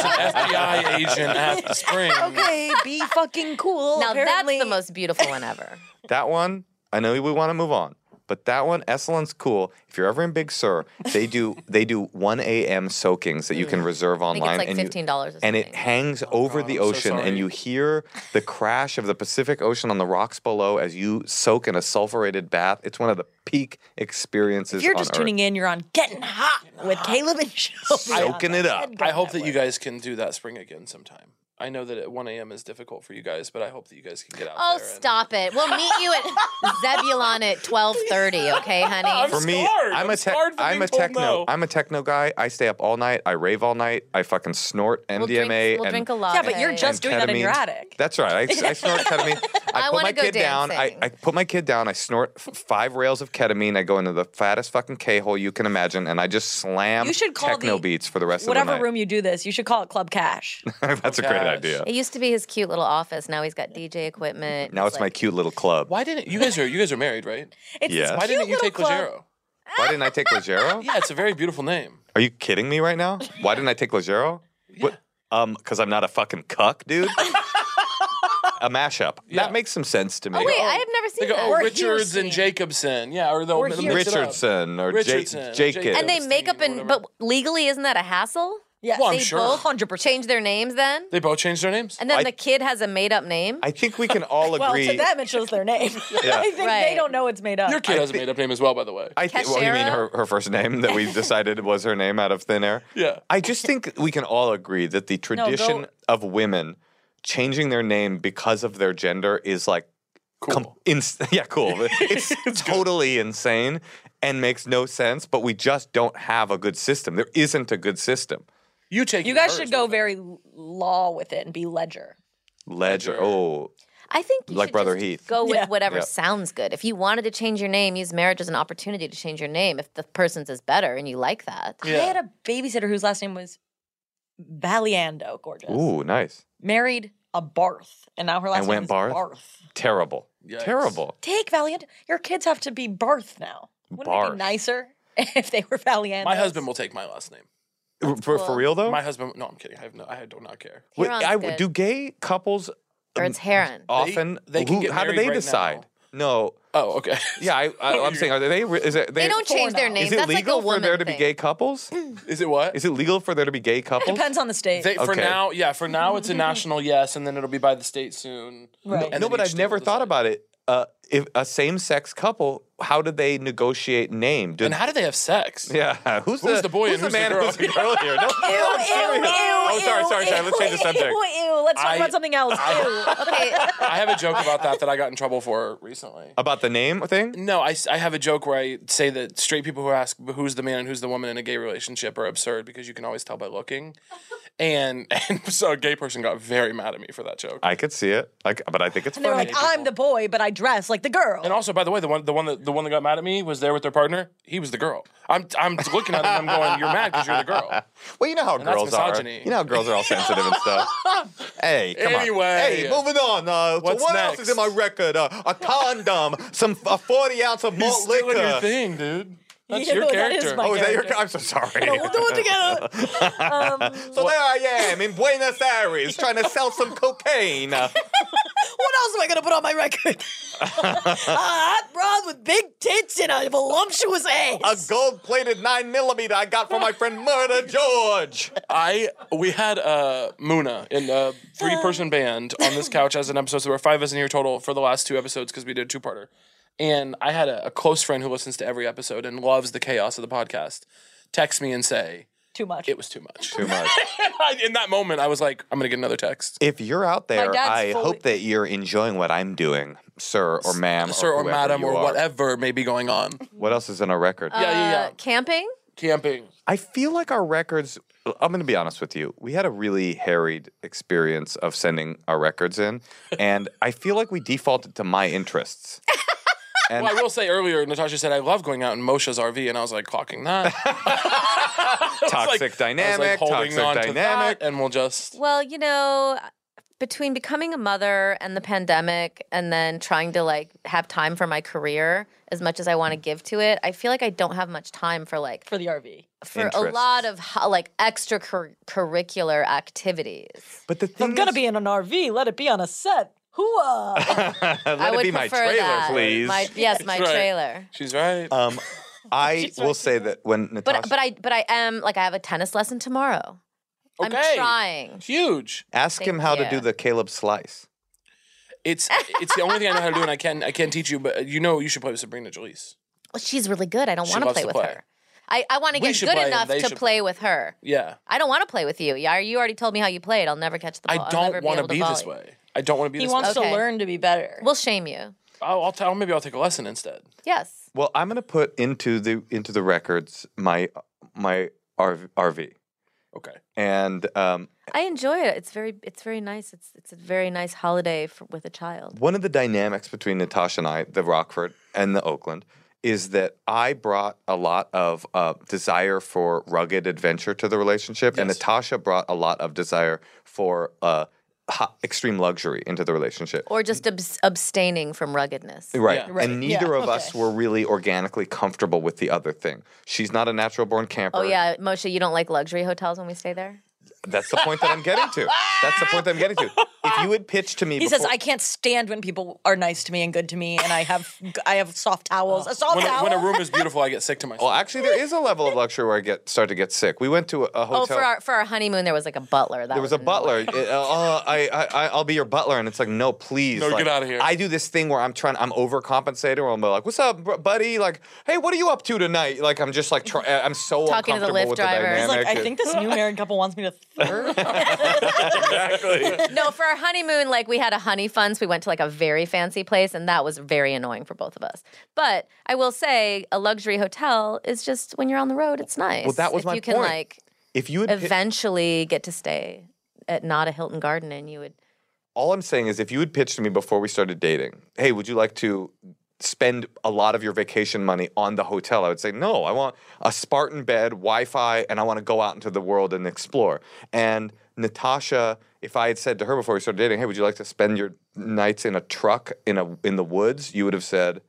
Speaker 1: an FBI agent at the spring.
Speaker 2: Okay, be fucking cool.
Speaker 4: now
Speaker 2: Apparently-
Speaker 4: that's the most beautiful one ever.
Speaker 3: That one, I know we want to move on, but that one, Esalen, cool. If you're ever in Big Sur, they do they do 1 a.m. soakings that you can reserve
Speaker 4: Mm. think it's
Speaker 3: online.
Speaker 4: like
Speaker 3: and you-
Speaker 4: $15 or
Speaker 3: And it
Speaker 4: something.
Speaker 3: hangs over the
Speaker 1: Oh I'm so
Speaker 3: ocean, and
Speaker 1: sorry.
Speaker 3: you hear the crash of the Pacific Ocean on the rocks below as you soak in a sulfurated bath. It's one of the peak experiences.
Speaker 2: If you're just tuning in, you're on Getting Hot with Caleb and Shelby.
Speaker 3: Soaking it up.
Speaker 1: I hope that you guys can do that spring again sometime. I know that at 1 a.m. is difficult for you guys, but I hope that you guys can get out
Speaker 4: Oh,
Speaker 1: there. and-
Speaker 4: stop it. We'll meet you at Zebulon at 12:30, okay, honey?
Speaker 3: For me,
Speaker 1: scarred.
Speaker 3: I'm,
Speaker 1: I'm
Speaker 3: a tech.
Speaker 1: scarred for
Speaker 3: I'm
Speaker 1: being
Speaker 3: a
Speaker 1: told
Speaker 3: techno.
Speaker 1: no.
Speaker 3: I'm a techno guy. I stay up all night. I rave all night. I fucking snort MDMA.
Speaker 4: We'll drink, we'll
Speaker 3: and
Speaker 4: drink a lot.
Speaker 2: Yeah, but you're just
Speaker 3: and
Speaker 2: doing that in your
Speaker 3: ketamine.
Speaker 2: attic.
Speaker 3: That's right. I, I snort ketamine. I,
Speaker 4: I
Speaker 3: put
Speaker 4: wanna
Speaker 3: my
Speaker 4: go
Speaker 3: kid down. I,
Speaker 4: dancing.
Speaker 3: I put my kid down. I snort f- five rails of ketamine. I go into the fattest fucking k hole you can imagine, and I just slam
Speaker 2: You should call
Speaker 3: techno
Speaker 2: the-
Speaker 3: beats for the rest
Speaker 2: Whatever
Speaker 3: of the
Speaker 2: room you do this, you should call it Club Cash.
Speaker 3: night. That's a great
Speaker 1: Gosh.
Speaker 3: idea.
Speaker 4: It used to be his cute little office. Now he's got DJ equipment.
Speaker 3: Now it's my
Speaker 4: like-
Speaker 3: cute little club.
Speaker 1: Why didn't you guys are you guys are married, right?
Speaker 2: It's
Speaker 3: Yeah.
Speaker 2: this
Speaker 1: Why
Speaker 2: cute
Speaker 1: didn't you
Speaker 2: little
Speaker 1: take
Speaker 2: club.
Speaker 1: Legero?
Speaker 3: Why didn't I take Legero?
Speaker 1: Yeah, it's a very beautiful name.
Speaker 3: Are you kidding me right now? Why didn't I take Legero? What? Um, because I'm not a fucking cuck, dude. a mashup.
Speaker 1: Yeah.
Speaker 3: That makes some sense to me.
Speaker 4: Oh wait, I have never
Speaker 1: They
Speaker 4: seen
Speaker 1: go,
Speaker 4: that.
Speaker 1: oh, Richards and Jacobson. Yeah, or the
Speaker 2: Or
Speaker 1: mix
Speaker 2: here-
Speaker 1: it up.
Speaker 3: Richardson or Jake
Speaker 1: Richardson or Jake-
Speaker 3: Jacob.
Speaker 4: and they make up and but legally isn't that a hassle?
Speaker 2: Yes,
Speaker 1: Well, I'm
Speaker 2: they
Speaker 1: sure.
Speaker 2: both hundred percent.
Speaker 4: Change their names then?
Speaker 1: They both changed their names.
Speaker 4: And then
Speaker 3: I-
Speaker 4: the kid has a made up name.
Speaker 3: I think we can all agree.
Speaker 2: Well, to them it shows their name. I think
Speaker 4: Right.
Speaker 2: they don't know it's made up.
Speaker 1: Your kid has a made up name as well, by the way.
Speaker 3: I think. Well, you mean
Speaker 4: Cashera?
Speaker 3: her, her first name that we decided was her name out of thin air?
Speaker 1: Yeah.
Speaker 3: I just think we can all agree that the
Speaker 2: go-
Speaker 3: tradition of women changing their name because of their gender is like. com- ins- yeah, cool. It's, totally insane and makes no sense, but we just don't have a good system. There isn't a good system.
Speaker 1: you take.
Speaker 2: you guys should go very law with it and be Ledger.
Speaker 3: Ledger. Oh,
Speaker 4: I think you
Speaker 3: Like
Speaker 4: should
Speaker 3: Brother
Speaker 4: just
Speaker 3: Heath.
Speaker 4: Go with
Speaker 2: Yeah.
Speaker 4: whatever
Speaker 3: Yeah.
Speaker 4: sounds good. If you wanted to change your name, use marriage as an opportunity to change your name. If the person's is better and you like that,
Speaker 2: I had a babysitter whose last name was Valiando, gorgeous.
Speaker 3: ooh, nice.
Speaker 2: Married a Barth, and now her last
Speaker 3: went
Speaker 2: name is
Speaker 3: Barth? Terrible.
Speaker 1: Yikes.
Speaker 3: Terrible.
Speaker 2: Take Valiant. Your kids have to be Barth now. Wouldn't it
Speaker 3: Barth.
Speaker 2: be nicer if they were Valiant?
Speaker 1: My husband will take my last name.
Speaker 3: For, for real though,
Speaker 1: My husband. No, I'm kidding. I have no. I do not care.
Speaker 3: Wait,
Speaker 4: Huron's
Speaker 3: I-
Speaker 4: good.
Speaker 3: do gay couples
Speaker 4: or it's Heron.
Speaker 3: often
Speaker 1: they can
Speaker 3: who-
Speaker 1: get
Speaker 3: how do
Speaker 1: married
Speaker 3: they
Speaker 1: right
Speaker 3: decide no
Speaker 1: Oh, okay.
Speaker 3: yeah I, I, i'm saying are they re- is it
Speaker 4: They don't change their
Speaker 2: now.
Speaker 4: names.
Speaker 3: is it
Speaker 4: That's
Speaker 3: legal
Speaker 4: like a woman
Speaker 3: for there to be
Speaker 4: thing.
Speaker 3: gay couples
Speaker 1: Is it what?
Speaker 3: is it legal for there to be gay couples
Speaker 2: Depends on the state.
Speaker 1: They, For
Speaker 3: Okay.
Speaker 1: now, yeah. For now, it's a national yes, and then it'll be by the state soon.
Speaker 2: Right.
Speaker 1: And
Speaker 3: no
Speaker 1: then each
Speaker 3: but i've
Speaker 1: state
Speaker 3: never
Speaker 1: will
Speaker 3: thought
Speaker 1: decide.
Speaker 3: about it uh, if a same-sex couple how do they negotiate name do
Speaker 1: And how do they have sex?
Speaker 3: yeah, who's,
Speaker 1: Who's the boy and
Speaker 3: who's the
Speaker 1: who's the
Speaker 3: man
Speaker 1: girl?
Speaker 3: who's the girl here? No, I'm serious. oh, sorry, sorry, sorry. Let's change the subject.
Speaker 2: Ew, ew. Let's talk
Speaker 1: I-
Speaker 2: about something else. Ew.
Speaker 4: Okay,
Speaker 1: I have a joke about that that I got in trouble for recently.
Speaker 3: About the name thing?
Speaker 1: No, I, s- I have a joke where I say that straight people who ask who's the man and who's the woman in a gay relationship are absurd because you can always tell by looking. And and so a gay person got very mad at me for that joke.
Speaker 3: I could see it. Like, but I think it's
Speaker 2: And they were
Speaker 3: funny.
Speaker 2: like, I'm the boy, but I dress like the girl.
Speaker 1: and also, by the way, the one the one that the one that got mad at me was there with their partner. He was the girl. I'm I'm looking at him. I'm going, you're mad because you're the girl.
Speaker 3: well, you know how
Speaker 1: that's
Speaker 3: girls are.
Speaker 1: misogyny.
Speaker 3: You know how girls are all sensitive and stuff. Hey, come on.
Speaker 1: Anyway.
Speaker 3: Hey, moving on. Uh, so
Speaker 1: What's
Speaker 3: what else
Speaker 1: next?
Speaker 3: is in my record? Uh, a condom, some a forty ounce of
Speaker 1: He's
Speaker 3: malt
Speaker 1: stealing
Speaker 3: liquor.
Speaker 1: your thing, dude. That's
Speaker 2: uh, Yeah,
Speaker 1: your
Speaker 2: that is
Speaker 1: character.
Speaker 2: my
Speaker 3: Oh, is that your?
Speaker 2: character.
Speaker 3: I'm so sorry.
Speaker 2: We'll do it together.
Speaker 3: So there I am in Buenos Aires trying to sell some cocaine. uh,
Speaker 2: What else am I gonna put on my record? a hot broad with big tits and a voluptuous
Speaker 3: A
Speaker 2: ass.
Speaker 3: gold plated 9mm I got from my friend Murder George.
Speaker 1: I we had uh, Muna in a three person band on this couch as an episode. So there were five of us in here total for the last two episodes because we did a two parter. And I had a, a close friend who listens to every episode and loves the chaos of the podcast. Text me and say
Speaker 2: Too much.
Speaker 1: it was too much.
Speaker 3: Too much.
Speaker 1: in that moment, I was like, I'm gonna get another text.
Speaker 3: If you're out there,
Speaker 2: dad's
Speaker 3: I
Speaker 2: fully-
Speaker 3: hope that you're enjoying what I'm doing, sir or ma'am,
Speaker 1: Sir or
Speaker 3: whoever
Speaker 1: madam
Speaker 3: you
Speaker 1: or
Speaker 3: are.
Speaker 1: whatever may be going on.
Speaker 3: What else is in our record?
Speaker 1: yeah, yeah, yeah.
Speaker 4: Uh, camping?
Speaker 1: Camping.
Speaker 3: I feel like our records. I'm going to be honest with you. We had a really harried experience of sending our records in, and I feel like we defaulted to my interests. And
Speaker 1: Well, I will say earlier, Natasha said I love going out in Moshe's RV, and I was like clocking that.
Speaker 3: toxic
Speaker 1: I was
Speaker 3: dynamic,
Speaker 1: like holding
Speaker 3: toxic
Speaker 1: on to
Speaker 3: dynamic.
Speaker 1: that, and we'll just
Speaker 4: Well, you know, between becoming a mother and the pandemic and then trying to like have time for my career as much as I want to give to it, I feel like I don't have much time for like
Speaker 2: for the RV.
Speaker 4: for a
Speaker 3: Interests.
Speaker 4: lot of ho- like extracurricular activities.
Speaker 3: But the
Speaker 2: If
Speaker 3: thing
Speaker 2: I'm gonna
Speaker 3: is-
Speaker 2: be in an RV, let it be on a set. Hooah!
Speaker 3: Let
Speaker 4: I
Speaker 3: it
Speaker 4: would
Speaker 3: be my
Speaker 4: prefer
Speaker 3: trailer,
Speaker 4: that.
Speaker 3: please.
Speaker 4: My, yes, my
Speaker 1: That's right.
Speaker 4: trailer.
Speaker 1: she's right.
Speaker 3: Um, I will say that when Natasha,
Speaker 4: But but I but I am like I have a tennis lesson tomorrow.
Speaker 1: Okay.
Speaker 4: I'm trying.
Speaker 1: Huge.
Speaker 3: ask him
Speaker 4: Thank
Speaker 3: how to
Speaker 4: you.
Speaker 3: do the Caleb slice.
Speaker 1: It's it's the only thing I know how to do, and I can I can teach you. But uh, you know, you should play with Sabrina Jalise.
Speaker 4: Well, she's really good. I don't
Speaker 1: She
Speaker 4: want to
Speaker 1: loves
Speaker 4: play
Speaker 1: to
Speaker 4: with
Speaker 1: play.
Speaker 4: her. I, I want to
Speaker 1: We
Speaker 4: get
Speaker 1: should
Speaker 4: good
Speaker 1: play and
Speaker 4: enough
Speaker 1: they
Speaker 4: to
Speaker 1: should
Speaker 4: play with her.
Speaker 1: Yeah,
Speaker 4: I don't want to play with you. Yeah, you already told me how you played. I'll never catch the ball.
Speaker 1: I
Speaker 4: I'll never
Speaker 1: don't want to
Speaker 4: able
Speaker 1: be this
Speaker 4: volley.
Speaker 1: way. I don't want to be
Speaker 2: He
Speaker 1: this
Speaker 2: wants
Speaker 1: way.
Speaker 4: Okay.
Speaker 2: to learn to be better.
Speaker 4: We'll shame you.
Speaker 1: I'll, I'll tell. Maybe I'll take a lesson instead.
Speaker 4: Yes.
Speaker 3: Well, I'm going to put into the into the records my my RV, RV.
Speaker 1: Okay.
Speaker 3: and um,
Speaker 4: I enjoy it. It's very it's very nice. It's it's a very nice holiday for, with a child.
Speaker 3: one of the dynamics between Natasha and I, the Rockford and the Oakland, is that I brought a lot of uh, desire for rugged adventure to the relationship, and
Speaker 1: Yes.
Speaker 3: Natasha brought a lot of desire for uh, hot, extreme luxury into the relationship.
Speaker 4: Or just abs- abstaining from ruggedness.
Speaker 3: Right.
Speaker 1: Yeah.
Speaker 2: Right.
Speaker 3: And neither
Speaker 2: Yeah.
Speaker 3: of us
Speaker 2: Okay.
Speaker 3: were really organically comfortable with the other thing. She's not a natural born camper.
Speaker 4: Oh yeah, Moshe, you don't like luxury hotels when we stay there?
Speaker 3: That's the point that I'm getting to. That's the point that I'm getting to. If you would pitch to me
Speaker 2: He
Speaker 3: before,
Speaker 2: says, "I can't stand when people are nice to me and good to me, and I have I have soft towels, a soft
Speaker 1: When a,
Speaker 2: towel."
Speaker 1: when a room is beautiful, I get sick to myself.
Speaker 3: Well, actually there is a level of luxury where I get start to get sick. We went to a, a hotel
Speaker 4: Oh, for our for our honeymoon there was like a butler. That
Speaker 3: there was a butler. It- uh, oh, I, I, I- I'll be your butler, and it's like, no, please,
Speaker 1: No,
Speaker 3: like,
Speaker 1: get outta here.
Speaker 3: I do this thing where I'm trying, I'm overcompensating, where I'm like, what's up, br- buddy? Like, hey, what are you up to tonight? Like, I'm just like, try, I'm so
Speaker 4: Talking to the
Speaker 3: uncomfortable
Speaker 4: Lyft
Speaker 3: with
Speaker 4: driver.
Speaker 3: The
Speaker 4: He's
Speaker 2: He's
Speaker 3: dynamic.
Speaker 2: like, I think this new married couple wants me to third.
Speaker 4: No, for our honeymoon, like we had a honey funds. We went to like a very fancy place, and that was very annoying for both of us. But I will say, a luxury hotel is just when you're on the road, it's nice.
Speaker 3: Well, that was
Speaker 4: if
Speaker 3: my
Speaker 4: you can
Speaker 3: point.
Speaker 4: like
Speaker 3: if you would, pi-
Speaker 4: eventually get to stay at not a Hilton Garden, and you would.
Speaker 3: all I'm saying is, if you had pitched to me before we started dating, hey, would you like to spend a lot of your vacation money on the hotel? I would say, no, I want a Spartan bed, Wi Fi, and I want to go out into the world and explore. And Natasha, if I had said to her before we started dating, hey, would you like to spend your nights in a truck in a in the woods? You would have said,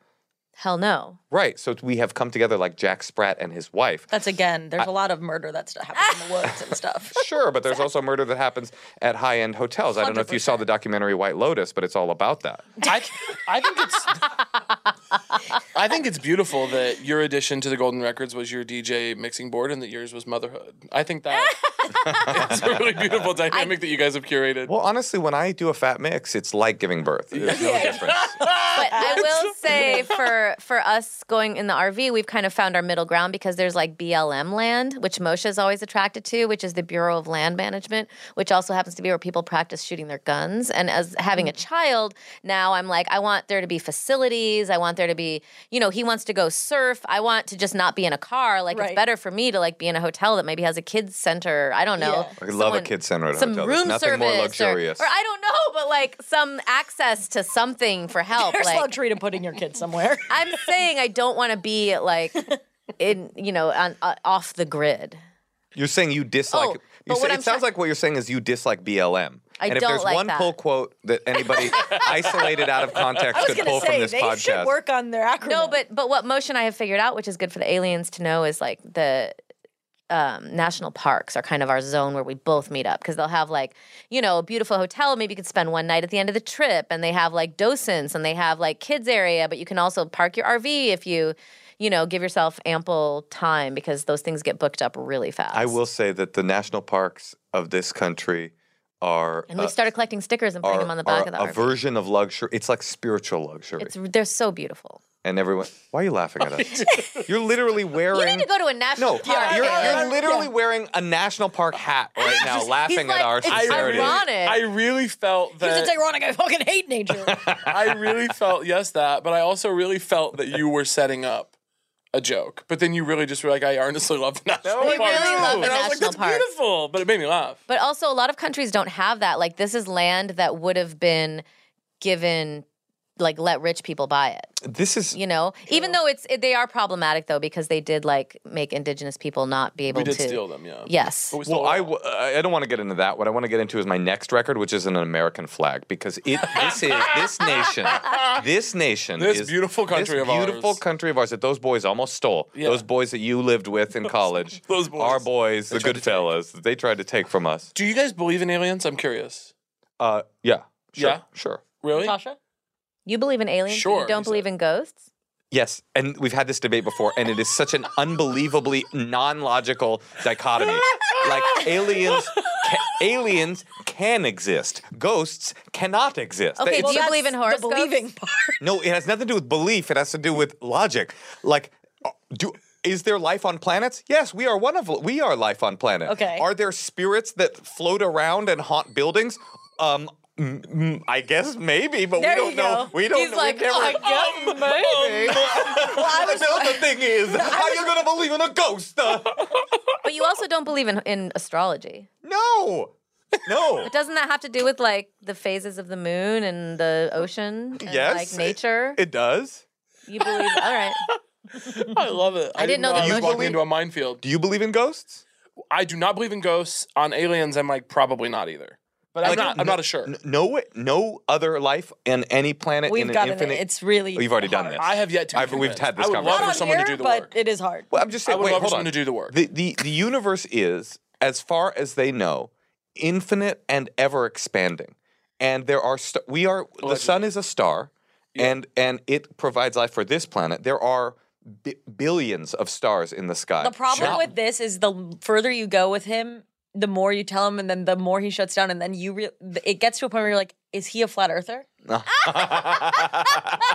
Speaker 4: Hell no.
Speaker 3: right. So we have come together like Jack Sprat and his wife.
Speaker 2: That's again. There's a lot of murder that stuff happens in the woods and stuff.
Speaker 3: Sure, but there's also murder that happens at high end hotels. I don't know if you saw the documentary White Lotus, but it's all about that.
Speaker 1: I, I think it's I think it's beautiful that your addition to the Golden Records was your DJ mixing board and that yours was motherhood. I think that it's a really beautiful dynamic that you guys have curated.
Speaker 3: Well, honestly, when I do a fat mix, it's like giving birth. There's no difference.
Speaker 4: But I will say, for for us going in the RV, we've kind of found our middle ground because there's like BLM land, which Moshe is always attracted to, which is the Bureau of Land Management, which also happens to be where people practice shooting their guns. And as having a child now, I'm like, I want there to be facilities. I want there to be, you know, he wants to go surf. I want to just not be in a car. Like
Speaker 2: Right.
Speaker 4: it's better for me to like be in a hotel that maybe has a kids center I don't know.
Speaker 3: I could love a
Speaker 4: someone-
Speaker 3: kids center at a
Speaker 4: some
Speaker 3: hotel. There's
Speaker 4: room
Speaker 3: nothing
Speaker 4: service,
Speaker 3: more
Speaker 4: or-
Speaker 3: luxurious.
Speaker 4: Or, I don't know, but like some access to something for help.
Speaker 2: There's
Speaker 4: like,
Speaker 2: luxury to putting your kid somewhere.
Speaker 4: I'm saying I don't want to be like in you know on, uh, off the grid.
Speaker 3: You're saying you dislike.
Speaker 4: Oh,
Speaker 3: you
Speaker 4: but
Speaker 3: say-
Speaker 4: what
Speaker 3: it
Speaker 4: I'm
Speaker 3: sounds
Speaker 4: try-
Speaker 3: like what you're saying is you dislike BLM.
Speaker 4: I
Speaker 3: and if
Speaker 4: don't
Speaker 3: there's
Speaker 4: like
Speaker 3: one
Speaker 4: that.
Speaker 3: pull quote that anybody isolated out of
Speaker 2: I
Speaker 3: context
Speaker 2: was
Speaker 3: could
Speaker 2: gonna
Speaker 3: pull from
Speaker 2: say
Speaker 3: this
Speaker 2: they
Speaker 3: podcast,
Speaker 2: should work on their acronym.
Speaker 4: No, but but what motion I have figured out, which is good for the aliens to know, is like the um, national parks are kind of our zone where we both meet up because they'll have like you know a beautiful hotel. Maybe you could spend one night at the end of the trip, and they have like docents and they have like kids area, but you can also park your RV if you you know give yourself ample time because those things get booked up really fast.
Speaker 3: I will say that the national parks of this country are
Speaker 4: And we started collecting stickers and putting
Speaker 3: are,
Speaker 4: them on the
Speaker 3: are
Speaker 4: back of the
Speaker 3: a
Speaker 4: RV.
Speaker 3: version of luxury. It's like spiritual luxury.
Speaker 4: It's they're so beautiful.
Speaker 3: and everyone, why are you laughing at us? you're literally wearing.
Speaker 4: You need to go to a national
Speaker 3: no,
Speaker 4: park.
Speaker 3: you're,
Speaker 2: yeah,
Speaker 3: you're literally wearing a national park hat right now, laughing at
Speaker 4: like,
Speaker 3: our
Speaker 4: it's
Speaker 3: sincerity.
Speaker 4: ironic.
Speaker 1: I really felt
Speaker 2: Because
Speaker 1: that
Speaker 2: it's ironic. I fucking hate nature.
Speaker 1: I really felt yes that, but I also really felt that you were setting up a joke. But then you really just were like, I earnestly love the national
Speaker 4: We
Speaker 1: park.
Speaker 4: really love the
Speaker 1: and I was like,
Speaker 4: national
Speaker 1: that's
Speaker 4: parks.
Speaker 1: beautiful, but it made me laugh.
Speaker 4: But also, a lot of countries don't have that. Like, this is land that would have been given, like, let rich people buy it.
Speaker 3: This is
Speaker 4: You know, even though it's it, they are problematic though because they did like make indigenous people not be able
Speaker 1: We did
Speaker 4: to.
Speaker 1: steal them, yeah.
Speaker 4: Yes,
Speaker 1: But we
Speaker 3: Well,
Speaker 1: stole
Speaker 3: I,
Speaker 1: them.
Speaker 3: w- I I don't want to get into that. What I want to get into is my next record, which is an American flag, because it this is this nation, this nation,
Speaker 1: This
Speaker 3: is,
Speaker 1: beautiful country
Speaker 3: this
Speaker 1: of
Speaker 3: beautiful
Speaker 1: ours.
Speaker 3: country of ours that those boys almost stole.
Speaker 1: Yeah.
Speaker 3: Those boys that you lived with in college,
Speaker 1: those boys.
Speaker 3: our boys, the
Speaker 1: tried
Speaker 3: good
Speaker 1: to take.
Speaker 3: fellas, that they tried to take from us.
Speaker 1: Do you guys believe in aliens? I'm curious.
Speaker 3: Uh, yeah, sure,
Speaker 1: Yeah?
Speaker 3: sure.
Speaker 1: Really?
Speaker 2: Tasha,
Speaker 4: you believe in aliens. but
Speaker 1: Sure,
Speaker 4: you
Speaker 1: he
Speaker 4: don't believe in ghosts.
Speaker 3: Yes, and we've had this debate before, and it is such an unbelievably non-logical dichotomy. Like aliens, ca- aliens can exist. Ghosts cannot exist.
Speaker 4: Okay,
Speaker 3: It's-
Speaker 4: do you
Speaker 2: that's
Speaker 4: believe in
Speaker 2: the
Speaker 4: horoscopes?
Speaker 2: believing part.
Speaker 3: No, it has nothing to do with belief. It has to do with logic. Like, uh, do is there life on planets? Yes, we are one of we are life on planet.
Speaker 2: Okay.
Speaker 3: Are there spirits that float around and haunt buildings? Um, mm, mm, I guess maybe, but
Speaker 2: There
Speaker 3: we don't
Speaker 2: you
Speaker 3: know.
Speaker 2: go.
Speaker 3: We don't.
Speaker 4: He's
Speaker 3: we
Speaker 4: like, "Oh
Speaker 3: never-
Speaker 4: "I guess
Speaker 3: Um, maybe. no, the thing is, how you gonna believe in a ghost? Uh,
Speaker 4: But you also don't believe in in astrology.
Speaker 3: no, no.
Speaker 4: Doesn't that have to do with like the phases of the moon and the ocean? And,
Speaker 3: Yes.
Speaker 4: like nature.
Speaker 3: It does.
Speaker 4: you believe? All right.
Speaker 1: I love it. I,
Speaker 4: didn't know that
Speaker 1: I was
Speaker 4: you
Speaker 1: walking
Speaker 3: believe-
Speaker 1: into a minefield.
Speaker 3: Do you believe in ghosts?
Speaker 1: I do not believe in ghosts. On aliens, I'm like, probably not either. But I'm
Speaker 3: Like,
Speaker 1: not, I'm not sure.
Speaker 3: N- No, no other life on any planet in
Speaker 2: we've
Speaker 3: an
Speaker 2: got it.
Speaker 3: infinite.
Speaker 2: It's really.
Speaker 3: Oh, you've already done this.
Speaker 1: I have yet to. be
Speaker 3: I've- we've
Speaker 1: convinced.
Speaker 3: had this
Speaker 1: I would love
Speaker 3: conversation.
Speaker 1: for
Speaker 2: not on
Speaker 1: someone
Speaker 2: here,
Speaker 1: to do the
Speaker 2: but
Speaker 1: work.
Speaker 2: it is hard.
Speaker 3: Well, I'm just
Speaker 1: I
Speaker 3: saying.
Speaker 1: would
Speaker 3: wait,
Speaker 1: love for
Speaker 3: hold
Speaker 1: someone
Speaker 3: on.
Speaker 1: to do the work.
Speaker 3: The, the the universe is, as far as they know, infinite and ever expanding, and there are st- we are the sun is a star, and and it provides life for this planet. There are bi- billions of stars in the sky.
Speaker 2: The problem with this is the further you go with him, the more you tell him, and then the more he shuts down, and then you re- it gets to a point where you're like, is he a flat earther? Because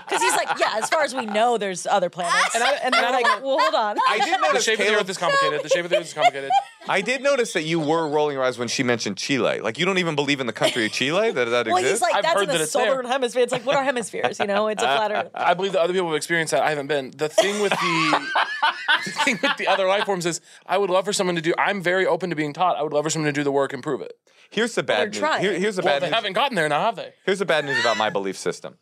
Speaker 2: he's like, yeah, as far as we know, there's other planets, and, I, and then I'm like, well, hold on.
Speaker 3: I did
Speaker 1: The
Speaker 3: notice
Speaker 1: shape of the
Speaker 3: Caleb-
Speaker 1: earth is complicated. The shape of the earth is complicated.
Speaker 3: I did notice that you were rolling your eyes when she mentioned Chile. Like you don't even believe in the country of Chile that that
Speaker 2: well,
Speaker 3: exists.
Speaker 2: he's like,
Speaker 1: I've
Speaker 2: that's
Speaker 1: heard
Speaker 2: in the
Speaker 1: that it's there.
Speaker 2: southern hemisphere. It's like, what are hemispheres? You know, it's a flat earth.
Speaker 1: I believe that other people have experienced that. I haven't been. The thing with the, the thing with the other life forms is, I would love for someone to do. I'm very open to being taught. I would love for someone to do the work and prove it.
Speaker 3: here's the bad
Speaker 2: they're
Speaker 3: news. Here-
Speaker 2: trying.
Speaker 3: here's the
Speaker 1: Well,
Speaker 3: bad
Speaker 1: they
Speaker 3: news.
Speaker 1: haven't gotten there now, have they?
Speaker 3: Here's the bad news about my belief system.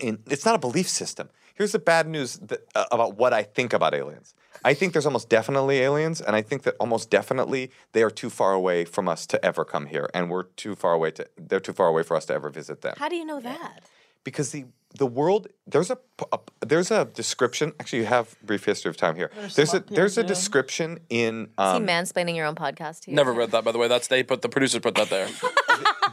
Speaker 3: In, it's not a belief system. Here's the bad news that, uh, about what I think about aliens. I think there's almost definitely aliens, and I think that almost definitely they are too far away from us to ever come here, and we're too far away to they're too far away for us to ever visit them.
Speaker 4: How do you know that?
Speaker 3: Because the the world there's a, p- a- there's a description. Actually, you have brief history of time here. There's, a there's a description in
Speaker 4: Is
Speaker 3: um,
Speaker 4: he mansplaining your own podcast to you?
Speaker 1: Never read that, by the way. That's they put the producers put that there.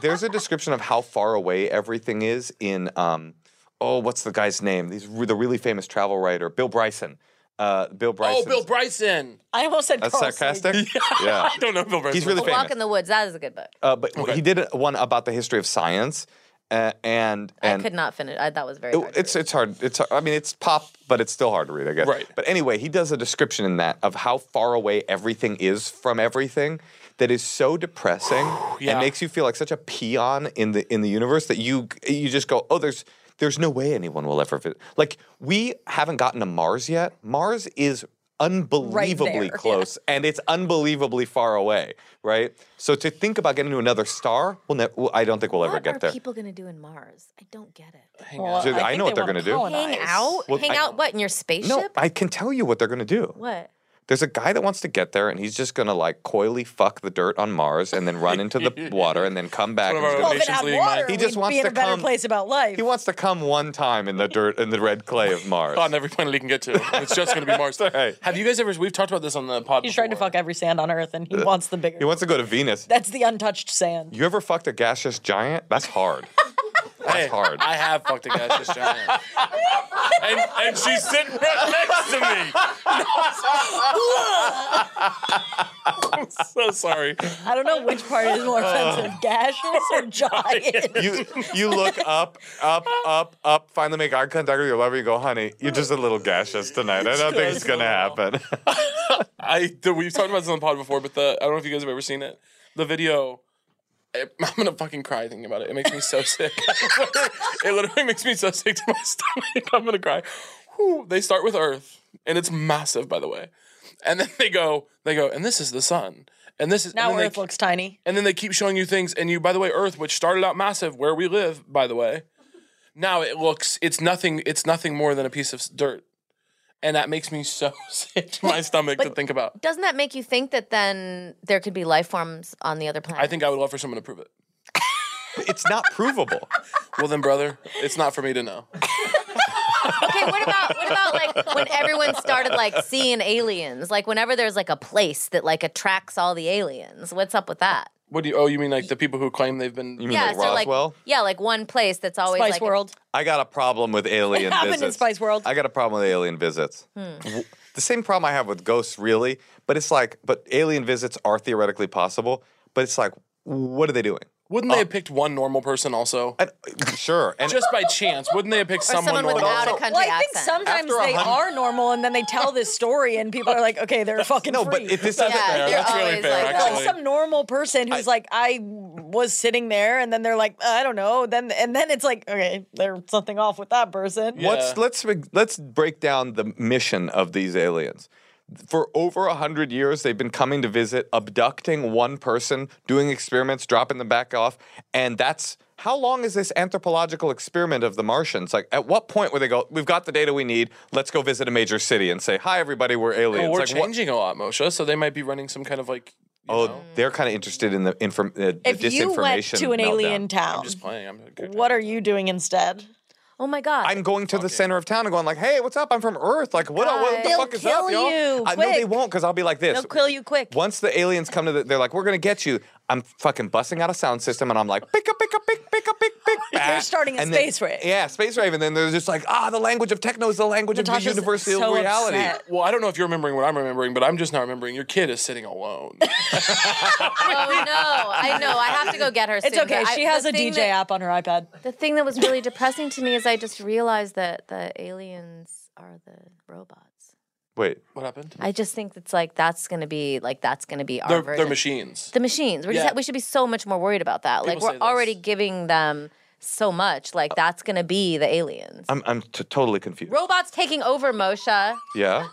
Speaker 3: there's a description of how far away everything is in um oh what's the guy's name these re- the really famous travel writer bill bryson uh bill bryson
Speaker 1: oh, Bill Bryson.
Speaker 2: I almost said
Speaker 3: that's
Speaker 2: Carl
Speaker 3: sarcastic
Speaker 2: Sagan.
Speaker 3: yeah
Speaker 1: I don't know Bill Bryson.
Speaker 3: he's really
Speaker 4: A Walk
Speaker 3: famous
Speaker 4: in the Woods. That is a good book.
Speaker 3: uh, but he did one about the history of science uh, and
Speaker 4: I
Speaker 3: and
Speaker 4: could not finish. I, that was very.
Speaker 3: It-
Speaker 4: hard to
Speaker 3: it's
Speaker 4: read.
Speaker 3: it's hard. It's I mean it's pop, but it's still hard to read, I guess.
Speaker 1: Right.
Speaker 3: But anyway, he does a description in that of how far away everything is from everything. That is so depressing.
Speaker 1: Yeah.
Speaker 3: and makes you feel like such a peon in the in the universe that you you just go, oh, there's there's no way anyone will ever visit. Like we haven't gotten to Mars yet. Mars is unbelievably
Speaker 2: there, yeah.
Speaker 3: close and it's unbelievably far away, right? So to think about getting to another star, we'll ne- well, I don't think we'll ever
Speaker 4: what
Speaker 3: get
Speaker 4: are
Speaker 3: there.
Speaker 4: people gonna do in Mars? I don't get it.
Speaker 2: Well,
Speaker 3: Dude, I know
Speaker 2: think
Speaker 3: what
Speaker 2: they
Speaker 3: they're
Speaker 2: wanna
Speaker 3: gonna do.
Speaker 4: Hang
Speaker 2: colonize.
Speaker 4: out?
Speaker 3: Well,
Speaker 4: Hang
Speaker 3: I-
Speaker 4: out what in your spaceship?
Speaker 3: No, I can tell you what they're going to do.
Speaker 4: what?
Speaker 3: There's a guy that wants to get there, and he's just gonna like coyly fuck the dirt on Mars, and then run into the water, and then come back.
Speaker 1: One
Speaker 3: and
Speaker 1: of
Speaker 3: he's
Speaker 2: Well, if it had
Speaker 1: our Nation's
Speaker 3: gonna-
Speaker 1: leading
Speaker 2: water,
Speaker 1: mind.
Speaker 3: He
Speaker 2: we'd
Speaker 3: just wants
Speaker 2: be in
Speaker 3: to
Speaker 2: a better
Speaker 3: come-
Speaker 2: place about life.
Speaker 3: he wants to come one time in the dirt in the red clay of Mars.
Speaker 1: on every planet he can get to. It's just going to be Mars.
Speaker 3: right.
Speaker 1: Have you guys ever? We've talked about this on the pod.
Speaker 2: He's trying to
Speaker 1: before.
Speaker 2: fuck every sand on Earth, and he wants the bigger.
Speaker 3: he wants to go to Venus.
Speaker 2: That's the untouched sand.
Speaker 3: You ever fucked a gaseous giant? That's hard. That's
Speaker 1: Hey,
Speaker 3: hard.
Speaker 1: I have fucked a gaseous giant, and, and she's sitting right next to me. I'm so sorry.
Speaker 2: I don't know which part is more offensive, gaseous or giant.
Speaker 3: you you look up, up, up, up. Finally make eye contact with your lover. You go, honey, you're just a little gaseous tonight. I don't think it's gonna happen.
Speaker 1: I the, we've talked about this on the pod before, but the I don't know if you guys have ever seen it. The video. I- I'm gonna fucking cry thinking about it. It makes me so sick. it literally makes me so sick to my stomach. I'm gonna cry. Whew. They start with Earth, and it's massive, by the way. And then they go, they go, and this is the sun, and this is
Speaker 2: Now
Speaker 1: and then
Speaker 2: Earth
Speaker 1: they,
Speaker 2: looks tiny.
Speaker 1: and then they keep showing you things. And you, by the way, Earth, which started out massive, where we live, by the way, now it looks it's nothing. It's nothing more than a piece of s- dirt, and that makes me so sick to my stomach to think about.
Speaker 4: Doesn't that make you think that then there could be life forms on the other planet?
Speaker 1: I think I would love for someone to prove it.
Speaker 3: it's not provable.
Speaker 1: Well, then, brother, it's not for me to know.
Speaker 4: Okay, what about what about like when everyone started like seeing aliens? Like whenever there's like a place that like attracts all the aliens. What's up with that?
Speaker 1: What do you? Oh, you mean like the people who claim they've been?
Speaker 3: You mean like Roswell?
Speaker 4: like yeah, like one place that's always
Speaker 2: Spice
Speaker 4: like
Speaker 2: World.
Speaker 3: I got a problem with alien
Speaker 2: happened in
Speaker 3: visits.
Speaker 2: Spice World. Hmm.
Speaker 3: I got a problem with alien visits. W- The same problem I have with ghosts, really. But it's like, but alien visits are theoretically possible. But it's like, what are they doing? Uh,
Speaker 1: Wouldn't they have picked one normal person also?
Speaker 3: And, sure. And
Speaker 1: Just by chance, wouldn't they have picked
Speaker 4: or
Speaker 1: someone,
Speaker 4: someone
Speaker 1: normal?
Speaker 4: without a country
Speaker 2: Well, I
Speaker 4: accent.
Speaker 2: think sometimes
Speaker 3: After a
Speaker 2: they
Speaker 3: hun-
Speaker 2: are normal, and then they tell this story, and people are like, "Okay, they're fucking
Speaker 3: no, but
Speaker 2: free."
Speaker 3: if this
Speaker 4: yeah,
Speaker 3: doesn't.
Speaker 4: they're
Speaker 1: That's really
Speaker 4: always
Speaker 1: fair,
Speaker 4: like
Speaker 2: Like
Speaker 1: actually.
Speaker 2: some normal person who's like, I was sitting there, and then they're like, "Uh, I don't know. Then and then it's like, okay, there's something off with that person.
Speaker 3: What's
Speaker 1: Yeah.
Speaker 3: let's re- let's break down the mission of these aliens. For over a hundred years, they've been coming to visit, abducting one person, doing experiments, dropping them back off, and that's how long is this anthropological experiment of the Martians? Like, at what point where they go, we've got the data we need, let's go visit a major city and say, hi, everybody, we're aliens.
Speaker 1: Well, Oh, we're
Speaker 3: like, what-
Speaker 1: changing a lot, Moshe. So they might be running some kind of like. you
Speaker 3: Oh,
Speaker 1: know,
Speaker 3: they're kind of interested in the, inform- uh, the
Speaker 2: If
Speaker 3: disinformation.
Speaker 2: you went to an
Speaker 3: meltdown.
Speaker 2: alien town,
Speaker 1: I'm just playing. I'm not good.
Speaker 2: what are you doing instead?
Speaker 4: Oh my god.
Speaker 3: I'm going to the center of town and going like, "Hey, what's up? I'm from Earth. Like, what, what the
Speaker 2: They'll
Speaker 3: fuck is
Speaker 2: kill
Speaker 3: up, y'all?"
Speaker 2: you,
Speaker 3: I know they
Speaker 2: quick.
Speaker 3: won't because I'll be like this.
Speaker 2: They'll kill you quick.
Speaker 3: Once the aliens come to, the, they're like, "We're gonna get you." I'm fucking busting out a sound system and I'm like, "Pick a, pick a, pick, pick a, pick, pick."
Speaker 2: They're starting a
Speaker 3: and then-
Speaker 2: space rave.
Speaker 3: Yeah, space rave, and then they're just like, "Ah, the language of techno is the language
Speaker 2: Natasha's
Speaker 3: of the universal
Speaker 2: so
Speaker 3: reality."
Speaker 2: upset.
Speaker 1: Well, I don't know if you're remembering what I'm remembering, but I'm just not remembering. Your kid is sitting alone.
Speaker 4: oh no, I know. I have to go get her.
Speaker 2: It's
Speaker 4: soon,
Speaker 2: okay.
Speaker 4: but I-
Speaker 2: She has
Speaker 4: the
Speaker 2: a
Speaker 4: thing
Speaker 2: DJ
Speaker 4: that-
Speaker 2: app on her iPad.
Speaker 4: The thing that was really depressing to me is I just realized that the aliens are the robots.
Speaker 3: Wait,
Speaker 1: what happened?
Speaker 4: I just think it's like that's gonna be like that's gonna be our
Speaker 1: They're,
Speaker 4: version.
Speaker 1: they're machines.
Speaker 4: The machines. We're
Speaker 1: Yeah.
Speaker 4: just we should be so much more worried about that.
Speaker 1: People
Speaker 4: like
Speaker 1: say
Speaker 4: we're
Speaker 1: this.
Speaker 4: already giving them so much. Like that's gonna be the aliens.
Speaker 3: I'm I'm t- totally confused.
Speaker 4: robots taking over Moshe.
Speaker 3: yeah.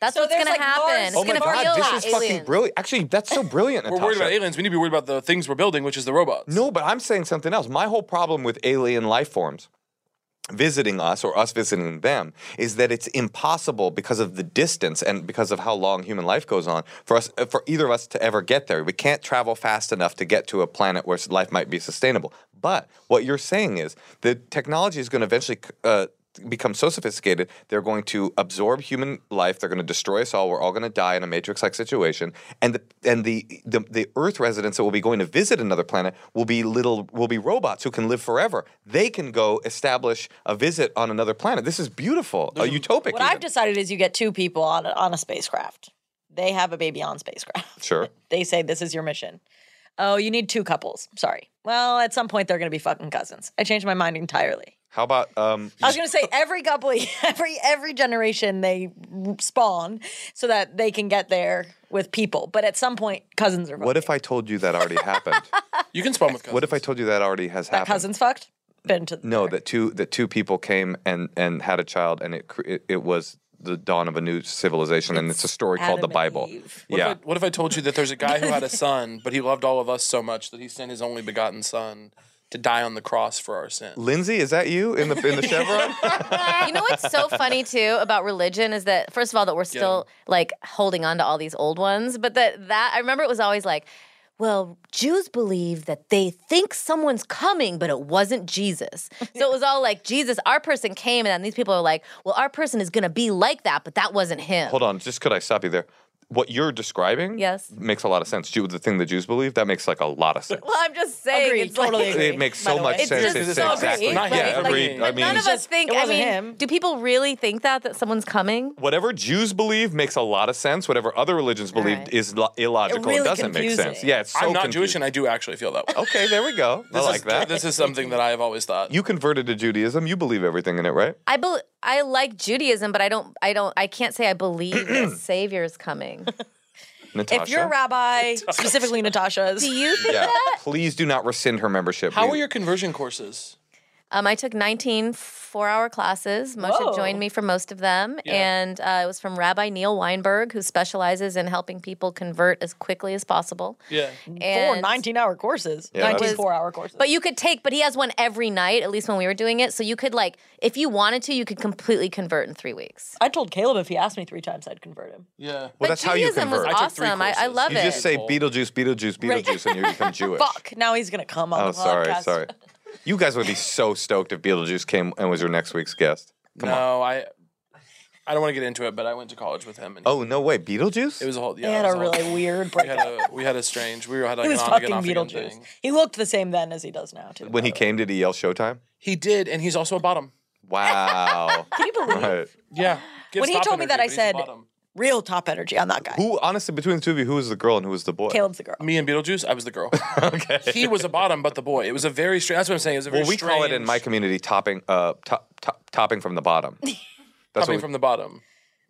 Speaker 4: That's
Speaker 2: So
Speaker 4: what's
Speaker 2: there's,
Speaker 4: gonna
Speaker 2: like,
Speaker 4: happen.
Speaker 2: Mars-
Speaker 4: It's
Speaker 3: Oh my
Speaker 4: gonna
Speaker 3: god,
Speaker 4: feel
Speaker 3: this
Speaker 4: like
Speaker 3: is fucking
Speaker 4: aliens.
Speaker 3: brilliant. Actually, that's so brilliant.
Speaker 1: We're
Speaker 3: Natasha.
Speaker 1: worried about aliens. We need to be worried about the things we're building, which is the robots.
Speaker 3: No, but I'm saying something else. My whole problem with alien life forms visiting us or us visiting them is that it's impossible because of the distance and because of how long human life goes on for us uh, for either of us to ever get there. We can't travel fast enough to get to a planet where life might be sustainable. But what you're saying is the technology is going to eventually uh, become so sophisticated they're going to absorb human life they're going to destroy us all we're all going to die in a matrix like situation and the and the, the the earth residents that will be going to visit another planet will be little will be robots who can live forever they can go establish a visit on another planet this is beautiful a utopic
Speaker 2: What
Speaker 3: even.
Speaker 2: I've decided is you get two people on a, on a spacecraft. They have a baby on spacecraft.
Speaker 3: sure
Speaker 2: They say this is your mission. Oh, you need two couples. Sorry. Well, at some point they're going to be fucking cousins. I changed my mind entirely.
Speaker 3: how about um
Speaker 2: I was going to say every couple, every every generation they spawn so that they can get there with people. But at some point, cousins are.
Speaker 3: what if I told you that already happened?
Speaker 1: You can spawn with cousins.
Speaker 3: What if I told you that already has
Speaker 2: that
Speaker 3: happened?
Speaker 2: cousins fucked? Been to
Speaker 3: No, that two that two people came and and had a child, and it cr- it, it was the dawn of a new civilization, and it's a story called the
Speaker 2: Adam and
Speaker 3: Bible.
Speaker 2: Eve.
Speaker 1: What,
Speaker 3: yeah,
Speaker 1: if I, what if I told you that there's a guy who had a son, but he loved all of us so much that he sent his only begotten son to die on the cross for our sin?
Speaker 3: Lindsay, is that you in the in the Chevron?
Speaker 4: you know what's so funny too about religion is that first of all that we're still like holding on to all these old ones, but that that I remember it was always like, well, Jews believe that they think someone's coming, but it wasn't Jesus. So it was all like Jesus, our person came, and then these people are like, well, our person is gonna be like that, but that wasn't him.
Speaker 3: Hold on, just could I stop you there? What you're describing,
Speaker 4: Yes.
Speaker 3: makes a lot of sense. Jew, the thing the Jews believe, that makes like a lot of sense.
Speaker 4: Well, I'm just saying,
Speaker 2: Agreed,
Speaker 4: it's like-
Speaker 2: totally agree.
Speaker 3: It makes
Speaker 2: by
Speaker 3: so
Speaker 2: the
Speaker 3: much
Speaker 2: way.
Speaker 4: It's
Speaker 3: sense.
Speaker 4: just
Speaker 3: It's
Speaker 4: so
Speaker 3: exactly.
Speaker 4: great,
Speaker 1: Not
Speaker 4: but
Speaker 1: yet,
Speaker 3: yeah,
Speaker 4: like,
Speaker 3: agreed.
Speaker 1: but
Speaker 3: I mean,
Speaker 4: None of us
Speaker 2: just-
Speaker 4: think.
Speaker 2: it
Speaker 4: I
Speaker 2: wasn't
Speaker 4: mean,
Speaker 2: him.
Speaker 4: do people really think that that someone's coming?
Speaker 3: whatever Jews believe makes a lot of sense. Whatever other religions believe
Speaker 4: right.
Speaker 3: is lo- illogical.
Speaker 2: really
Speaker 3: it doesn't
Speaker 2: confusing.
Speaker 3: make sense. Yeah, it's so
Speaker 1: I'm not Jewish,
Speaker 3: confusing.
Speaker 1: and I do actually feel that way.
Speaker 3: okay, there we go. I
Speaker 1: This
Speaker 3: like
Speaker 1: is-
Speaker 3: that.
Speaker 1: This is something that I have always thought.
Speaker 3: you converted to Judaism. You believe everything in it, right?
Speaker 4: I bel I like Judaism, but I don't. I don't. I can't say I believe the Savior is coming.
Speaker 3: Natasha.
Speaker 2: If you're a rabbi, specifically Natasha's,
Speaker 4: Do you think
Speaker 3: yeah,
Speaker 4: that?
Speaker 3: please do not rescind her membership.
Speaker 1: How
Speaker 3: We-
Speaker 1: were your conversion courses?
Speaker 4: Um, I took 19 four-hour classes. Moshe
Speaker 2: Whoa.
Speaker 4: joined me for most of them,
Speaker 1: Yeah.
Speaker 4: and uh, it was from Rabbi Neil Weinberg, who specializes in helping people convert as quickly as possible.
Speaker 1: Yeah.
Speaker 2: four
Speaker 4: And
Speaker 2: 19 hour courses,
Speaker 3: Yeah,
Speaker 2: 19
Speaker 3: that's-
Speaker 2: four hour courses.
Speaker 4: But you could take, but he has one every night, at least when we were doing it. So you could like, if you wanted to, you could completely convert in three weeks.
Speaker 2: I told Caleb if he asked me three times, I'd convert him.
Speaker 1: Yeah.
Speaker 3: Well,
Speaker 4: but
Speaker 3: that's how you
Speaker 4: Judaism was
Speaker 3: convert.
Speaker 1: I took three
Speaker 4: awesome. I, I
Speaker 1: courses.
Speaker 4: love
Speaker 3: You
Speaker 4: it.
Speaker 3: just say Beetlejuice, Beetlejuice, Beetlejuice, and you become Jewish.
Speaker 2: Fuck, now he's going to come on
Speaker 3: Oh,
Speaker 2: the podcast.
Speaker 3: sorry, sorry. You guys would be so stoked if Beetlejuice came and was your next week's guest. Come
Speaker 1: no,
Speaker 3: on.
Speaker 1: I. I don't want to get into it, but I went to college with him, and
Speaker 3: Oh no way, Beetlejuice.
Speaker 1: it was a whole. Yeah,
Speaker 2: They had
Speaker 1: it was
Speaker 2: a
Speaker 1: whole-
Speaker 2: really weird
Speaker 1: We had
Speaker 2: breakup.
Speaker 1: a we had a strange. We had like
Speaker 2: He was
Speaker 1: an on
Speaker 2: fucking
Speaker 1: again, off again
Speaker 2: Beetlejuice.
Speaker 1: thing.
Speaker 2: He looked the same then as he does now, too.
Speaker 3: when he came, did he yell Showtime?
Speaker 1: He did, and he's also a bottom.
Speaker 3: Wow.
Speaker 2: Can you believe
Speaker 3: Right.
Speaker 1: Yeah. Gives
Speaker 2: When he
Speaker 1: top
Speaker 2: told me that, I
Speaker 1: energy, but he's a
Speaker 2: said-
Speaker 1: bottom.
Speaker 2: Real top energy on that guy.
Speaker 3: Who honestly between the two of you, who was the girl and who was the boy?
Speaker 2: Caleb's the girl.
Speaker 1: me and Beetlejuice, I was the girl. He was a bottom, but the boy. It was a very strange. That's what I'm saying. It was a very
Speaker 3: Well, we call it in my
Speaker 1: strange
Speaker 3: community topping, uh, top, top, topping from the bottom. That's what
Speaker 1: topping
Speaker 3: we,
Speaker 1: from the bottom,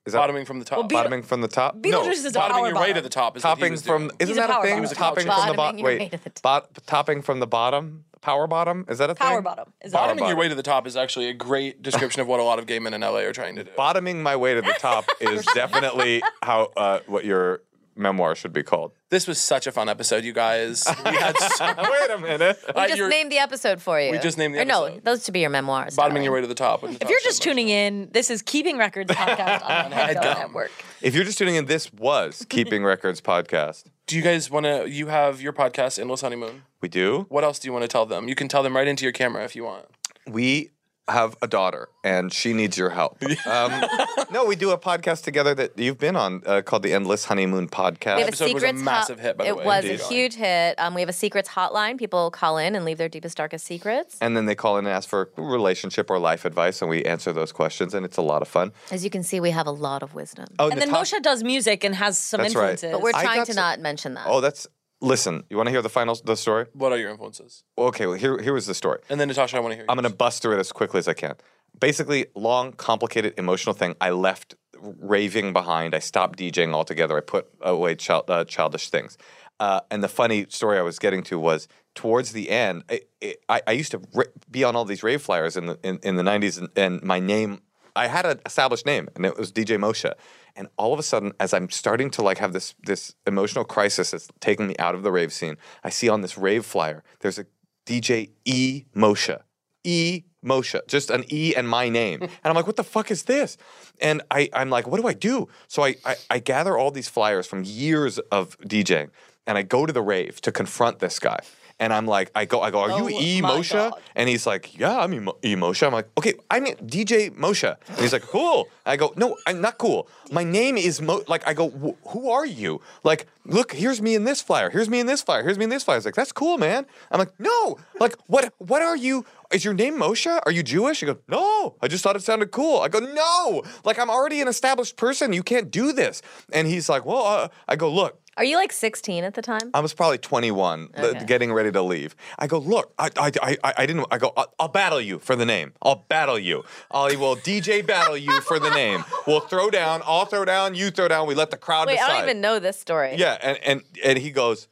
Speaker 3: is that-
Speaker 1: bottoming from the
Speaker 2: Beetle-
Speaker 1: top.
Speaker 3: bottoming from the top. no,
Speaker 2: Beetlejuice is a
Speaker 1: bottoming
Speaker 2: power
Speaker 1: your way
Speaker 2: bottom.
Speaker 1: to the top. Is what he
Speaker 3: topping
Speaker 1: was
Speaker 3: from
Speaker 1: doing.
Speaker 3: isn't
Speaker 2: a
Speaker 3: that a
Speaker 2: power
Speaker 3: thing?
Speaker 2: bottom. He was a
Speaker 3: Topping
Speaker 1: couch
Speaker 3: from the
Speaker 4: Bottoming
Speaker 3: bottom.
Speaker 4: your way
Speaker 3: Wait,
Speaker 4: to the
Speaker 3: bot, topping from the bottom. Power bottom. Is that a thing?
Speaker 2: Power bottom is
Speaker 3: Power
Speaker 2: that-
Speaker 1: bottoming your way to the top is actually a great description of what a lot of gay men in LA are trying to do.
Speaker 3: Bottoming my way to the top is definitely how uh, what your memoir should be called.
Speaker 1: This was such a fun episode, you guys. We had so,
Speaker 3: Wait a minute.
Speaker 4: We
Speaker 1: Uh,
Speaker 4: just
Speaker 1: your-
Speaker 4: named the episode for you.
Speaker 1: We just named the
Speaker 4: or No,
Speaker 1: episode.
Speaker 4: those should be your memoirs.
Speaker 1: bottoming
Speaker 4: darling.
Speaker 1: your way to the top. with
Speaker 2: If you're just tuning in, this is Keeping Records podcast on the Head
Speaker 1: Headgum.
Speaker 2: Network.
Speaker 3: If you're just tuning in, this was Keeping Records podcast.
Speaker 1: do you guys want to? You have your podcast, Endless Honeymoon.
Speaker 3: We do.
Speaker 1: What else do you want to tell them? You can tell them right into your camera if you want.
Speaker 3: we have a daughter and she needs your help. Um, no, we do a podcast together that you've been on uh, called the Endless Honeymoon Podcast.
Speaker 4: We have a
Speaker 1: episode was a
Speaker 4: secrets hot-
Speaker 1: massive hit, by the
Speaker 4: it
Speaker 1: way.
Speaker 4: was
Speaker 1: Indeed.
Speaker 4: a huge hit. Um, we have a secrets hotline. People call in and leave their deepest, darkest secrets.
Speaker 3: and then they call in and ask for relationship or life advice, and we answer those questions, and it's a lot of fun.
Speaker 4: As you can see, we have a lot of wisdom.
Speaker 3: Oh,
Speaker 2: And then
Speaker 3: Natasha-
Speaker 2: Moshe does music and has some
Speaker 3: That's right.
Speaker 2: influences.
Speaker 4: but we're
Speaker 3: I
Speaker 4: trying
Speaker 3: got
Speaker 4: to
Speaker 3: some-
Speaker 4: not mention that.
Speaker 3: Oh, that's listen. You want to hear the final the story?
Speaker 1: What are your influences?
Speaker 3: Okay, well here here was the story.
Speaker 1: And then Natasha, I want to hear.
Speaker 3: I'm
Speaker 1: yours.
Speaker 3: going to bust through it as quickly as I can. Basically, long, complicated, emotional thing. I left raving behind. I stopped DJing altogether. I put away child, uh, childish things. Uh, and the funny story I was getting to was towards the end, I, I, I used to ri be on all these rave flyers in the in, in the 90s, and, and my name I had an established name, and it was DJ Moshe. And all of a sudden, as I'm starting to like have this this emotional crisis that's taking me out of the rave scene, I see on this rave flyer there's a DJ E Moshe, E Moshe, just an E and my name. And I'm like, what the fuck is this? And I I'm like, what do I do? So I I, I gather all these flyers from years of DJing, and I go to the rave to confront this guy. And I'm like, I go, I go, are you
Speaker 2: Oh
Speaker 3: E
Speaker 2: my
Speaker 3: Moshe?
Speaker 2: God.
Speaker 3: And he's like, "Yeah, I'm Emo- E Moshe." I'm like, "Okay, I'm DJ Moshe." And he's like, "Cool." I go, "No, I'm not cool. My name is Mo." Like, I go, "Wh- "Who are you?" Like, look, here's me in this flyer. Here's me in this flyer. Here's me in this flyer. He's like, "That's cool, man." I'm like, "No, like, what? What are you? Is your name Moshe? Are you Jewish?" He goes, "No, I just thought it sounded cool." I go, "No, like, I'm already an established person. You can't do this." And he's like, "Well," uh, I go, "Look,
Speaker 4: Are you like 16 at the time?
Speaker 3: I was probably 21, l-
Speaker 4: Okay.
Speaker 3: getting ready to leave. I go, look, I, I, I, I- I didn't. I go, I'll, I'll battle you for the name. I'll battle you. I will DJ battle you for the name. We'll throw down. I'll throw down. You throw down. We let the crowd
Speaker 4: Wait, I
Speaker 3: decide.
Speaker 4: don't even know this story.
Speaker 3: Yeah, and and and he goes,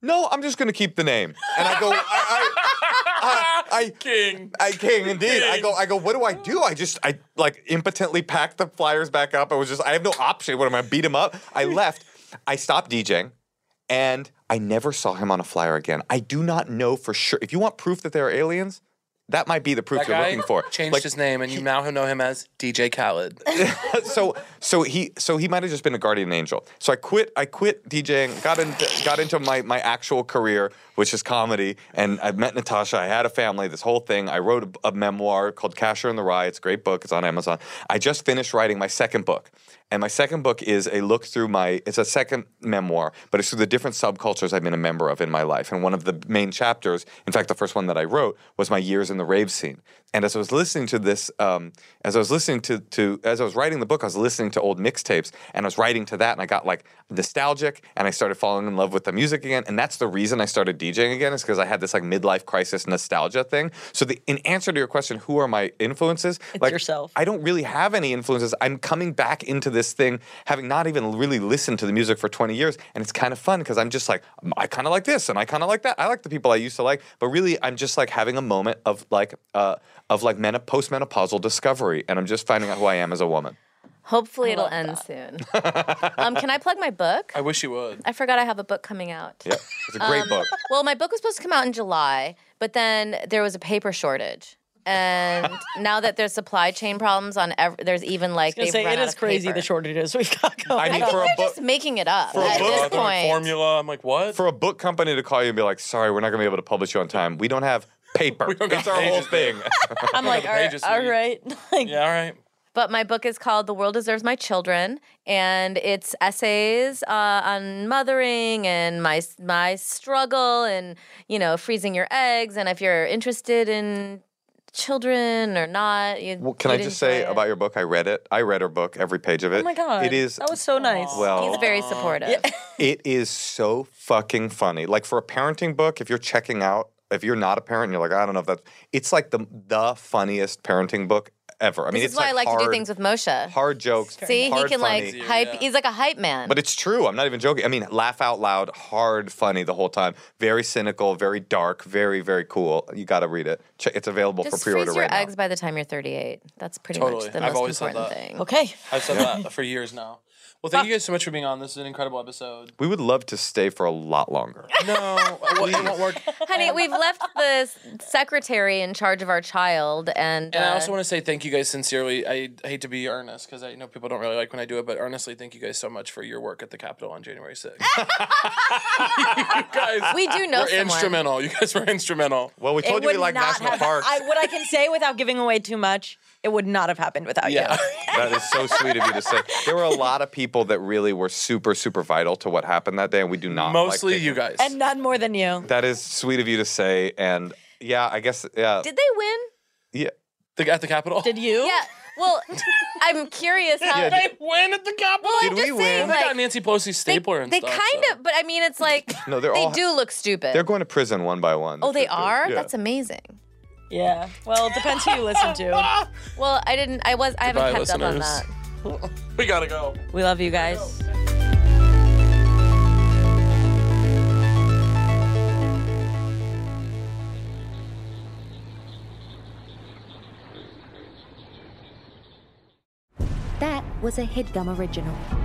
Speaker 3: no, I'm just going to keep the name. And I go, I, I, I, I
Speaker 1: King.
Speaker 3: I king indeed. I go. I go. What do I do? I just I like impotently packed the flyers back up. I was just. I have no option. What am I gonna beat him up? I left. I stopped DJing, and I never saw him on a flyer again. I do not know for sure. If you want proof that there are aliens, that might be the proof
Speaker 1: That
Speaker 3: you're
Speaker 1: guy
Speaker 3: looking for.
Speaker 1: changed
Speaker 3: Like,
Speaker 1: his name, and you now know him as DJ Khaled.
Speaker 3: so so he so he might have just been a guardian angel. So I quit I quit DJing, got into got into my my actual career, which is comedy, and I met Natasha. I had a family. This whole thing. I wrote a, a memoir called Casher and the Rye. It's a great book. It's on Amazon. I just finished writing my second book, and my second book is a look through my. It's a second memoir, but it's through the different subcultures I've been a member of in my life. And one of the main chapters, in fact, the first one that I wrote was my years in the rave scene. And as I was listening to this, um, as I was listening to to as I was writing the book, I was listening to old mixtapes, and I was writing to that, and I got like nostalgic, and I started falling in love with the music again. And that's the reason I started DJing again, is because I had this like midlife crisis nostalgia thing. So the in answer to your question, who are my influences?
Speaker 2: It's yourself.
Speaker 3: I don't really have any influences. I'm coming back into this thing, having not even really listened to the music for 20 years, and it's kind of fun because I'm just like, I kind of like this, and I kind of like that. I like the people I used to like, but really, I'm just like having a moment of like, uh, of like men- postmenopausal discovery, and I'm just finding out who I am as a woman.
Speaker 4: Hopefully, it'll end soon. um, can I plug my book?
Speaker 1: I wish you would.
Speaker 4: I forgot I have a book coming out.
Speaker 3: Yeah, it's a great
Speaker 2: Um,
Speaker 3: book.
Speaker 4: Well, my book was supposed to come out in July, but then there was a paper shortage. And now that there's supply chain problems on ev- there's even like
Speaker 2: gonna
Speaker 4: they've
Speaker 2: say
Speaker 4: run
Speaker 2: it
Speaker 4: out
Speaker 2: is
Speaker 4: of
Speaker 2: crazy
Speaker 4: paper.
Speaker 2: the shortages we've got
Speaker 3: I
Speaker 2: going.
Speaker 3: mean,
Speaker 4: I
Speaker 3: for
Speaker 4: think
Speaker 3: a
Speaker 4: they're
Speaker 3: book,
Speaker 4: just making it up
Speaker 3: a
Speaker 4: at
Speaker 3: book,
Speaker 4: this
Speaker 3: I
Speaker 1: Other
Speaker 4: point.
Speaker 1: formula. I'm like, what?
Speaker 3: for a book company to call you and be like, sorry, we're not gonna be able to publish you on time. We don't have paper.
Speaker 1: don't got
Speaker 3: it's our whole
Speaker 1: pages,
Speaker 3: thing.
Speaker 2: I'm like,
Speaker 1: the
Speaker 2: all right,
Speaker 1: pages to
Speaker 2: all
Speaker 1: read.
Speaker 2: right. Like,
Speaker 1: yeah, all right.
Speaker 4: But my book is called The World Deserves My Children, and it's essays uh, on mothering and my my struggle and you know freezing your eggs and if you're interested in children or not. You,
Speaker 3: Well, can I
Speaker 4: you'd
Speaker 3: just say
Speaker 4: enjoy it.
Speaker 3: about your book? I read it. I read her book, every page of it.
Speaker 2: Oh my god,
Speaker 3: It is
Speaker 2: that was so nice.
Speaker 3: well.
Speaker 4: He's very supportive.
Speaker 3: It is so fucking funny. Like for a parenting book, if you're checking out, if you're not a parent and you're like, I don't know if that's it's like the the funniest parenting book ever. I mean,
Speaker 4: This
Speaker 3: it's
Speaker 4: is why
Speaker 3: like
Speaker 4: I like
Speaker 3: hard,
Speaker 4: to do things with Moshe.
Speaker 3: hard jokes.
Speaker 4: See, he
Speaker 3: hard
Speaker 4: can
Speaker 3: funny.
Speaker 4: like hype.
Speaker 1: yeah.
Speaker 4: He's like a hype man.
Speaker 3: But it's true. I'm not even joking. I mean, laugh out loud, hard funny the whole time. Very cynical, very dark, very very cool. You got to read it. Che- It's available
Speaker 4: just
Speaker 3: for pre-order
Speaker 4: freeze your
Speaker 3: right
Speaker 4: eggs
Speaker 3: now.
Speaker 4: by the time you're 38. That's pretty
Speaker 1: Totally.
Speaker 4: much the
Speaker 1: I've always
Speaker 4: most
Speaker 1: said
Speaker 4: important
Speaker 1: that.
Speaker 4: thing.
Speaker 2: okay,
Speaker 1: I've said that for years now. Well, thank you guys so much for being on. This is an incredible episode.
Speaker 3: We would love to stay for a lot longer.
Speaker 1: No, well, it won't work.
Speaker 4: Honey, we've left the s- secretary in charge of our child, and,
Speaker 1: And I
Speaker 4: uh,
Speaker 1: also want to say thank you guys sincerely. I hate to be earnest because I know people don't really like when I do it, but honestly, thank you guys so much for your work at the Capitol on January 6th. you guys
Speaker 4: we do know
Speaker 1: were
Speaker 4: someone.
Speaker 1: instrumental. You guys were instrumental.
Speaker 3: Well, we told you we like national parks.
Speaker 2: I, what I can say without giving away too much, it would not have happened without
Speaker 1: Yeah.
Speaker 2: you.
Speaker 3: That is so sweet of you to say. There were a lot of people that really were super, super vital to what happened that day, and we do not. like
Speaker 1: Mostly
Speaker 3: taking-
Speaker 1: you guys.
Speaker 2: And none more than you.
Speaker 3: That is sweet of you to say, and yeah, I guess yeah,
Speaker 4: Did they win?
Speaker 3: yeah.
Speaker 1: The- at the Capitol?
Speaker 2: Did you?
Speaker 4: Yeah. Well, I'm curious how.
Speaker 3: Yeah,
Speaker 1: they win at the Capitol?
Speaker 4: well, I'm
Speaker 3: Did we
Speaker 4: just
Speaker 3: win?
Speaker 4: saying,
Speaker 1: And they
Speaker 4: like,
Speaker 1: got Nancy Pelosi's
Speaker 4: they,
Speaker 1: stapler and
Speaker 4: they
Speaker 1: stuff.
Speaker 4: kind
Speaker 1: so.
Speaker 4: of, but I mean, it's like
Speaker 3: No, they're
Speaker 4: they
Speaker 3: all-
Speaker 4: do look stupid.
Speaker 3: They're going to prison one by one.
Speaker 4: oh, they
Speaker 3: That's
Speaker 4: are.
Speaker 3: good. Yeah.
Speaker 4: That's amazing.
Speaker 2: Yeah. Well, it depends who you listen to.
Speaker 4: Well, I didn't. I was. I haven't
Speaker 1: Goodbye,
Speaker 4: kept up on
Speaker 1: listeners.
Speaker 4: that.
Speaker 1: We gotta go.
Speaker 2: We love you guys.
Speaker 5: That was a headgum original.